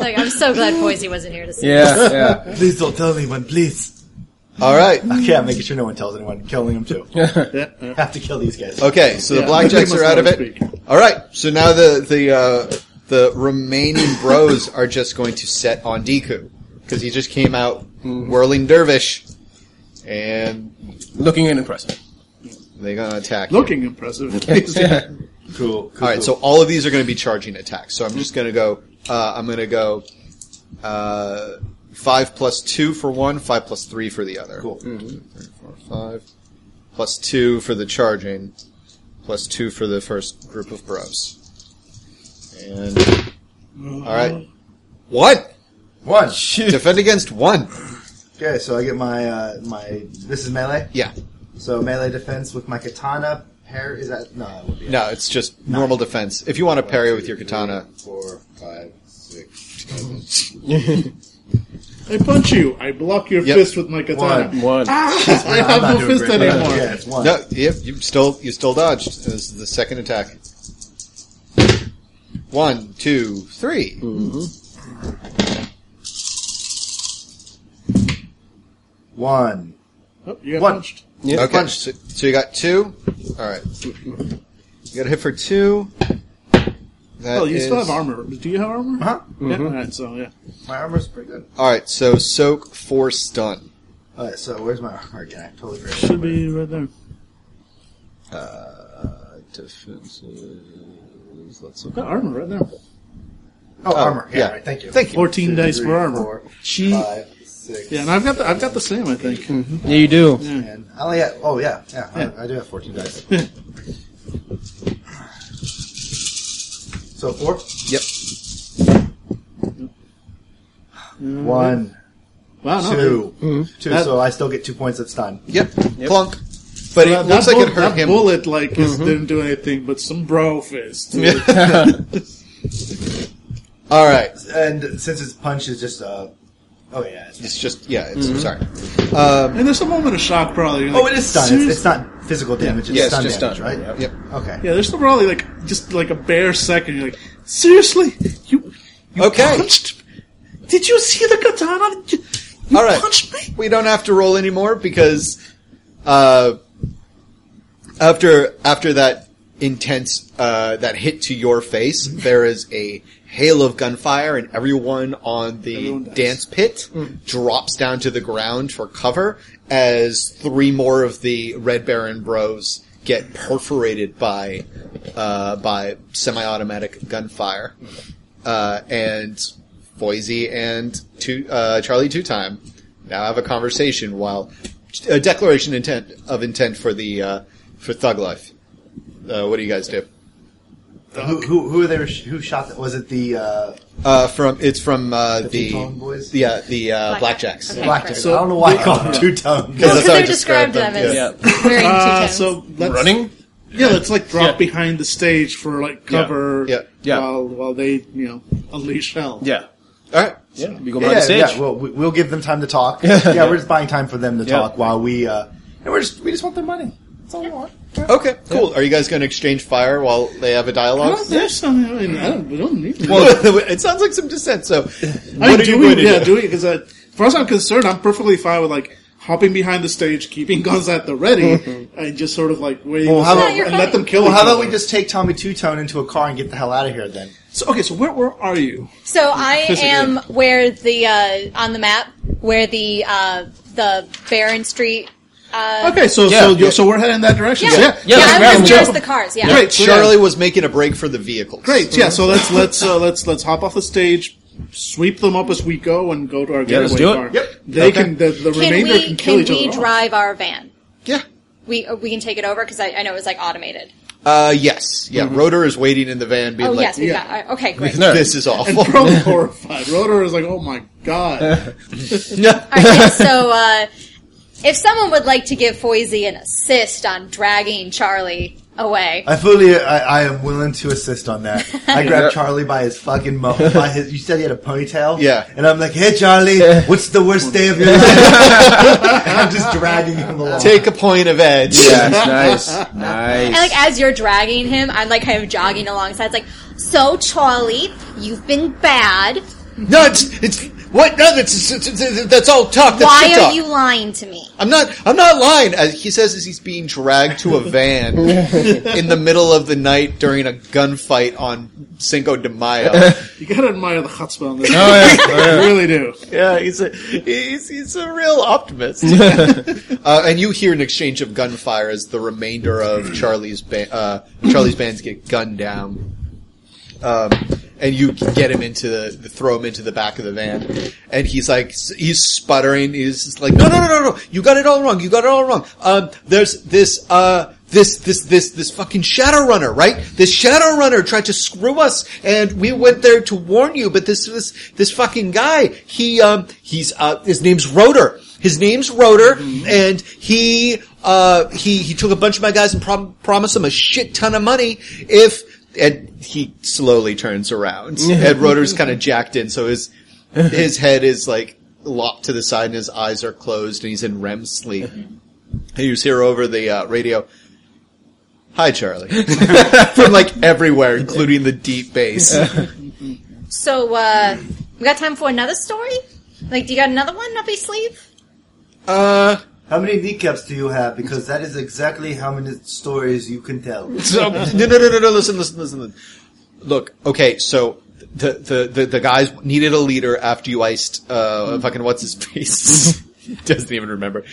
[SPEAKER 6] like I'm so glad Boise wasn't here to see.
[SPEAKER 5] Yeah, yeah.
[SPEAKER 2] Please don't tell anyone, please.
[SPEAKER 3] All right.
[SPEAKER 2] Okay, I'm making sure no one tells anyone. Killing them too.
[SPEAKER 4] Yeah, yeah.
[SPEAKER 2] Have to kill these guys.
[SPEAKER 3] Okay, so the
[SPEAKER 4] Yeah,
[SPEAKER 3] blackjacks
[SPEAKER 4] pretty
[SPEAKER 3] are
[SPEAKER 4] much
[SPEAKER 3] out of
[SPEAKER 4] how
[SPEAKER 3] it.
[SPEAKER 4] to speak.
[SPEAKER 3] All right. So now the the uh, the remaining bros are just going to set on Deku because he just came out whirling dervish, and
[SPEAKER 5] Looking and impressive.
[SPEAKER 3] they're going to attack. you.
[SPEAKER 4] Looking impressive. yeah.
[SPEAKER 2] Cool. cool
[SPEAKER 3] All right, so all of these are going to be charging attacks. So I'm just going to go. Uh, I'm going to go uh, five plus two for one, five plus three for the other.
[SPEAKER 2] Cool.
[SPEAKER 3] Three, four, five. Plus two for the charging, plus two for the first group of bros. And all right, one
[SPEAKER 2] one.
[SPEAKER 3] defend against one.
[SPEAKER 2] Okay, so I get my uh, my. This is melee.
[SPEAKER 3] Yeah,
[SPEAKER 2] So melee defense with my katana. Pair is that? No, that would be. it.
[SPEAKER 3] no, it's just normal defense. If you want to parry with your katana,
[SPEAKER 2] Four, five, six,
[SPEAKER 4] I punch you. I block your
[SPEAKER 3] Yep.
[SPEAKER 4] fist with my katana. Ah!
[SPEAKER 2] One.
[SPEAKER 5] One.
[SPEAKER 4] I
[SPEAKER 2] I'm
[SPEAKER 4] have
[SPEAKER 2] not
[SPEAKER 4] no
[SPEAKER 2] doing
[SPEAKER 4] fist
[SPEAKER 2] great.
[SPEAKER 4] anymore.
[SPEAKER 2] Yeah, it's one.
[SPEAKER 3] no, yep, you still you still dodged. This is the second attack. One, two, three.
[SPEAKER 4] Mm-hmm.
[SPEAKER 2] One.
[SPEAKER 4] Oh, you got
[SPEAKER 2] One.
[SPEAKER 4] punched.
[SPEAKER 3] Okay,
[SPEAKER 2] Punched.
[SPEAKER 3] So, so you got two. All right, you got a hit for two. That
[SPEAKER 4] Oh, you still
[SPEAKER 3] is-
[SPEAKER 4] have armor. Do you have armor?
[SPEAKER 2] Huh? Mm-hmm.
[SPEAKER 4] Yeah. All right, so yeah.
[SPEAKER 2] My armor's pretty good.
[SPEAKER 3] All right, so soak four stun.
[SPEAKER 2] All right, Oh, so where's my armor again? I totally forgot.
[SPEAKER 4] Should be right there.
[SPEAKER 3] Uh, defenses. Let's look.
[SPEAKER 4] Got armor right there.
[SPEAKER 2] Oh, armor. Yeah,
[SPEAKER 3] yeah.
[SPEAKER 2] Right, thank you.
[SPEAKER 3] Thank you.
[SPEAKER 4] Fourteen dice for armor.
[SPEAKER 2] Four,
[SPEAKER 4] She-
[SPEAKER 2] five, six,
[SPEAKER 4] Yeah, and I've got the, I've got the same. I think.
[SPEAKER 5] Yeah, you do.
[SPEAKER 2] Oh, and I only have. Oh yeah, yeah. I, I do have fourteen dice. So four.
[SPEAKER 3] Yep.
[SPEAKER 2] One,
[SPEAKER 4] Wow, no,
[SPEAKER 2] two,
[SPEAKER 3] Mm-hmm.
[SPEAKER 2] two.
[SPEAKER 4] That-
[SPEAKER 2] so I still get two points of stun.
[SPEAKER 3] Yep. Plunk. But it
[SPEAKER 4] That,
[SPEAKER 3] looks
[SPEAKER 4] that
[SPEAKER 3] like it hurt
[SPEAKER 4] bull- that
[SPEAKER 3] him.
[SPEAKER 4] bullet like is,
[SPEAKER 2] Mm-hmm.
[SPEAKER 4] didn't do anything, but some bro fist.
[SPEAKER 3] All right.
[SPEAKER 2] And since his punch is just uh, oh yeah, it's,
[SPEAKER 3] It's just yeah. It's,
[SPEAKER 4] Mm-hmm.
[SPEAKER 3] Sorry.
[SPEAKER 4] And there's a moment of shock, probably. You're
[SPEAKER 2] oh
[SPEAKER 4] like,
[SPEAKER 2] it is stun.
[SPEAKER 4] "Serious?"
[SPEAKER 2] It's, it's not physical damage. It's
[SPEAKER 3] Yeah, it's
[SPEAKER 2] stun
[SPEAKER 3] just
[SPEAKER 2] damage,
[SPEAKER 3] stun.
[SPEAKER 2] right?
[SPEAKER 3] Yep.
[SPEAKER 2] Okay.
[SPEAKER 4] yeah, there's probably like just like a bare second. You're like, seriously, you, you
[SPEAKER 3] Okay.
[SPEAKER 4] punched? Did you see the katana? Did you, you
[SPEAKER 3] All right.
[SPEAKER 4] punched me.
[SPEAKER 3] We don't have to roll anymore because uh, after after that intense uh, that hit to your face,
[SPEAKER 4] Mm-hmm.
[SPEAKER 3] there is a hail of gunfire, and everyone on the
[SPEAKER 4] Everyone dies. Mm.
[SPEAKER 3] dance pit drops down to the ground for cover as three more of the Red Baron Bros get perforated by uh, by semi-automatic gunfire,
[SPEAKER 4] Mm-hmm.
[SPEAKER 3] uh, and Boise and two, uh, Charlie Two Time now have a conversation while a declaration intent of intent for the uh, for Thug Life. Uh, what do you guys do?
[SPEAKER 2] Who, who who are they? Who shot that? Was it the uh,
[SPEAKER 3] Uh, from it's from uh, the
[SPEAKER 2] Two-Tone Boys?
[SPEAKER 3] yeah the uh, Blackjacks.
[SPEAKER 6] Blackjacks. Okay.
[SPEAKER 2] black?
[SPEAKER 6] correct.
[SPEAKER 2] I don't know why I call him two tongue.
[SPEAKER 3] Because
[SPEAKER 6] Because
[SPEAKER 3] that's how I
[SPEAKER 6] they're
[SPEAKER 3] described
[SPEAKER 6] described
[SPEAKER 3] them,
[SPEAKER 6] them as
[SPEAKER 3] yeah.
[SPEAKER 6] wearing two
[SPEAKER 4] Uh,
[SPEAKER 6] toes.
[SPEAKER 4] so let's,
[SPEAKER 5] Running?
[SPEAKER 4] Yeah, let's like drop behind the stage for like cover.
[SPEAKER 3] Yeah.
[SPEAKER 5] Yeah.
[SPEAKER 4] While while they you know unleash hell.
[SPEAKER 5] Yeah.
[SPEAKER 3] All right.
[SPEAKER 5] Yeah. We go
[SPEAKER 2] Yeah,
[SPEAKER 5] behind the stage.
[SPEAKER 2] yeah, yeah. Well, we, we'll give them time to talk. yeah, we're just buying time for them to
[SPEAKER 5] Yeah.
[SPEAKER 2] talk while we uh, and we're just we just want their money. That's all we want.
[SPEAKER 3] Okay. Cool. Are you guys going to exchange fire while they have a
[SPEAKER 4] I
[SPEAKER 3] dialogue?
[SPEAKER 4] don't, there's something. I mean, I don't, we don't need to.
[SPEAKER 3] it sounds like some dissent. So,
[SPEAKER 4] I mean,
[SPEAKER 3] what are you
[SPEAKER 4] do
[SPEAKER 3] going
[SPEAKER 4] we?
[SPEAKER 3] to
[SPEAKER 4] Yeah,
[SPEAKER 3] do?
[SPEAKER 4] do we? Because uh, as far as I'm concerned, I'm perfectly fine with like hopping behind the stage, keeping guns at the ready, and just sort of like waiting
[SPEAKER 2] Well, how
[SPEAKER 4] and
[SPEAKER 2] about-
[SPEAKER 4] let-
[SPEAKER 6] Yeah, you're
[SPEAKER 4] and let them
[SPEAKER 6] fine.
[SPEAKER 4] kill.
[SPEAKER 2] Well, how
[SPEAKER 4] each
[SPEAKER 2] about we
[SPEAKER 4] other.
[SPEAKER 2] just take Tommy Two Tone into a car and get the hell out of here then?
[SPEAKER 4] So, okay, so where where are you?
[SPEAKER 6] So I
[SPEAKER 4] Disagree.
[SPEAKER 6] am where the uh, on the map where the uh, the Barron Street. Uh,
[SPEAKER 4] Okay, so
[SPEAKER 5] Yeah.
[SPEAKER 4] so you're, so we're heading that direction.
[SPEAKER 6] Yeah,
[SPEAKER 4] So,
[SPEAKER 6] yeah,
[SPEAKER 5] yeah,
[SPEAKER 6] I'm
[SPEAKER 5] that's
[SPEAKER 6] just
[SPEAKER 5] right.
[SPEAKER 6] past the cars. Yeah,
[SPEAKER 4] Great. so yeah.
[SPEAKER 3] Charlie was making a break for the vehicles.
[SPEAKER 4] Great. Yeah. So let's let's uh, let's let's hop off the stage, sweep them up as we go, and go to our
[SPEAKER 5] Yeah,
[SPEAKER 4] getaway
[SPEAKER 5] let's do it.
[SPEAKER 4] car.
[SPEAKER 2] Yep.
[SPEAKER 4] They
[SPEAKER 3] Okay.
[SPEAKER 4] can the, the
[SPEAKER 6] Can
[SPEAKER 4] remainder
[SPEAKER 6] we
[SPEAKER 4] can kill
[SPEAKER 6] can
[SPEAKER 4] each
[SPEAKER 6] we
[SPEAKER 4] other. off.
[SPEAKER 6] drive our van?
[SPEAKER 3] Yeah.
[SPEAKER 6] We uh, we can take it over because I, I know it was like automated.
[SPEAKER 3] Uh, yes.
[SPEAKER 4] Mm-hmm.
[SPEAKER 3] Yeah. Rotor is waiting in the van, being
[SPEAKER 6] Oh
[SPEAKER 3] like,
[SPEAKER 6] yes, we
[SPEAKER 4] yeah.
[SPEAKER 6] have got. uh, Okay, great.
[SPEAKER 5] No.
[SPEAKER 3] "This is
[SPEAKER 4] And
[SPEAKER 3] awful."
[SPEAKER 4] Pro horrified. Rotor is like, oh my god.
[SPEAKER 6] All right, so uh, if someone would like to give Foisey an assist on dragging Charlie away,
[SPEAKER 2] I fully, I, I am willing to assist on that. I grabbed Charlie by his fucking mo- by his. You said he had a ponytail,
[SPEAKER 3] Yeah.
[SPEAKER 2] And I'm like, hey Charlie, what's the worst day of your life? and I'm just dragging him along.
[SPEAKER 3] Take a point of edge.
[SPEAKER 5] nice. Nice.
[SPEAKER 6] and like as you're dragging him, I'm like kind of jogging alongside. It's like, so Charlie, you've been bad.
[SPEAKER 3] No, it's it's what? No, that's it's- it's- that's all talk. That's
[SPEAKER 6] Why
[SPEAKER 3] shit
[SPEAKER 6] are
[SPEAKER 3] talk.
[SPEAKER 6] you lying to me?
[SPEAKER 3] I'm not. I'm not lying. As he says, as he's being dragged to a van in the middle of the night during a gunfight on Cinco de Mayo.
[SPEAKER 4] You gotta admire the chutzpah on this.
[SPEAKER 5] Oh, yeah.
[SPEAKER 4] You really do.
[SPEAKER 3] yeah, he's a he's, he's a real optimist. uh, and you hear an exchange of gunfire as the remainder of Charlie's ba- uh, Charlie's bands get gunned down. Um, and you get him into the, the throw him into the back of the van, and he's like he's sputtering. He's just like, no, no, no, no, no! You got it all wrong. You got it all wrong. Um, there's this uh this this this this fucking Shadowrunner, right? This Shadowrunner tried to screw us, and we went there to warn you. But this this this fucking guy, he um he's uh his name's Rotor. His name's Rotor, and he uh he he took a bunch of my guys and prom- promised them a shit ton of money if and he slowly turns around. Ed Rotor's kind of jacked in, so his his head is like lopped to the side, and his eyes are closed, and he's in REM sleep. He was here over the uh, radio. Hi, Charlie. From like everywhere, including the deep bass.
[SPEAKER 6] So uh, we got time for another story? Like, do you got another one up your sleeve?
[SPEAKER 3] Uh,
[SPEAKER 2] How many kneecaps do you have? Because that is exactly how many stories you can tell.
[SPEAKER 3] so, no, no, no, no, no. Listen, listen, listen. Look, okay, so the the the, the guys needed a leader after you iced uh fucking what's his face doesn't even remember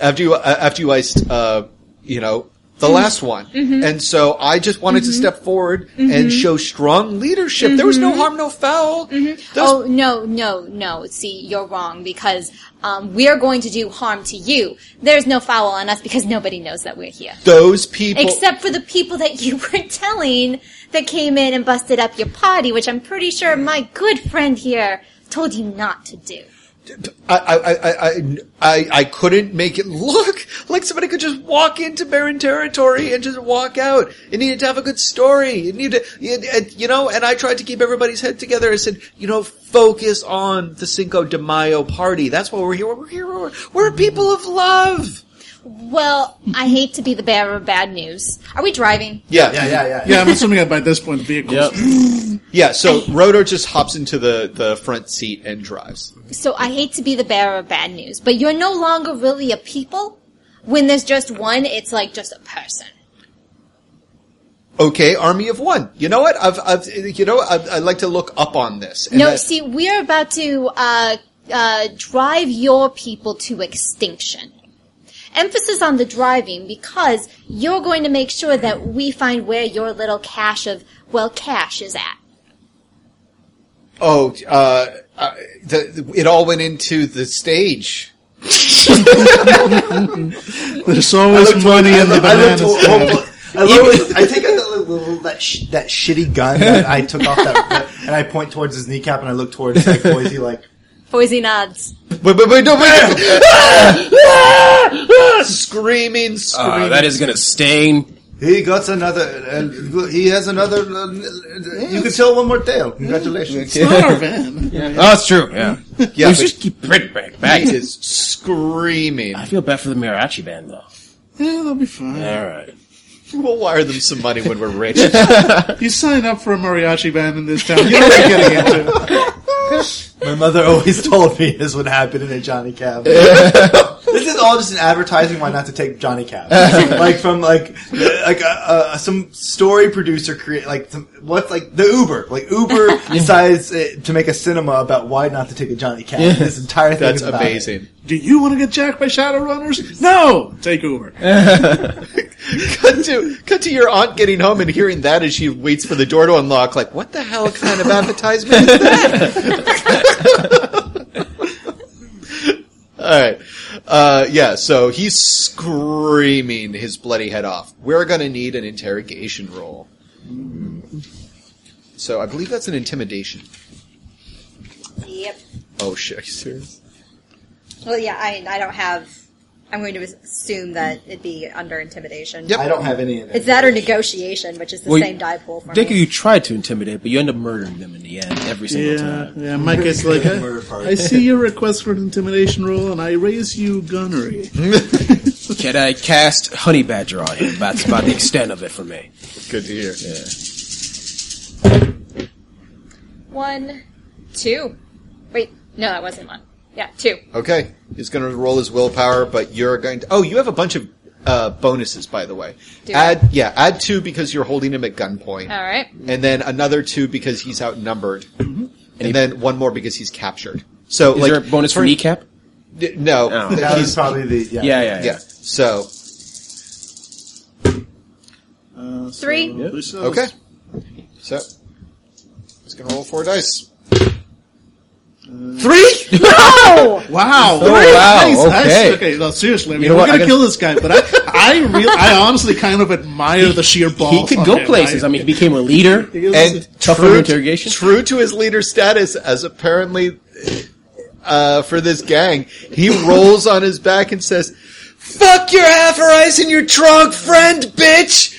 [SPEAKER 3] after you uh, after you iced uh you know the last one and so I just wanted to step forward and show strong leadership. There was no harm, no foul. Those-
[SPEAKER 6] Oh, no, no, no. See, you're wrong because um, we're going to do harm to you. There's no foul on us because nobody knows that we're here.
[SPEAKER 3] Those people.
[SPEAKER 6] Except for the people that you were telling
[SPEAKER 8] that came in and busted up your party, which I'm pretty sure my good friend here told you not to do.
[SPEAKER 3] I, I, I, I, I, I couldn't make it look like somebody could just walk into Baron territory and just walk out. It needed to have a good story. It needed, it, it, you know, and I tried to keep everybody's head together. I said, you know, focus on the Cinco de Mayo party. That's what we're here. We're here. We're, we're people of love.
[SPEAKER 8] Well, I hate to be the bearer of bad news. Are we driving?
[SPEAKER 3] Yeah.
[SPEAKER 2] Yeah, yeah, yeah.
[SPEAKER 4] Yeah, I'm assuming that by this point the vehicle's
[SPEAKER 3] Yeah. So Rotor just hops into the, the front seat and drives.
[SPEAKER 8] So I hate to be the bearer of bad news, but you're no longer really a people. When there's just one, it's like just a person.
[SPEAKER 3] Okay. Army of one. You know what? I've, I've, you know, I've, I like to look up on this. And
[SPEAKER 8] No,
[SPEAKER 3] that-
[SPEAKER 8] see, we're about to uh, uh, drive your people to extinction. Emphasis on the driving because you're going to make sure that we find where your little cache of, well, cash is at.
[SPEAKER 3] Oh, uh, uh, the, it all went into the stage.
[SPEAKER 4] There's always money in the
[SPEAKER 2] I
[SPEAKER 4] banana
[SPEAKER 2] looked-
[SPEAKER 4] stand.
[SPEAKER 2] I looked- I take out that, little, little- that, sh- that shitty gun that I took off that, that- and I point towards his kneecap and I look towards like Boise like
[SPEAKER 8] Boise nods.
[SPEAKER 3] Wait, wait, wait, no, wait. screaming, screaming.
[SPEAKER 1] Uh, that is gonna stain.
[SPEAKER 2] he got another uh, he has another uh, you can tell one more tale congratulations
[SPEAKER 4] It's not our van.
[SPEAKER 1] Oh, that's true.
[SPEAKER 5] Mm-hmm.
[SPEAKER 1] Yeah.
[SPEAKER 3] yeah,
[SPEAKER 1] Let's
[SPEAKER 3] but
[SPEAKER 1] just keep Brit back. back.
[SPEAKER 3] he is screaming.
[SPEAKER 1] I feel bad for the Mariachi band though.
[SPEAKER 4] Yeah, that'll be fine.
[SPEAKER 1] All right.
[SPEAKER 3] We'll wire them some money when we're rich.
[SPEAKER 4] You sign up for a mariachi band in this town. You know what you're getting into.
[SPEAKER 2] my mother always told me this would happen in a Johnny cab this is all just an advertising why not to take Johnny cab like from like like uh, uh, some story producer create like some, what's like the Uber like Uber decides uh, to make a cinema about why not to take a Johnny cab this entire thing
[SPEAKER 3] That's
[SPEAKER 2] is about it.
[SPEAKER 3] amazing.
[SPEAKER 4] Do you want to get jacked by Shadowrunners? No! Take Uber.
[SPEAKER 3] Cut to cut to your aunt getting home and hearing that as she waits for the door to unlock. Like, what the hell kind of advertisement is that? All right, uh, yeah. So he's screaming his bloody head off. We're gonna need an interrogation roll. So I believe that's an intimidation.
[SPEAKER 8] Yep.
[SPEAKER 3] Oh shit! Are you serious?
[SPEAKER 8] Well, yeah, I, I don't have. I'm going to assume that it'd be under intimidation.
[SPEAKER 3] Yep.
[SPEAKER 2] I don't have any in it.
[SPEAKER 8] It's that or negotiation, which is the
[SPEAKER 1] Well,
[SPEAKER 8] same die pool for
[SPEAKER 1] Dick,
[SPEAKER 8] me.
[SPEAKER 1] you try to intimidate, but you end up murdering them in the end every single
[SPEAKER 4] Yeah,
[SPEAKER 1] time.
[SPEAKER 4] yeah. Mike is like,
[SPEAKER 2] Murder part.
[SPEAKER 4] I, I see your request for an intimidation roll, and I raise you gunnery.
[SPEAKER 1] Can I cast Honey Badger on him? That's about the extent of it for me.
[SPEAKER 3] Good to hear.
[SPEAKER 8] One, two. Wait, no, that wasn't one. Yeah, two.
[SPEAKER 3] Okay, he's going to roll his willpower, but you're going to. Oh, you have a bunch of uh, bonuses, by the way.
[SPEAKER 8] Do I?
[SPEAKER 3] add yeah, add two because you're holding him at gunpoint,
[SPEAKER 8] All right.
[SPEAKER 3] and then another two because he's outnumbered, and then one more because he's captured. So
[SPEAKER 1] Is
[SPEAKER 3] like
[SPEAKER 1] there a bonus for kneecap?
[SPEAKER 3] d- no,
[SPEAKER 1] Oh.
[SPEAKER 3] he's-
[SPEAKER 2] That is probably the yeah.
[SPEAKER 1] Yeah, yeah, yeah.
[SPEAKER 3] yeah. So
[SPEAKER 4] Uh, so
[SPEAKER 8] Three.
[SPEAKER 4] this is-
[SPEAKER 3] okay, so he's going to roll four dice.
[SPEAKER 1] Three?
[SPEAKER 4] Wow!
[SPEAKER 1] Oh,
[SPEAKER 4] Nice,
[SPEAKER 1] wow,
[SPEAKER 4] nice.
[SPEAKER 1] okay.
[SPEAKER 4] Okay, no, seriously, I mean,
[SPEAKER 1] know
[SPEAKER 4] we're
[SPEAKER 1] what,
[SPEAKER 4] gonna
[SPEAKER 1] I guess-
[SPEAKER 4] kill this guy, but I, I, real, I honestly kind of admire the sheer balls.
[SPEAKER 1] He could
[SPEAKER 4] on
[SPEAKER 1] go
[SPEAKER 4] him.
[SPEAKER 1] places. I mean, he became a leader.
[SPEAKER 3] and
[SPEAKER 1] Tough
[SPEAKER 3] true,
[SPEAKER 1] room interrogation?
[SPEAKER 3] true to his leader status as apparently uh, for this gang he rolls on his back and says fuck your half ice and your drunk friend bitch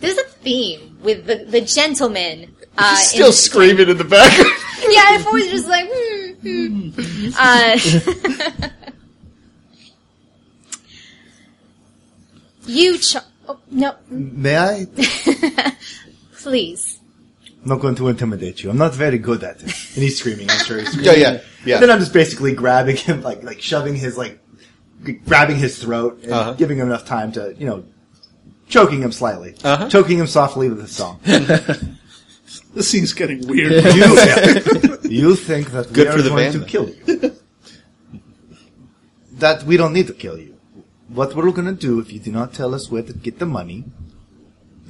[SPEAKER 8] There's a theme with the, the gentleman. Uh,
[SPEAKER 3] He's still
[SPEAKER 8] in-
[SPEAKER 3] screaming in the back
[SPEAKER 8] yeah, I've always just like, hmm, hmm. Uh, you, ch- oh, no,
[SPEAKER 2] May I?
[SPEAKER 8] please.
[SPEAKER 2] I'm not going to intimidate you. I'm not very good at this. And he's screaming. I'm sure he's
[SPEAKER 1] Mm-hmm.
[SPEAKER 2] screaming.
[SPEAKER 3] yeah yeah yeah
[SPEAKER 2] And then I'm just basically grabbing him, like like shoving his like g- grabbing his throat and
[SPEAKER 3] Uh-huh.
[SPEAKER 2] giving him enough time to you know choking him slightly,
[SPEAKER 3] Uh-huh.
[SPEAKER 2] choking him softly with a song. you,
[SPEAKER 4] This scene's getting weird.
[SPEAKER 2] you think that
[SPEAKER 3] Good
[SPEAKER 2] we
[SPEAKER 3] for
[SPEAKER 2] are
[SPEAKER 3] the band,
[SPEAKER 2] going to
[SPEAKER 3] though.
[SPEAKER 2] kill you? that we don't need to kill you. What we're going to do if you do not tell us where to get the money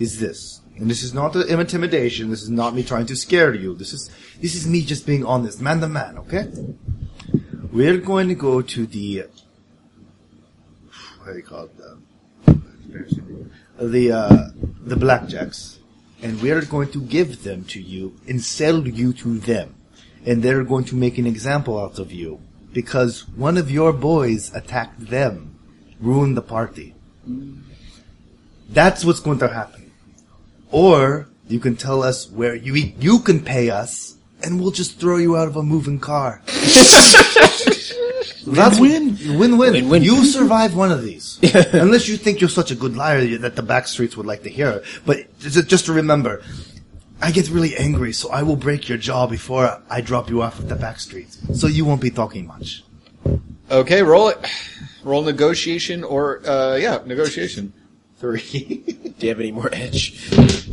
[SPEAKER 2] is this. And this is not an intimidation. This is not me trying to scare you. This is this is me just being honest, man to man. Okay. We're going to go to the what do you call it? The, the uh, the blackjacks, and we are going to give them to you and sell you to them, and they're going to make an example out of you because one of your boys attacked them, ruined the party. That's what's going to happen. Or you can tell us where you eat. You can pay us, and we'll just throw you out of a moving car. That's win win win win. You survive one of these, unless you think you're such a good liar that the back streets would like to hear. But just just to remember, I get really angry, so I will break your jaw before I drop you off at the back streets, so you won't be talking much.
[SPEAKER 3] Okay, roll it. Roll negotiation or uh, yeah, negotiation.
[SPEAKER 2] Three.
[SPEAKER 5] Do you have any more edge?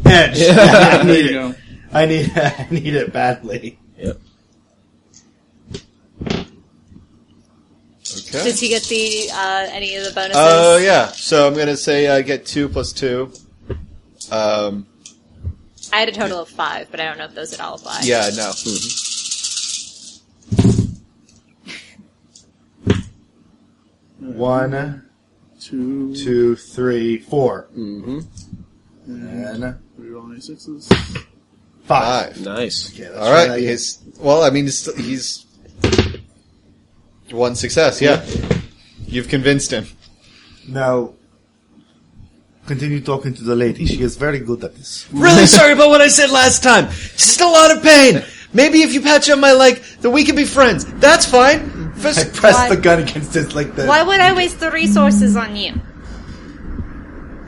[SPEAKER 2] Edge. I
[SPEAKER 4] There
[SPEAKER 2] need
[SPEAKER 4] you
[SPEAKER 2] it.
[SPEAKER 4] go.
[SPEAKER 2] I need I need it badly.
[SPEAKER 5] Yep.
[SPEAKER 3] Okay.
[SPEAKER 6] Does he get the uh, any of the bonuses?
[SPEAKER 3] Oh yeah. So I'm gonna say I get two plus two. Um.
[SPEAKER 6] I had a total of five, but I don't know if those at all apply.
[SPEAKER 3] Yeah. No.
[SPEAKER 2] One,
[SPEAKER 4] Two.
[SPEAKER 2] two, three, four. And
[SPEAKER 4] Reroll any sixes.
[SPEAKER 2] five.
[SPEAKER 3] Five.
[SPEAKER 5] Nice.
[SPEAKER 2] Okay, that's
[SPEAKER 3] All
[SPEAKER 2] what I
[SPEAKER 3] right.
[SPEAKER 2] get.
[SPEAKER 3] He's well. I mean, he's, he's one success. Yeah. You've convinced him.
[SPEAKER 2] Now, continue talking to the lady. She is very good at this.
[SPEAKER 3] Really sorry about what I said last time. Just a lot of pain. Maybe if you patch up my leg, then we can be friends. That's fine.
[SPEAKER 2] I
[SPEAKER 3] First,
[SPEAKER 2] pressed
[SPEAKER 6] Why-
[SPEAKER 2] the gun against it like the.
[SPEAKER 6] Why would I waste the resources on you?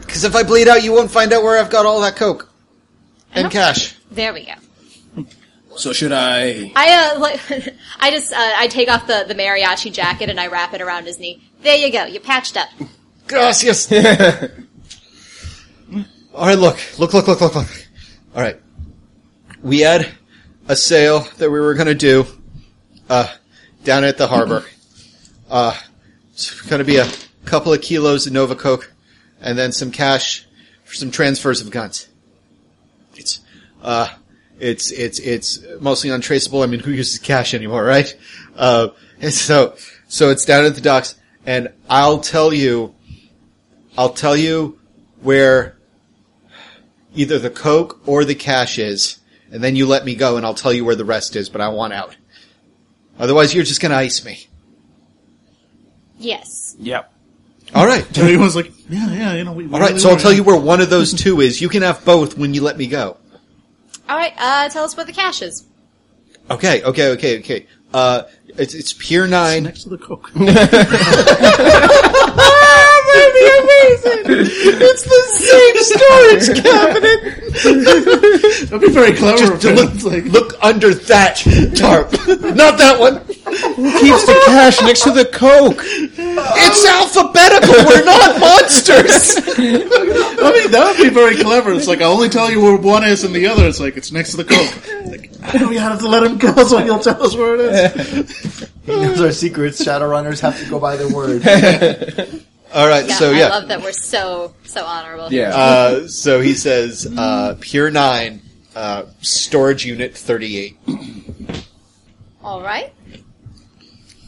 [SPEAKER 3] because if I bleed out, you won't find out where I've got all that coke and
[SPEAKER 6] Uh-huh.
[SPEAKER 3] cash.
[SPEAKER 6] There we go.
[SPEAKER 5] So should I?
[SPEAKER 6] I uh, like, I just uh, I take off the the mariachi jacket and I wrap it around his knee. There you go. You patched up.
[SPEAKER 3] Gracias. All right, look, look, look, look, look, look. All right, we had a sale that we were gonna do uh, down at the harbor. uh, it's gonna be a couple of kilos of Nova Coke, and then some cash for some transfers of guns. It's uh, it's it's it's mostly untraceable. I mean, who uses cash anymore, right? Uh, and so so it's down at the docks, and I'll tell you. I'll tell you where either the coke or the cash is, and then you let me go, and I'll tell you where the rest is. But I want out. Otherwise, you're just gonna ice me.
[SPEAKER 6] Yes.
[SPEAKER 5] Yep.
[SPEAKER 3] All right,
[SPEAKER 4] And everyone's like, yeah, yeah, you know. We, we
[SPEAKER 3] all right.
[SPEAKER 4] really
[SPEAKER 3] So I'll
[SPEAKER 4] wanna-
[SPEAKER 3] tell you where one of those two is. You can have both when you let me go.
[SPEAKER 6] All right. Uh, tell us where the cash is.
[SPEAKER 3] Okay, okay, okay, okay. Uh, it's it's Pier Nine.
[SPEAKER 4] Next to the coke.
[SPEAKER 3] it's the same storage cabinet.
[SPEAKER 4] That'd be very clever.
[SPEAKER 3] Just
[SPEAKER 4] if it
[SPEAKER 3] look,
[SPEAKER 4] was like,
[SPEAKER 3] look under that tarp, not that one.
[SPEAKER 1] Keeps the cash next to the coke.
[SPEAKER 3] It's alphabetical. We're not monsters.
[SPEAKER 4] I mean, that would be very clever. It's like I only tell you where one is and the other. It's like it's next to the coke. Like, oh, we have to let him go, so he'll tell us where it is.
[SPEAKER 2] He knows our secrets. Shadowrunners have to go by their word.
[SPEAKER 3] All right.
[SPEAKER 6] Yeah,
[SPEAKER 3] so
[SPEAKER 6] I
[SPEAKER 3] yeah.
[SPEAKER 6] love that we're so so honorable.
[SPEAKER 5] Yeah.
[SPEAKER 3] Uh, so he says, uh, Pier 9, uh, storage unit 38.
[SPEAKER 6] All right.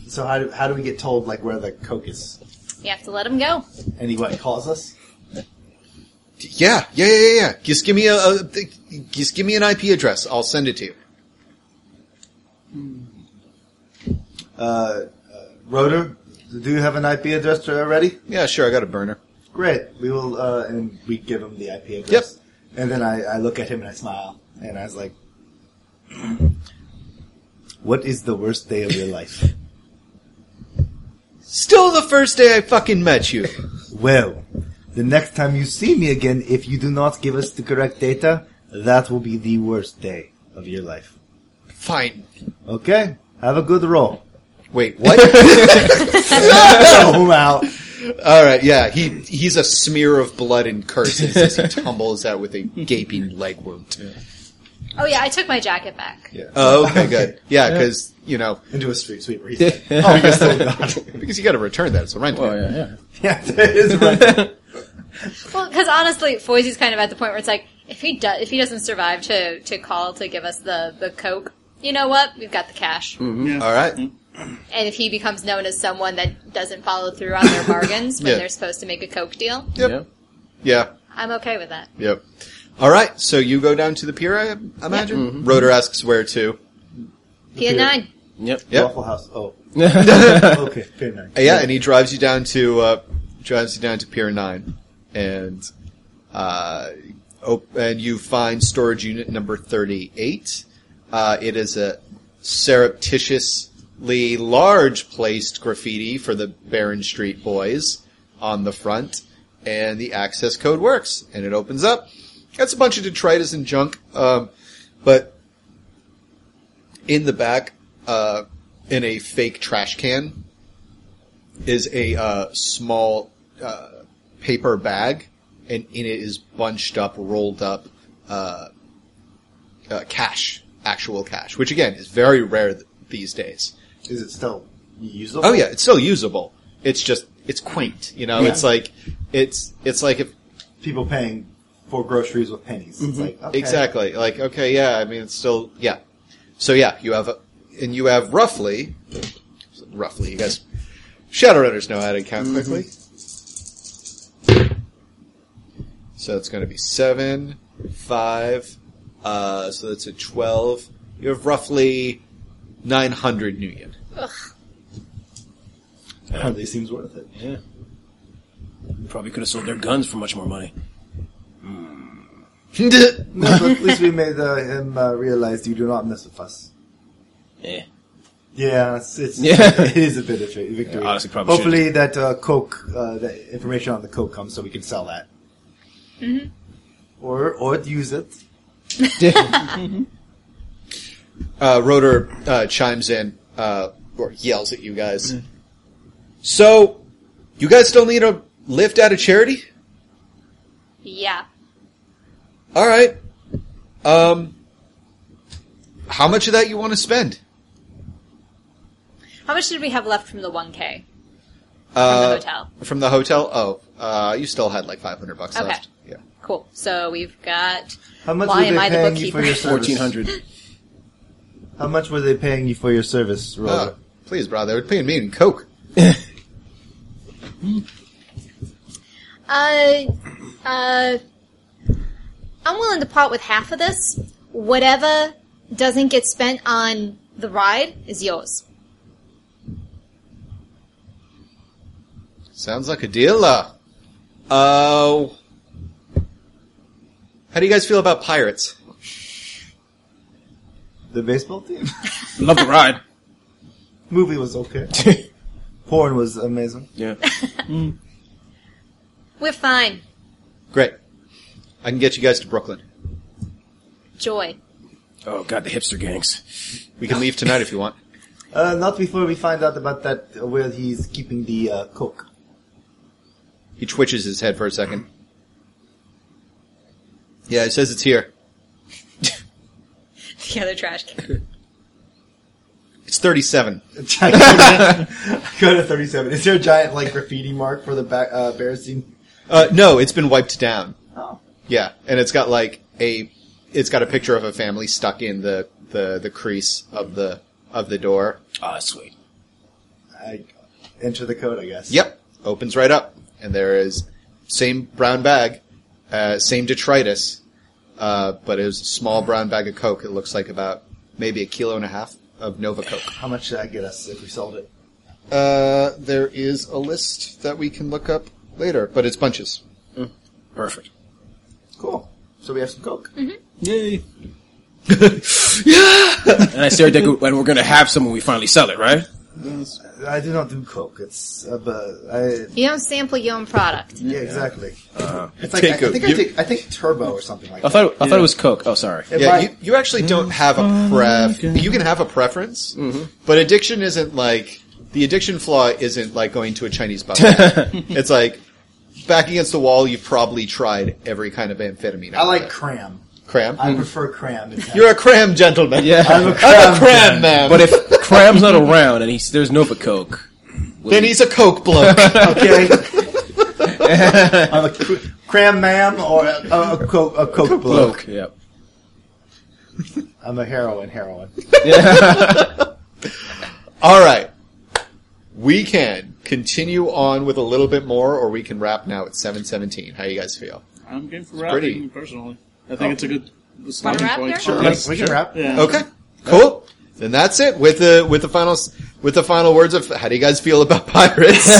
[SPEAKER 2] so how do, how do we get told like where the coke is?
[SPEAKER 6] You have to let him go.
[SPEAKER 2] And he what calls us?
[SPEAKER 3] Yeah, yeah, yeah, yeah, yeah. Just give me a, a th- just give me an IP address. I'll send it to you.
[SPEAKER 2] Rotor, do you have an IP address already?
[SPEAKER 3] Yeah, sure. I got a burner.
[SPEAKER 2] Great. We will, uh, and we give him the IP address. And then I, I look at him and I smile, and I was like, "What is the worst day of your life?"
[SPEAKER 3] Still the first day I fucking met you.
[SPEAKER 2] Well, the next time you see me again, if you do not give us the correct data, that will be the worst day of your life.
[SPEAKER 3] Fine.
[SPEAKER 2] Okay. Have a good roll.
[SPEAKER 3] Wait, what?
[SPEAKER 2] Throw him out.
[SPEAKER 3] All right, yeah. He he's a smear of blood and curses as he tumbles out with a gaping leg wound.
[SPEAKER 6] Oh yeah, I took my jacket back.
[SPEAKER 3] Oh, okay, good. Yeah, because you know
[SPEAKER 2] Into a street sweeper. He's like,
[SPEAKER 3] because you got to return that. It's a rental.
[SPEAKER 5] Oh yeah, yeah.
[SPEAKER 2] yeah, that is right.
[SPEAKER 6] Well, because honestly, Foisey's kind of at the point where it's like, if he does, if he doesn't survive to to call to give us the the coke, you know what? We've got the cash.
[SPEAKER 3] All right.
[SPEAKER 6] And if he becomes known as someone that doesn't follow through on their bargains when
[SPEAKER 3] Yeah.
[SPEAKER 6] they're supposed to make a coke deal,
[SPEAKER 3] Yep. Yeah.
[SPEAKER 6] I'm okay with that.
[SPEAKER 3] Yep. All right, so you go down to the pier, I imagine. Rotor asks where to.
[SPEAKER 6] Pier nine.
[SPEAKER 5] Yep.
[SPEAKER 3] Yep.
[SPEAKER 2] Waffle House. Oh. okay, fair enough.
[SPEAKER 3] Uh, Yeah, and he drives you down to uh, drives you down to Pier Nine, and uh, op- and you find storage unit number thirty eight. Uh, it is a surreptitiously large placed graffiti for the Barron Street Boys on the front, and the access code works, and it opens up. That's a bunch of detritus and junk, um, but in the back, uh, in a fake trash can, is a uh, small uh, paper bag, and in it is bunched up, rolled up uh, uh, cash, actual cash, which again is very rare th- these days.
[SPEAKER 2] Is it still usable?
[SPEAKER 3] Oh yeah, it's still usable. It's just it's quaint, you know.
[SPEAKER 2] Yeah.
[SPEAKER 3] It's like it's it's like if
[SPEAKER 2] People paying for groceries with pennies. It's like, okay.
[SPEAKER 3] Mm-hmm. Exactly. Like, okay, yeah, I mean, it's still, yeah. So yeah, you have, a, and you have roughly, roughly, you guys, Shadowrunners know how to count quickly. So it's going to be seven, five, uh, so that's a 12. You have roughly 900 new yen.
[SPEAKER 2] Hardly seems worth it.
[SPEAKER 5] Probably could have sold their guns for much more money.
[SPEAKER 2] No, but at least we made uh, him uh, realize you do not mess with us.
[SPEAKER 5] Eh.
[SPEAKER 2] Yeah, it's, it's
[SPEAKER 5] Yeah.
[SPEAKER 2] it is a bit of a victory.
[SPEAKER 5] Yeah, honestly, probably
[SPEAKER 2] Hopefully that uh, coke, uh, that information on the coke comes so we can sell that, mm-hmm. or or use it.
[SPEAKER 3] uh, Rotor uh, chimes in uh, or yells at you guys. So, you guys still need a lift out of charity?
[SPEAKER 6] Yeah.
[SPEAKER 3] All right. Um, how much of that you want to spend?
[SPEAKER 6] How much did we have left from the 1K?
[SPEAKER 3] Uh,
[SPEAKER 6] hotel.
[SPEAKER 3] From the hotel. Oh, uh, you still had like five hundred bucks
[SPEAKER 6] Okay.
[SPEAKER 3] left. Yeah.
[SPEAKER 6] Cool. So we've got.
[SPEAKER 2] How much
[SPEAKER 6] Why
[SPEAKER 2] were
[SPEAKER 6] am
[SPEAKER 2] they
[SPEAKER 6] I the
[SPEAKER 2] paying you
[SPEAKER 6] bookkeeper?
[SPEAKER 2] for your service?
[SPEAKER 5] 1400
[SPEAKER 2] How much were they paying you for your service,
[SPEAKER 5] Uh.
[SPEAKER 3] Oh,
[SPEAKER 2] Roller?
[SPEAKER 3] please, brother. They're paying me in coke.
[SPEAKER 6] Uh, uh, I'm willing to part with half of this. Whatever doesn't get spent on the ride is yours.
[SPEAKER 3] Sounds like a deal. Uh, uh, how do you guys feel about pirates?
[SPEAKER 2] The baseball team
[SPEAKER 5] Love the ride.
[SPEAKER 2] movie was okay. Porn was amazing.
[SPEAKER 5] Yeah.
[SPEAKER 6] We're fine.
[SPEAKER 3] Great. I can get you guys to Brooklyn.
[SPEAKER 6] Joy.
[SPEAKER 5] Oh god, the hipster gangs.
[SPEAKER 3] We can leave tonight if you want.
[SPEAKER 2] Uh, not before we find out about that uh, where he's keeping the uh, coke.
[SPEAKER 3] He twitches his head for a second. Yeah, it says it's here.
[SPEAKER 6] The other trash can.
[SPEAKER 3] It's thirty-seven.
[SPEAKER 2] I go to- I go to thirty-seven. Is there a giant like graffiti mark for the back, uh, Bears team?
[SPEAKER 3] Uh, no, it's been wiped down.
[SPEAKER 2] Oh.
[SPEAKER 3] Yeah, and it's got like a, it's got a picture of a family stuck in the the, the crease of the of the door.
[SPEAKER 5] Ah, sweet.
[SPEAKER 2] I enter the code, I guess.
[SPEAKER 3] Yep, opens right up, and there is same brown bag, uh, same detritus, uh, but it was a small brown bag of Coke. It looks like about maybe a kilo and a half of Nova Coke.
[SPEAKER 2] How much did I get us if we sold it?
[SPEAKER 3] Uh, there is a list that we can look up later, but it's bunches.
[SPEAKER 5] Perfect.
[SPEAKER 2] Cool. So we have some coke.
[SPEAKER 4] Yay!
[SPEAKER 5] And I stared at Deku, and we're gonna have some when we finally sell it, right?
[SPEAKER 4] That's-
[SPEAKER 2] I do not do coke. It's uh, but I
[SPEAKER 6] You don't sample your own product.
[SPEAKER 2] yeah exactly. It's like I,
[SPEAKER 3] Uh-huh. Take
[SPEAKER 2] I think I
[SPEAKER 3] you-
[SPEAKER 2] take I think turbo or something like
[SPEAKER 5] I
[SPEAKER 2] that.
[SPEAKER 5] thought I thought it was Coke. Oh, sorry.
[SPEAKER 2] It
[SPEAKER 3] Yeah,
[SPEAKER 2] might-
[SPEAKER 3] you, you actually don't have a pref. You can have a preference,
[SPEAKER 2] Mm-hmm.
[SPEAKER 3] but addiction isn't like the addiction flaw isn't like going to a Chinese buffet. it's like back against the wall. You've probably tried every kind of amphetamine.
[SPEAKER 2] I
[SPEAKER 3] out
[SPEAKER 2] like
[SPEAKER 3] there.
[SPEAKER 2] cram.
[SPEAKER 3] cram.
[SPEAKER 2] I prefer cram. It's-
[SPEAKER 3] Mm-hmm. You're a cram gentleman.
[SPEAKER 5] Yeah.
[SPEAKER 2] I'm a
[SPEAKER 3] I'm
[SPEAKER 2] cram.
[SPEAKER 3] a cram man.
[SPEAKER 5] But if Cram's not around and he's there's Nova Coke,
[SPEAKER 3] then he's a coke bloke.
[SPEAKER 2] okay. I'm a cr- cram ma'am or a, a, a coke a coke, bloke.
[SPEAKER 5] Coke. Yeah.
[SPEAKER 2] I'm a heroin heroin.
[SPEAKER 3] All right, we can continue on with a little bit more, or we can wrap now at seven seventeen. How you guys feel?
[SPEAKER 4] I'm game for
[SPEAKER 3] pretty.
[SPEAKER 4] rapping personally. I think it's a good
[SPEAKER 6] Wanna
[SPEAKER 4] starting
[SPEAKER 6] rap
[SPEAKER 4] point.
[SPEAKER 6] there?
[SPEAKER 4] Sure.
[SPEAKER 2] We- we can wrap.
[SPEAKER 4] Yeah.
[SPEAKER 3] Okay, cool. Then that's it with the with the final s- with the final words of how do you guys feel about pirates?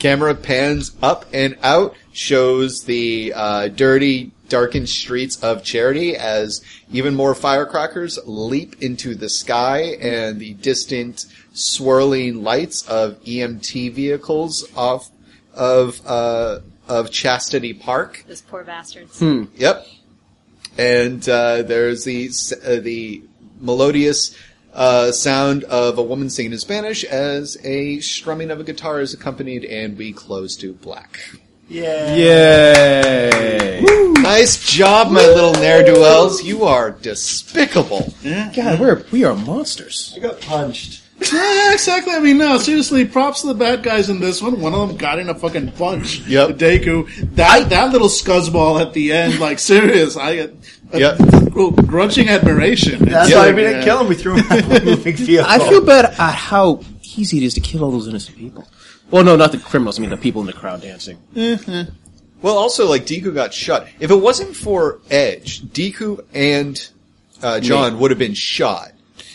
[SPEAKER 3] Camera pans up and out, shows the uh, dirty, darkened streets of Charity as even more firecrackers leap into the sky, and the distant, swirling lights of EMT vehicles off of uh, of Chastity Park.
[SPEAKER 6] Those poor bastards.
[SPEAKER 3] Hmm. Yep. And uh, there's the uh, the melodious uh, sound of a woman singing in Spanish as a strumming of a guitar is accompanied, and we close to black.
[SPEAKER 2] Yeah.
[SPEAKER 1] Yay!
[SPEAKER 3] Nice job, my little ne'er do wells. You are despicable.
[SPEAKER 1] God, we're we are monsters.
[SPEAKER 2] I got punched.
[SPEAKER 4] Yeah, yeah, exactly. I mean, no, seriously, props to the bad guys in this one. One of them got in a fucking punch.
[SPEAKER 3] Yep.
[SPEAKER 4] Deku. That that little scuzzball at the end, like, serious. I uh,
[SPEAKER 3] Yep.
[SPEAKER 4] gr- grudging admiration.
[SPEAKER 2] That's
[SPEAKER 4] It's
[SPEAKER 2] why
[SPEAKER 4] like,
[SPEAKER 2] we didn't
[SPEAKER 4] yeah.
[SPEAKER 2] kill him. We threw him out of a moving vehicle.
[SPEAKER 1] I feel bad at how easy it is to kill all those innocent people. Well, no, not the criminals. I mean the people in the crowd dancing.
[SPEAKER 3] Well, also like Deku got shot. If it wasn't for Edge, Deku and uh, John would have been shot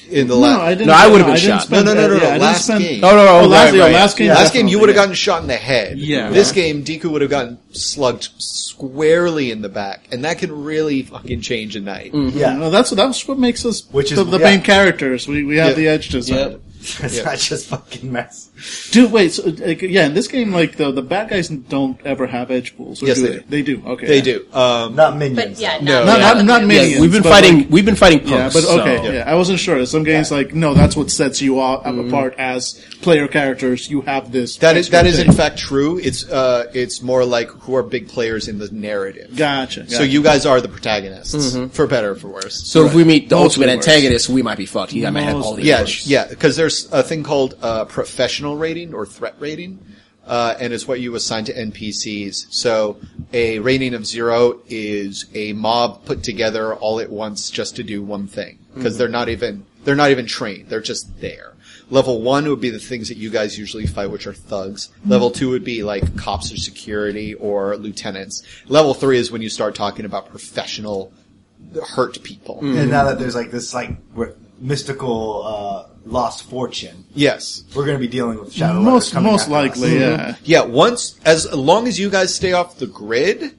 [SPEAKER 3] in the
[SPEAKER 4] No,
[SPEAKER 3] last.
[SPEAKER 4] I didn't.
[SPEAKER 1] No, I would've
[SPEAKER 4] no, didn't
[SPEAKER 1] been shot.
[SPEAKER 4] spend-
[SPEAKER 3] No, no, no, no,
[SPEAKER 4] yeah,
[SPEAKER 3] no,
[SPEAKER 4] I didn't
[SPEAKER 3] last
[SPEAKER 4] spend-
[SPEAKER 3] game.
[SPEAKER 4] Oh,
[SPEAKER 1] no, no,
[SPEAKER 4] oh, last,
[SPEAKER 1] right,
[SPEAKER 4] yeah,
[SPEAKER 1] right.
[SPEAKER 4] last game.
[SPEAKER 3] Last game, you would have
[SPEAKER 4] definitely,
[SPEAKER 3] gotten shot in the head.
[SPEAKER 4] Yeah.
[SPEAKER 3] This game, Deku would have gotten slugged squarely in the back, and that can really fucking change a night.
[SPEAKER 4] yeah. No, that's that's what makes us
[SPEAKER 2] Which is-
[SPEAKER 4] the, the
[SPEAKER 2] yeah.
[SPEAKER 4] main characters. We we have
[SPEAKER 3] Yeah.
[SPEAKER 4] the edge to some.
[SPEAKER 2] it's not just fucking mess.
[SPEAKER 4] Dude, wait. So, like, yeah, in this game, like the the bad guys don't ever have edge pools. or
[SPEAKER 3] Yes,
[SPEAKER 4] do
[SPEAKER 3] they do.
[SPEAKER 4] They do. Okay,
[SPEAKER 3] They do. Um,
[SPEAKER 2] Not minions.
[SPEAKER 6] But yeah,
[SPEAKER 3] No,
[SPEAKER 6] no.
[SPEAKER 3] Not-
[SPEAKER 4] not- not many.
[SPEAKER 1] We've been
[SPEAKER 4] But,
[SPEAKER 1] fighting. we've been fighting
[SPEAKER 4] Yeah,
[SPEAKER 1] punks.
[SPEAKER 4] but okay.
[SPEAKER 1] so-
[SPEAKER 4] Yeah, I wasn't sure. Some games like no, that's what sets you all apart as player characters. You have this.
[SPEAKER 3] Mm-hmm. that is
[SPEAKER 4] extra
[SPEAKER 3] that is in
[SPEAKER 4] thing.
[SPEAKER 3] fact true. It's uh, it's more like who are big players in the narrative.
[SPEAKER 4] Gotcha. gotcha.
[SPEAKER 3] So you guys are the protagonists,
[SPEAKER 4] Mm-hmm.
[SPEAKER 3] for better or for worse.
[SPEAKER 5] So if we meet the
[SPEAKER 4] Mostly
[SPEAKER 5] ultimate
[SPEAKER 4] worse.
[SPEAKER 5] antagonist, we might be fucked. He I might have all the
[SPEAKER 4] Mostly
[SPEAKER 3] Yeah,
[SPEAKER 5] answers.
[SPEAKER 3] yeah, because there's a thing called uh, professional rating or threat rating, uh, and it's what you assign to NPCs. So a rating of zero is a mob put together all at once just to do one thing because they're not even they're not even trained; they're just there. Level one would be the things that you guys usually fight, which are thugs. Level two would be like cops or security or lieutenants. Level three is when you start talking about professional hurt people.
[SPEAKER 2] And now that there's like this like r- mystical uh, lost fortune,
[SPEAKER 3] Yes.
[SPEAKER 2] we're going to be dealing with shadow. Lovers
[SPEAKER 4] most
[SPEAKER 2] coming
[SPEAKER 4] most
[SPEAKER 2] after
[SPEAKER 4] likely.
[SPEAKER 2] us.
[SPEAKER 3] Yeah,
[SPEAKER 4] Yeah.
[SPEAKER 3] once as long as you guys stay off the grid,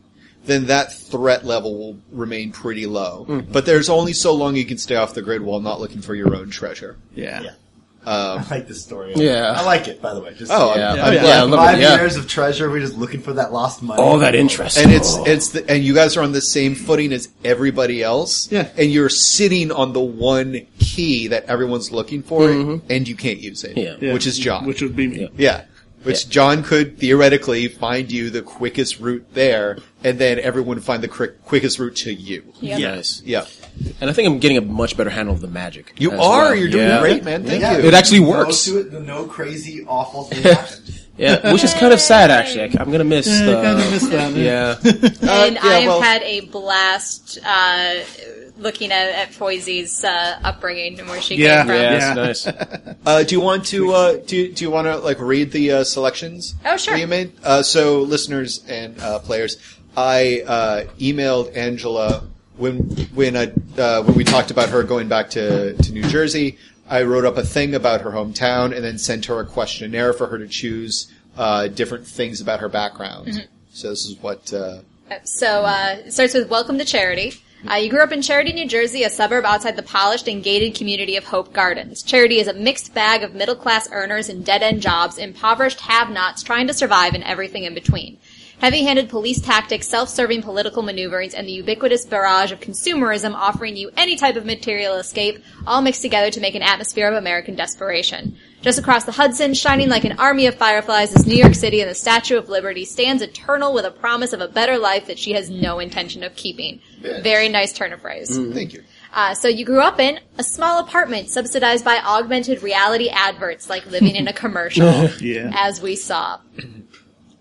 [SPEAKER 3] then that threat level will remain pretty low. But there's only so long you can stay off the grid while not looking for your own treasure.
[SPEAKER 4] Yeah.
[SPEAKER 2] Yeah. I like this story.
[SPEAKER 5] Yeah.
[SPEAKER 2] I like it. By the way, just
[SPEAKER 3] Um, Oh, I'm-
[SPEAKER 5] Yeah.
[SPEAKER 3] I'm,
[SPEAKER 5] Oh, yeah.
[SPEAKER 3] glad.
[SPEAKER 5] I love it,
[SPEAKER 2] five
[SPEAKER 5] yeah.
[SPEAKER 2] years of treasure. We're just looking for that lost money.
[SPEAKER 5] All that interest.
[SPEAKER 3] And it's it's the, and you guys are on the same footing as everybody else.
[SPEAKER 4] Yeah.
[SPEAKER 3] And you're sitting on the one key that everyone's looking for, and you can't use it.
[SPEAKER 5] Yeah.
[SPEAKER 4] Yeah.
[SPEAKER 3] Mm-hmm. Which is John.
[SPEAKER 4] Which would be me.
[SPEAKER 3] Yeah. Which John could theoretically find you the quickest route there, and then everyone would find the quick, quickest route to you.
[SPEAKER 6] Yeah.
[SPEAKER 5] Yes.
[SPEAKER 3] Yeah.
[SPEAKER 5] And I think I'm getting a much better handle of the magic.
[SPEAKER 3] You
[SPEAKER 5] as
[SPEAKER 3] are.
[SPEAKER 5] well.
[SPEAKER 3] You're doing
[SPEAKER 5] Yeah.
[SPEAKER 3] great, man. Thank
[SPEAKER 2] Yeah.
[SPEAKER 3] you.
[SPEAKER 5] It actually
[SPEAKER 2] No
[SPEAKER 5] works.
[SPEAKER 2] to it, the no crazy awful thing happened.
[SPEAKER 5] Yeah, which is kind of sad actually. I'm gonna miss uh,
[SPEAKER 4] Yeah,
[SPEAKER 5] the
[SPEAKER 4] I kinda miss that, yeah.
[SPEAKER 5] Yeah.
[SPEAKER 6] And
[SPEAKER 3] Uh, yeah,
[SPEAKER 6] I've
[SPEAKER 3] well-
[SPEAKER 6] had a blast uh, looking at, at Foisy's uh, upbringing and where she
[SPEAKER 4] Yeah.
[SPEAKER 6] came from.
[SPEAKER 5] yeah,
[SPEAKER 4] Yeah.
[SPEAKER 5] that's nice.
[SPEAKER 3] Uh, do you want to uh, do Do you want to like read the uh, selections?
[SPEAKER 6] Oh, sure.
[SPEAKER 3] that You made uh, so listeners and uh, players. I uh, emailed Angela when when I uh, when we talked about her going back to to New Jersey. I wrote up a thing about her hometown and then sent her a questionnaire for her to choose uh, different things about her background.
[SPEAKER 6] Mm-hmm.
[SPEAKER 3] So this is what. Uh,
[SPEAKER 6] So uh, it starts with Welcome to Charity. Uh, you grew up in Charity, New Jersey, a suburb outside the polished and gated community of Hope Gardens. Charity is a mixed bag of middle class earners and dead end jobs, impoverished have nots trying to survive, and everything in between. Heavy handed police tactics, self serving political maneuverings, and the ubiquitous barrage of consumerism offering you any type of material escape, all mixed together to make an atmosphere of American desperation. Just across the Hudson, shining like an army of fireflies, is New York City, and the Statue of Liberty stands eternal with a promise of a better life that she has no intention of keeping. Very nice turn of phrase.
[SPEAKER 3] thank you.
[SPEAKER 6] Uh, so you grew up in a small apartment subsidized by augmented reality adverts, like living in a commercial,
[SPEAKER 4] Yeah.
[SPEAKER 6] as we saw.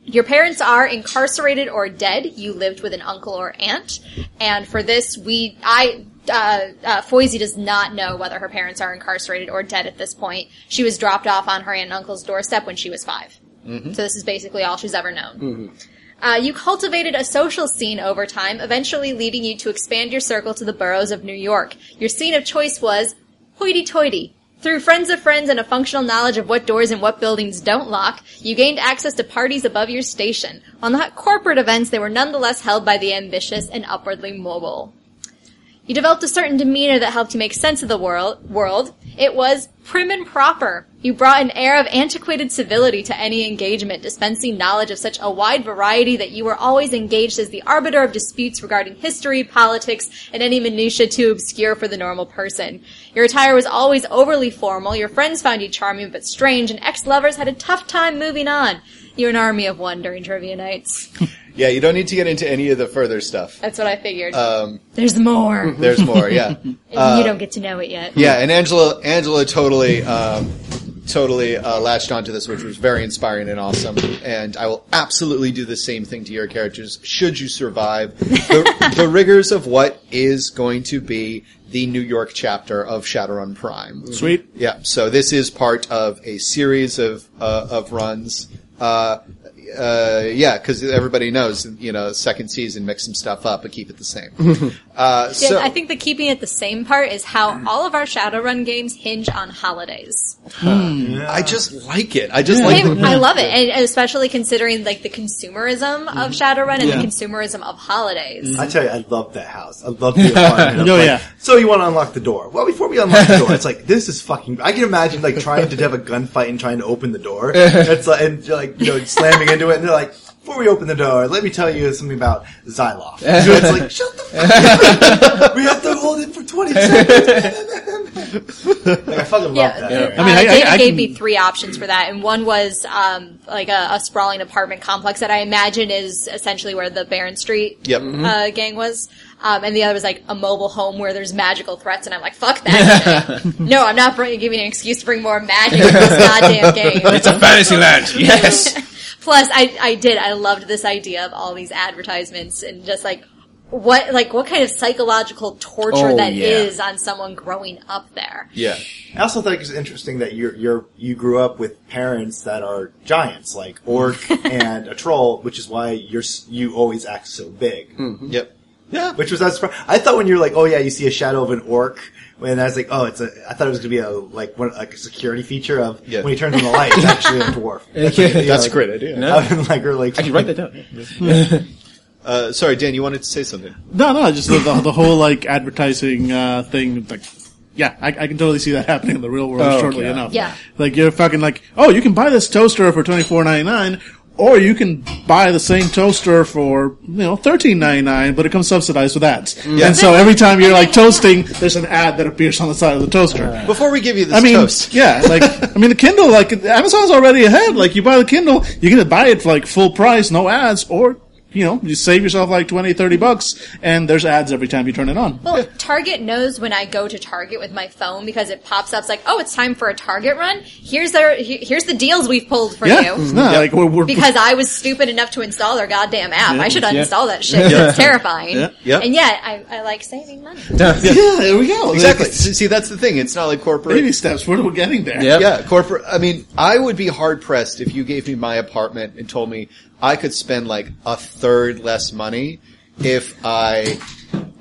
[SPEAKER 6] Your parents are incarcerated or dead. You lived with an uncle or aunt, and for this, we I. Uh, uh, Foisey does not know whether her parents are incarcerated or dead at this point. She was dropped off on her aunt and uncle's doorstep when she was 5 So this is basically all she's ever known. Uh, you cultivated a social scene over time, eventually leading you to expand your circle to the boroughs of New York. Your scene of choice was hoity-toity. Through friends of friends and a functional knowledge of what doors and what buildings don't lock, you gained access to parties above your station. While not corporate events, they were nonetheless held by the ambitious and upwardly mobile. You developed a certain demeanor that helped you make sense of the world. World. It was prim and proper. You brought an air of antiquated civility to any engagement, dispensing knowledge of such a wide variety that you were always engaged as the arbiter of disputes regarding history, politics, and any minutia too obscure for the normal person. Your attire was always overly formal. Your friends found you charming but strange, and ex-lovers had a tough time moving on. You're an army of one during trivia nights.
[SPEAKER 3] Yeah, you don't need to get into any of the further stuff.
[SPEAKER 6] That's what I figured. There's more.
[SPEAKER 3] There's more. Yeah.
[SPEAKER 6] you don't get to know it yet.
[SPEAKER 3] Yeah, and Angela Angela totally um, totally uh, latched onto this, which was very inspiring and awesome. And I will absolutely do the same thing to your characters should you survive the, the rigors of what is going to be the New York chapter of Shadowrun Prime.
[SPEAKER 4] Sweet.
[SPEAKER 3] Yeah, so this is part of a series of uh, of runs. Uh, uh, yeah, because everybody knows, you know, second season, mix some stuff up, but keep it the same. uh,
[SPEAKER 6] Yeah,
[SPEAKER 3] so,
[SPEAKER 6] I think the keeping it the same part is how all of our Shadowrun games hinge on holidays.
[SPEAKER 3] I
[SPEAKER 2] Um,
[SPEAKER 3] just like it. I just like
[SPEAKER 6] Same- I love it, and and especially considering like the consumerism of Shadowrun and the consumerism of holidays.
[SPEAKER 2] I tell you, I love that house. I love the apartment.
[SPEAKER 4] No,
[SPEAKER 2] Like,
[SPEAKER 4] yeah.
[SPEAKER 2] So you want to unlock the door? Well, before we unlock the door, it's like this is fucking. I can imagine like trying to have a gunfight and trying to open the door. It's like and you're like you know slamming into it, and they're like. Before we open the door, let me tell you something about Xyloff. So it's like, shut the fuck up. We have to hold it for 20 seconds. like, I fucking love
[SPEAKER 6] Yeah,
[SPEAKER 2] that.
[SPEAKER 6] uh,
[SPEAKER 4] I mean, I-
[SPEAKER 6] Dana
[SPEAKER 4] I- I
[SPEAKER 6] gave
[SPEAKER 4] can-
[SPEAKER 6] me three options for that, and one was um, like a, a sprawling apartment complex that I imagine is essentially where the Baron Street
[SPEAKER 3] Yep.
[SPEAKER 6] uh, gang was. Um, and the other was like a mobile home where there's magical threats, and I'm like, fuck that. no, I'm not bringing, giving you an excuse to bring more magic to this goddamn game.
[SPEAKER 5] It's a fantasy land. Yes.
[SPEAKER 6] Plus, I, I did. I loved this idea of all these advertisements and just like what like what kind of psychological torture
[SPEAKER 5] Oh,
[SPEAKER 6] that is
[SPEAKER 5] yeah.
[SPEAKER 6] on someone growing up there.
[SPEAKER 3] yeah.
[SPEAKER 2] I also think it's interesting that you're you're you grew up with parents that are giants, like orc and a troll, which is why you're s- you always act so big.
[SPEAKER 3] Yep. Yeah.
[SPEAKER 2] Which was not surprising. I thought when you're like, oh yeah, you see a shadow of an orc, and I was like, oh, it's a. I thought it was gonna be a like one like a security feature of
[SPEAKER 3] Yeah.
[SPEAKER 2] when he turns on the light, it's actually a dwarf. That's, like, you
[SPEAKER 3] That's a
[SPEAKER 2] know,
[SPEAKER 3] great idea.
[SPEAKER 2] I would have, like really
[SPEAKER 5] Actually, write that down.
[SPEAKER 3] Uh, sorry, Dan, you wanted to say something.
[SPEAKER 4] No, no, just the, the, the whole like advertising uh, thing. Like, yeah, I, I can totally see that happening in the real world shortly enough.
[SPEAKER 6] Yeah.
[SPEAKER 4] like you're fucking like, oh, you can buy this toaster for twenty four ninety nine, or you can buy the same toaster for you know thirteen ninety nine, but it comes subsidized with ads. And so every time you're like toasting, there's an ad that appears on the side of the toaster.
[SPEAKER 3] Before we give you this
[SPEAKER 4] I mean,
[SPEAKER 3] toast,
[SPEAKER 4] yeah, like I mean, the Kindle, like Amazon's already ahead. Like you buy the Kindle, you can buy it for like full price, no ads, or you know, you save yourself like 20, 30 bucks, and there's ads every time you turn it on.
[SPEAKER 6] Well, Target knows when I go to Target with my phone because it pops up it's like, "Oh, it's time for a Target run. Here's their he- here's the deals we've pulled for
[SPEAKER 4] yeah, Mm-hmm.
[SPEAKER 6] you."
[SPEAKER 4] no, like we're, we're
[SPEAKER 6] Because I was stupid enough to install their goddamn app. I should uninstall that shit. It's terrifying.
[SPEAKER 3] Yeah.
[SPEAKER 6] And yet, I, I like saving money.
[SPEAKER 4] yeah, there we go.
[SPEAKER 3] exactly.
[SPEAKER 4] Like,
[SPEAKER 3] See, see, that's the thing. It's not like corporate.
[SPEAKER 4] baby steps. We're, we're getting there.
[SPEAKER 5] Yep.
[SPEAKER 3] Yeah, corporate. I mean, I would be hard pressed if you gave me my apartment and told me I could spend like a third less money if I,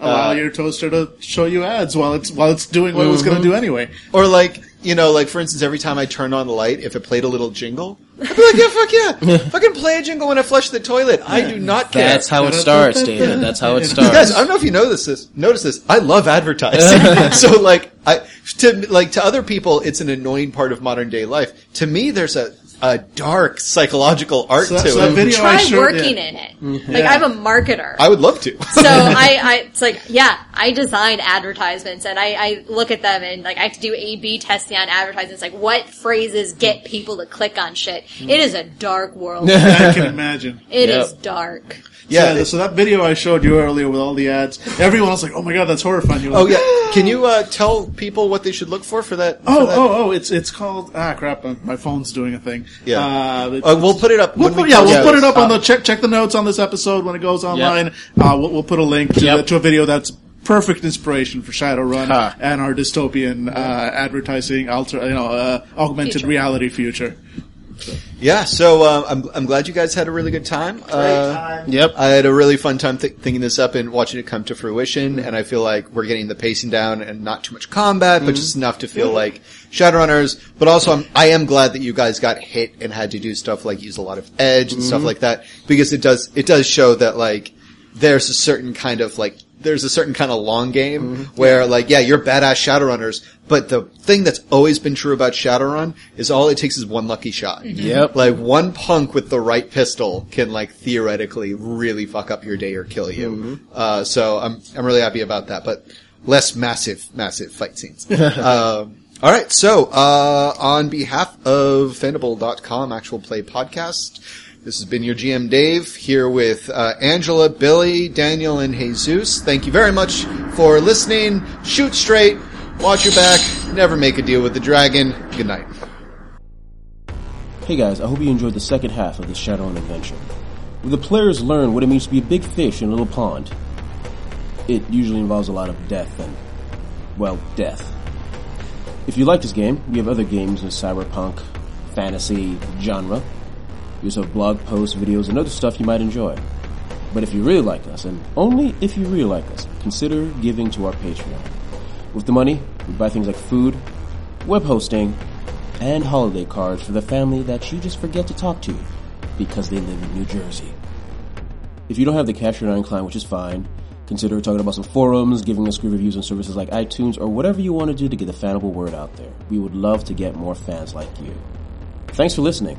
[SPEAKER 4] Allow
[SPEAKER 3] Uh,
[SPEAKER 4] your toaster to show you ads while it's while it's doing what it was going
[SPEAKER 3] Mm-hmm.
[SPEAKER 4] to do anyway.
[SPEAKER 3] or like, you know, like for instance, every time I turned on the light, if it played a little jingle, I'd be like, yeah, fuck yeah, fucking play a jingle when I flush the toilet. I do not care.
[SPEAKER 5] That's how it starts, Dana. That's how it starts.
[SPEAKER 3] Guys, I don't know if you notice this. Notice this. I love advertising. so like, I to like to other people, it's an annoying part of modern day life. To me, there's a a dark psychological art
[SPEAKER 4] So,
[SPEAKER 3] to
[SPEAKER 4] so that
[SPEAKER 3] it.
[SPEAKER 4] video I
[SPEAKER 6] Try
[SPEAKER 4] showed-
[SPEAKER 6] working
[SPEAKER 4] yeah.
[SPEAKER 6] in it. Like, I'm a marketer.
[SPEAKER 3] I would love to.
[SPEAKER 6] So I, I, it's like, yeah, I design advertisements and I, I look at them and like I have to do A/B testing on advertisements. Like, what phrases get people to click on shit? It is a dark world. It
[SPEAKER 4] I can imagine.
[SPEAKER 6] is
[SPEAKER 5] Yep.
[SPEAKER 6] dark.
[SPEAKER 3] yeah.
[SPEAKER 4] Yeah, so that video I showed you earlier with all the ads, everyone was like, "Oh my god, that's horrifying!" You're
[SPEAKER 3] oh
[SPEAKER 4] like,
[SPEAKER 3] yeah. Can you uh, tell people what they should look for for that?
[SPEAKER 4] Oh,
[SPEAKER 3] for that?
[SPEAKER 4] oh, oh! It's it's called ah crap. My, my phone's doing a thing.
[SPEAKER 3] Yeah.
[SPEAKER 4] uh, it's-
[SPEAKER 3] Uh, we'll put it up.
[SPEAKER 4] we'll
[SPEAKER 3] when
[SPEAKER 4] put,
[SPEAKER 3] we-
[SPEAKER 4] yeah, we'll put it up on
[SPEAKER 3] uh,
[SPEAKER 4] the check check the notes on this episode when it goes online. Uh, we'll, we'll put a link to,
[SPEAKER 5] Yep.
[SPEAKER 4] the- to a video that's perfect inspiration for Shadowrun
[SPEAKER 5] Ha.
[SPEAKER 4] and our dystopian uh, advertising alter you know uh, augmented
[SPEAKER 6] Future.
[SPEAKER 4] reality future.
[SPEAKER 3] Yeah, so uh, I'm, I'm glad you guys had a really good time. uh,
[SPEAKER 2] time.
[SPEAKER 5] Yep.
[SPEAKER 3] I had a really fun time th- thinking this up and watching it come to fruition, and I feel like we're getting the pacing down and not too much combat, but just enough to feel like Shadowrunners. But also, I'm, I am glad that you guys got hit and had to do stuff like use a lot of edge and stuff like that because it does it does show that like there's a certain kind of like there's a certain kind of long game where like yeah you're badass Shadowrunners, but the thing that's always been true about Shadowrun is all it takes is one lucky shot.
[SPEAKER 5] Yep.
[SPEAKER 3] Like one punk with the right pistol can like theoretically really fuck up your day or kill you. Uh, so I'm I'm really happy about that, but less massive massive fight scenes. um, all right, so uh, on behalf of Fandible.com Actual Play Podcast, this has been your GM Dave here with uh, Angela, Billy, Daniel, and Jesus. Thank you very much for listening. Shoot straight, watch your back, never make a deal with the dragon. Good night.
[SPEAKER 1] Hey guys, I hope you enjoyed the second half of this Shadowrun adventure, where the players learn what it means to be a big fish in a little pond. It usually involves a lot of death and, well, death. If you like this game, we have other games in the cyberpunk, fantasy genre. We also have blog posts, videos, and other stuff you might enjoy. But if you really like us, and only if you really like us, consider giving to our Patreon. With the money, we buy things like food, web hosting, and holiday cards for the family that you just forget to talk to because they live in New Jersey. If you don't have the cash you're not inclined, which is fine, consider talking about some forums, giving us good reviews on services like iTunes, or whatever you want to do to get the fanable word out there. We would love to get more fans like you. Thanks for listening,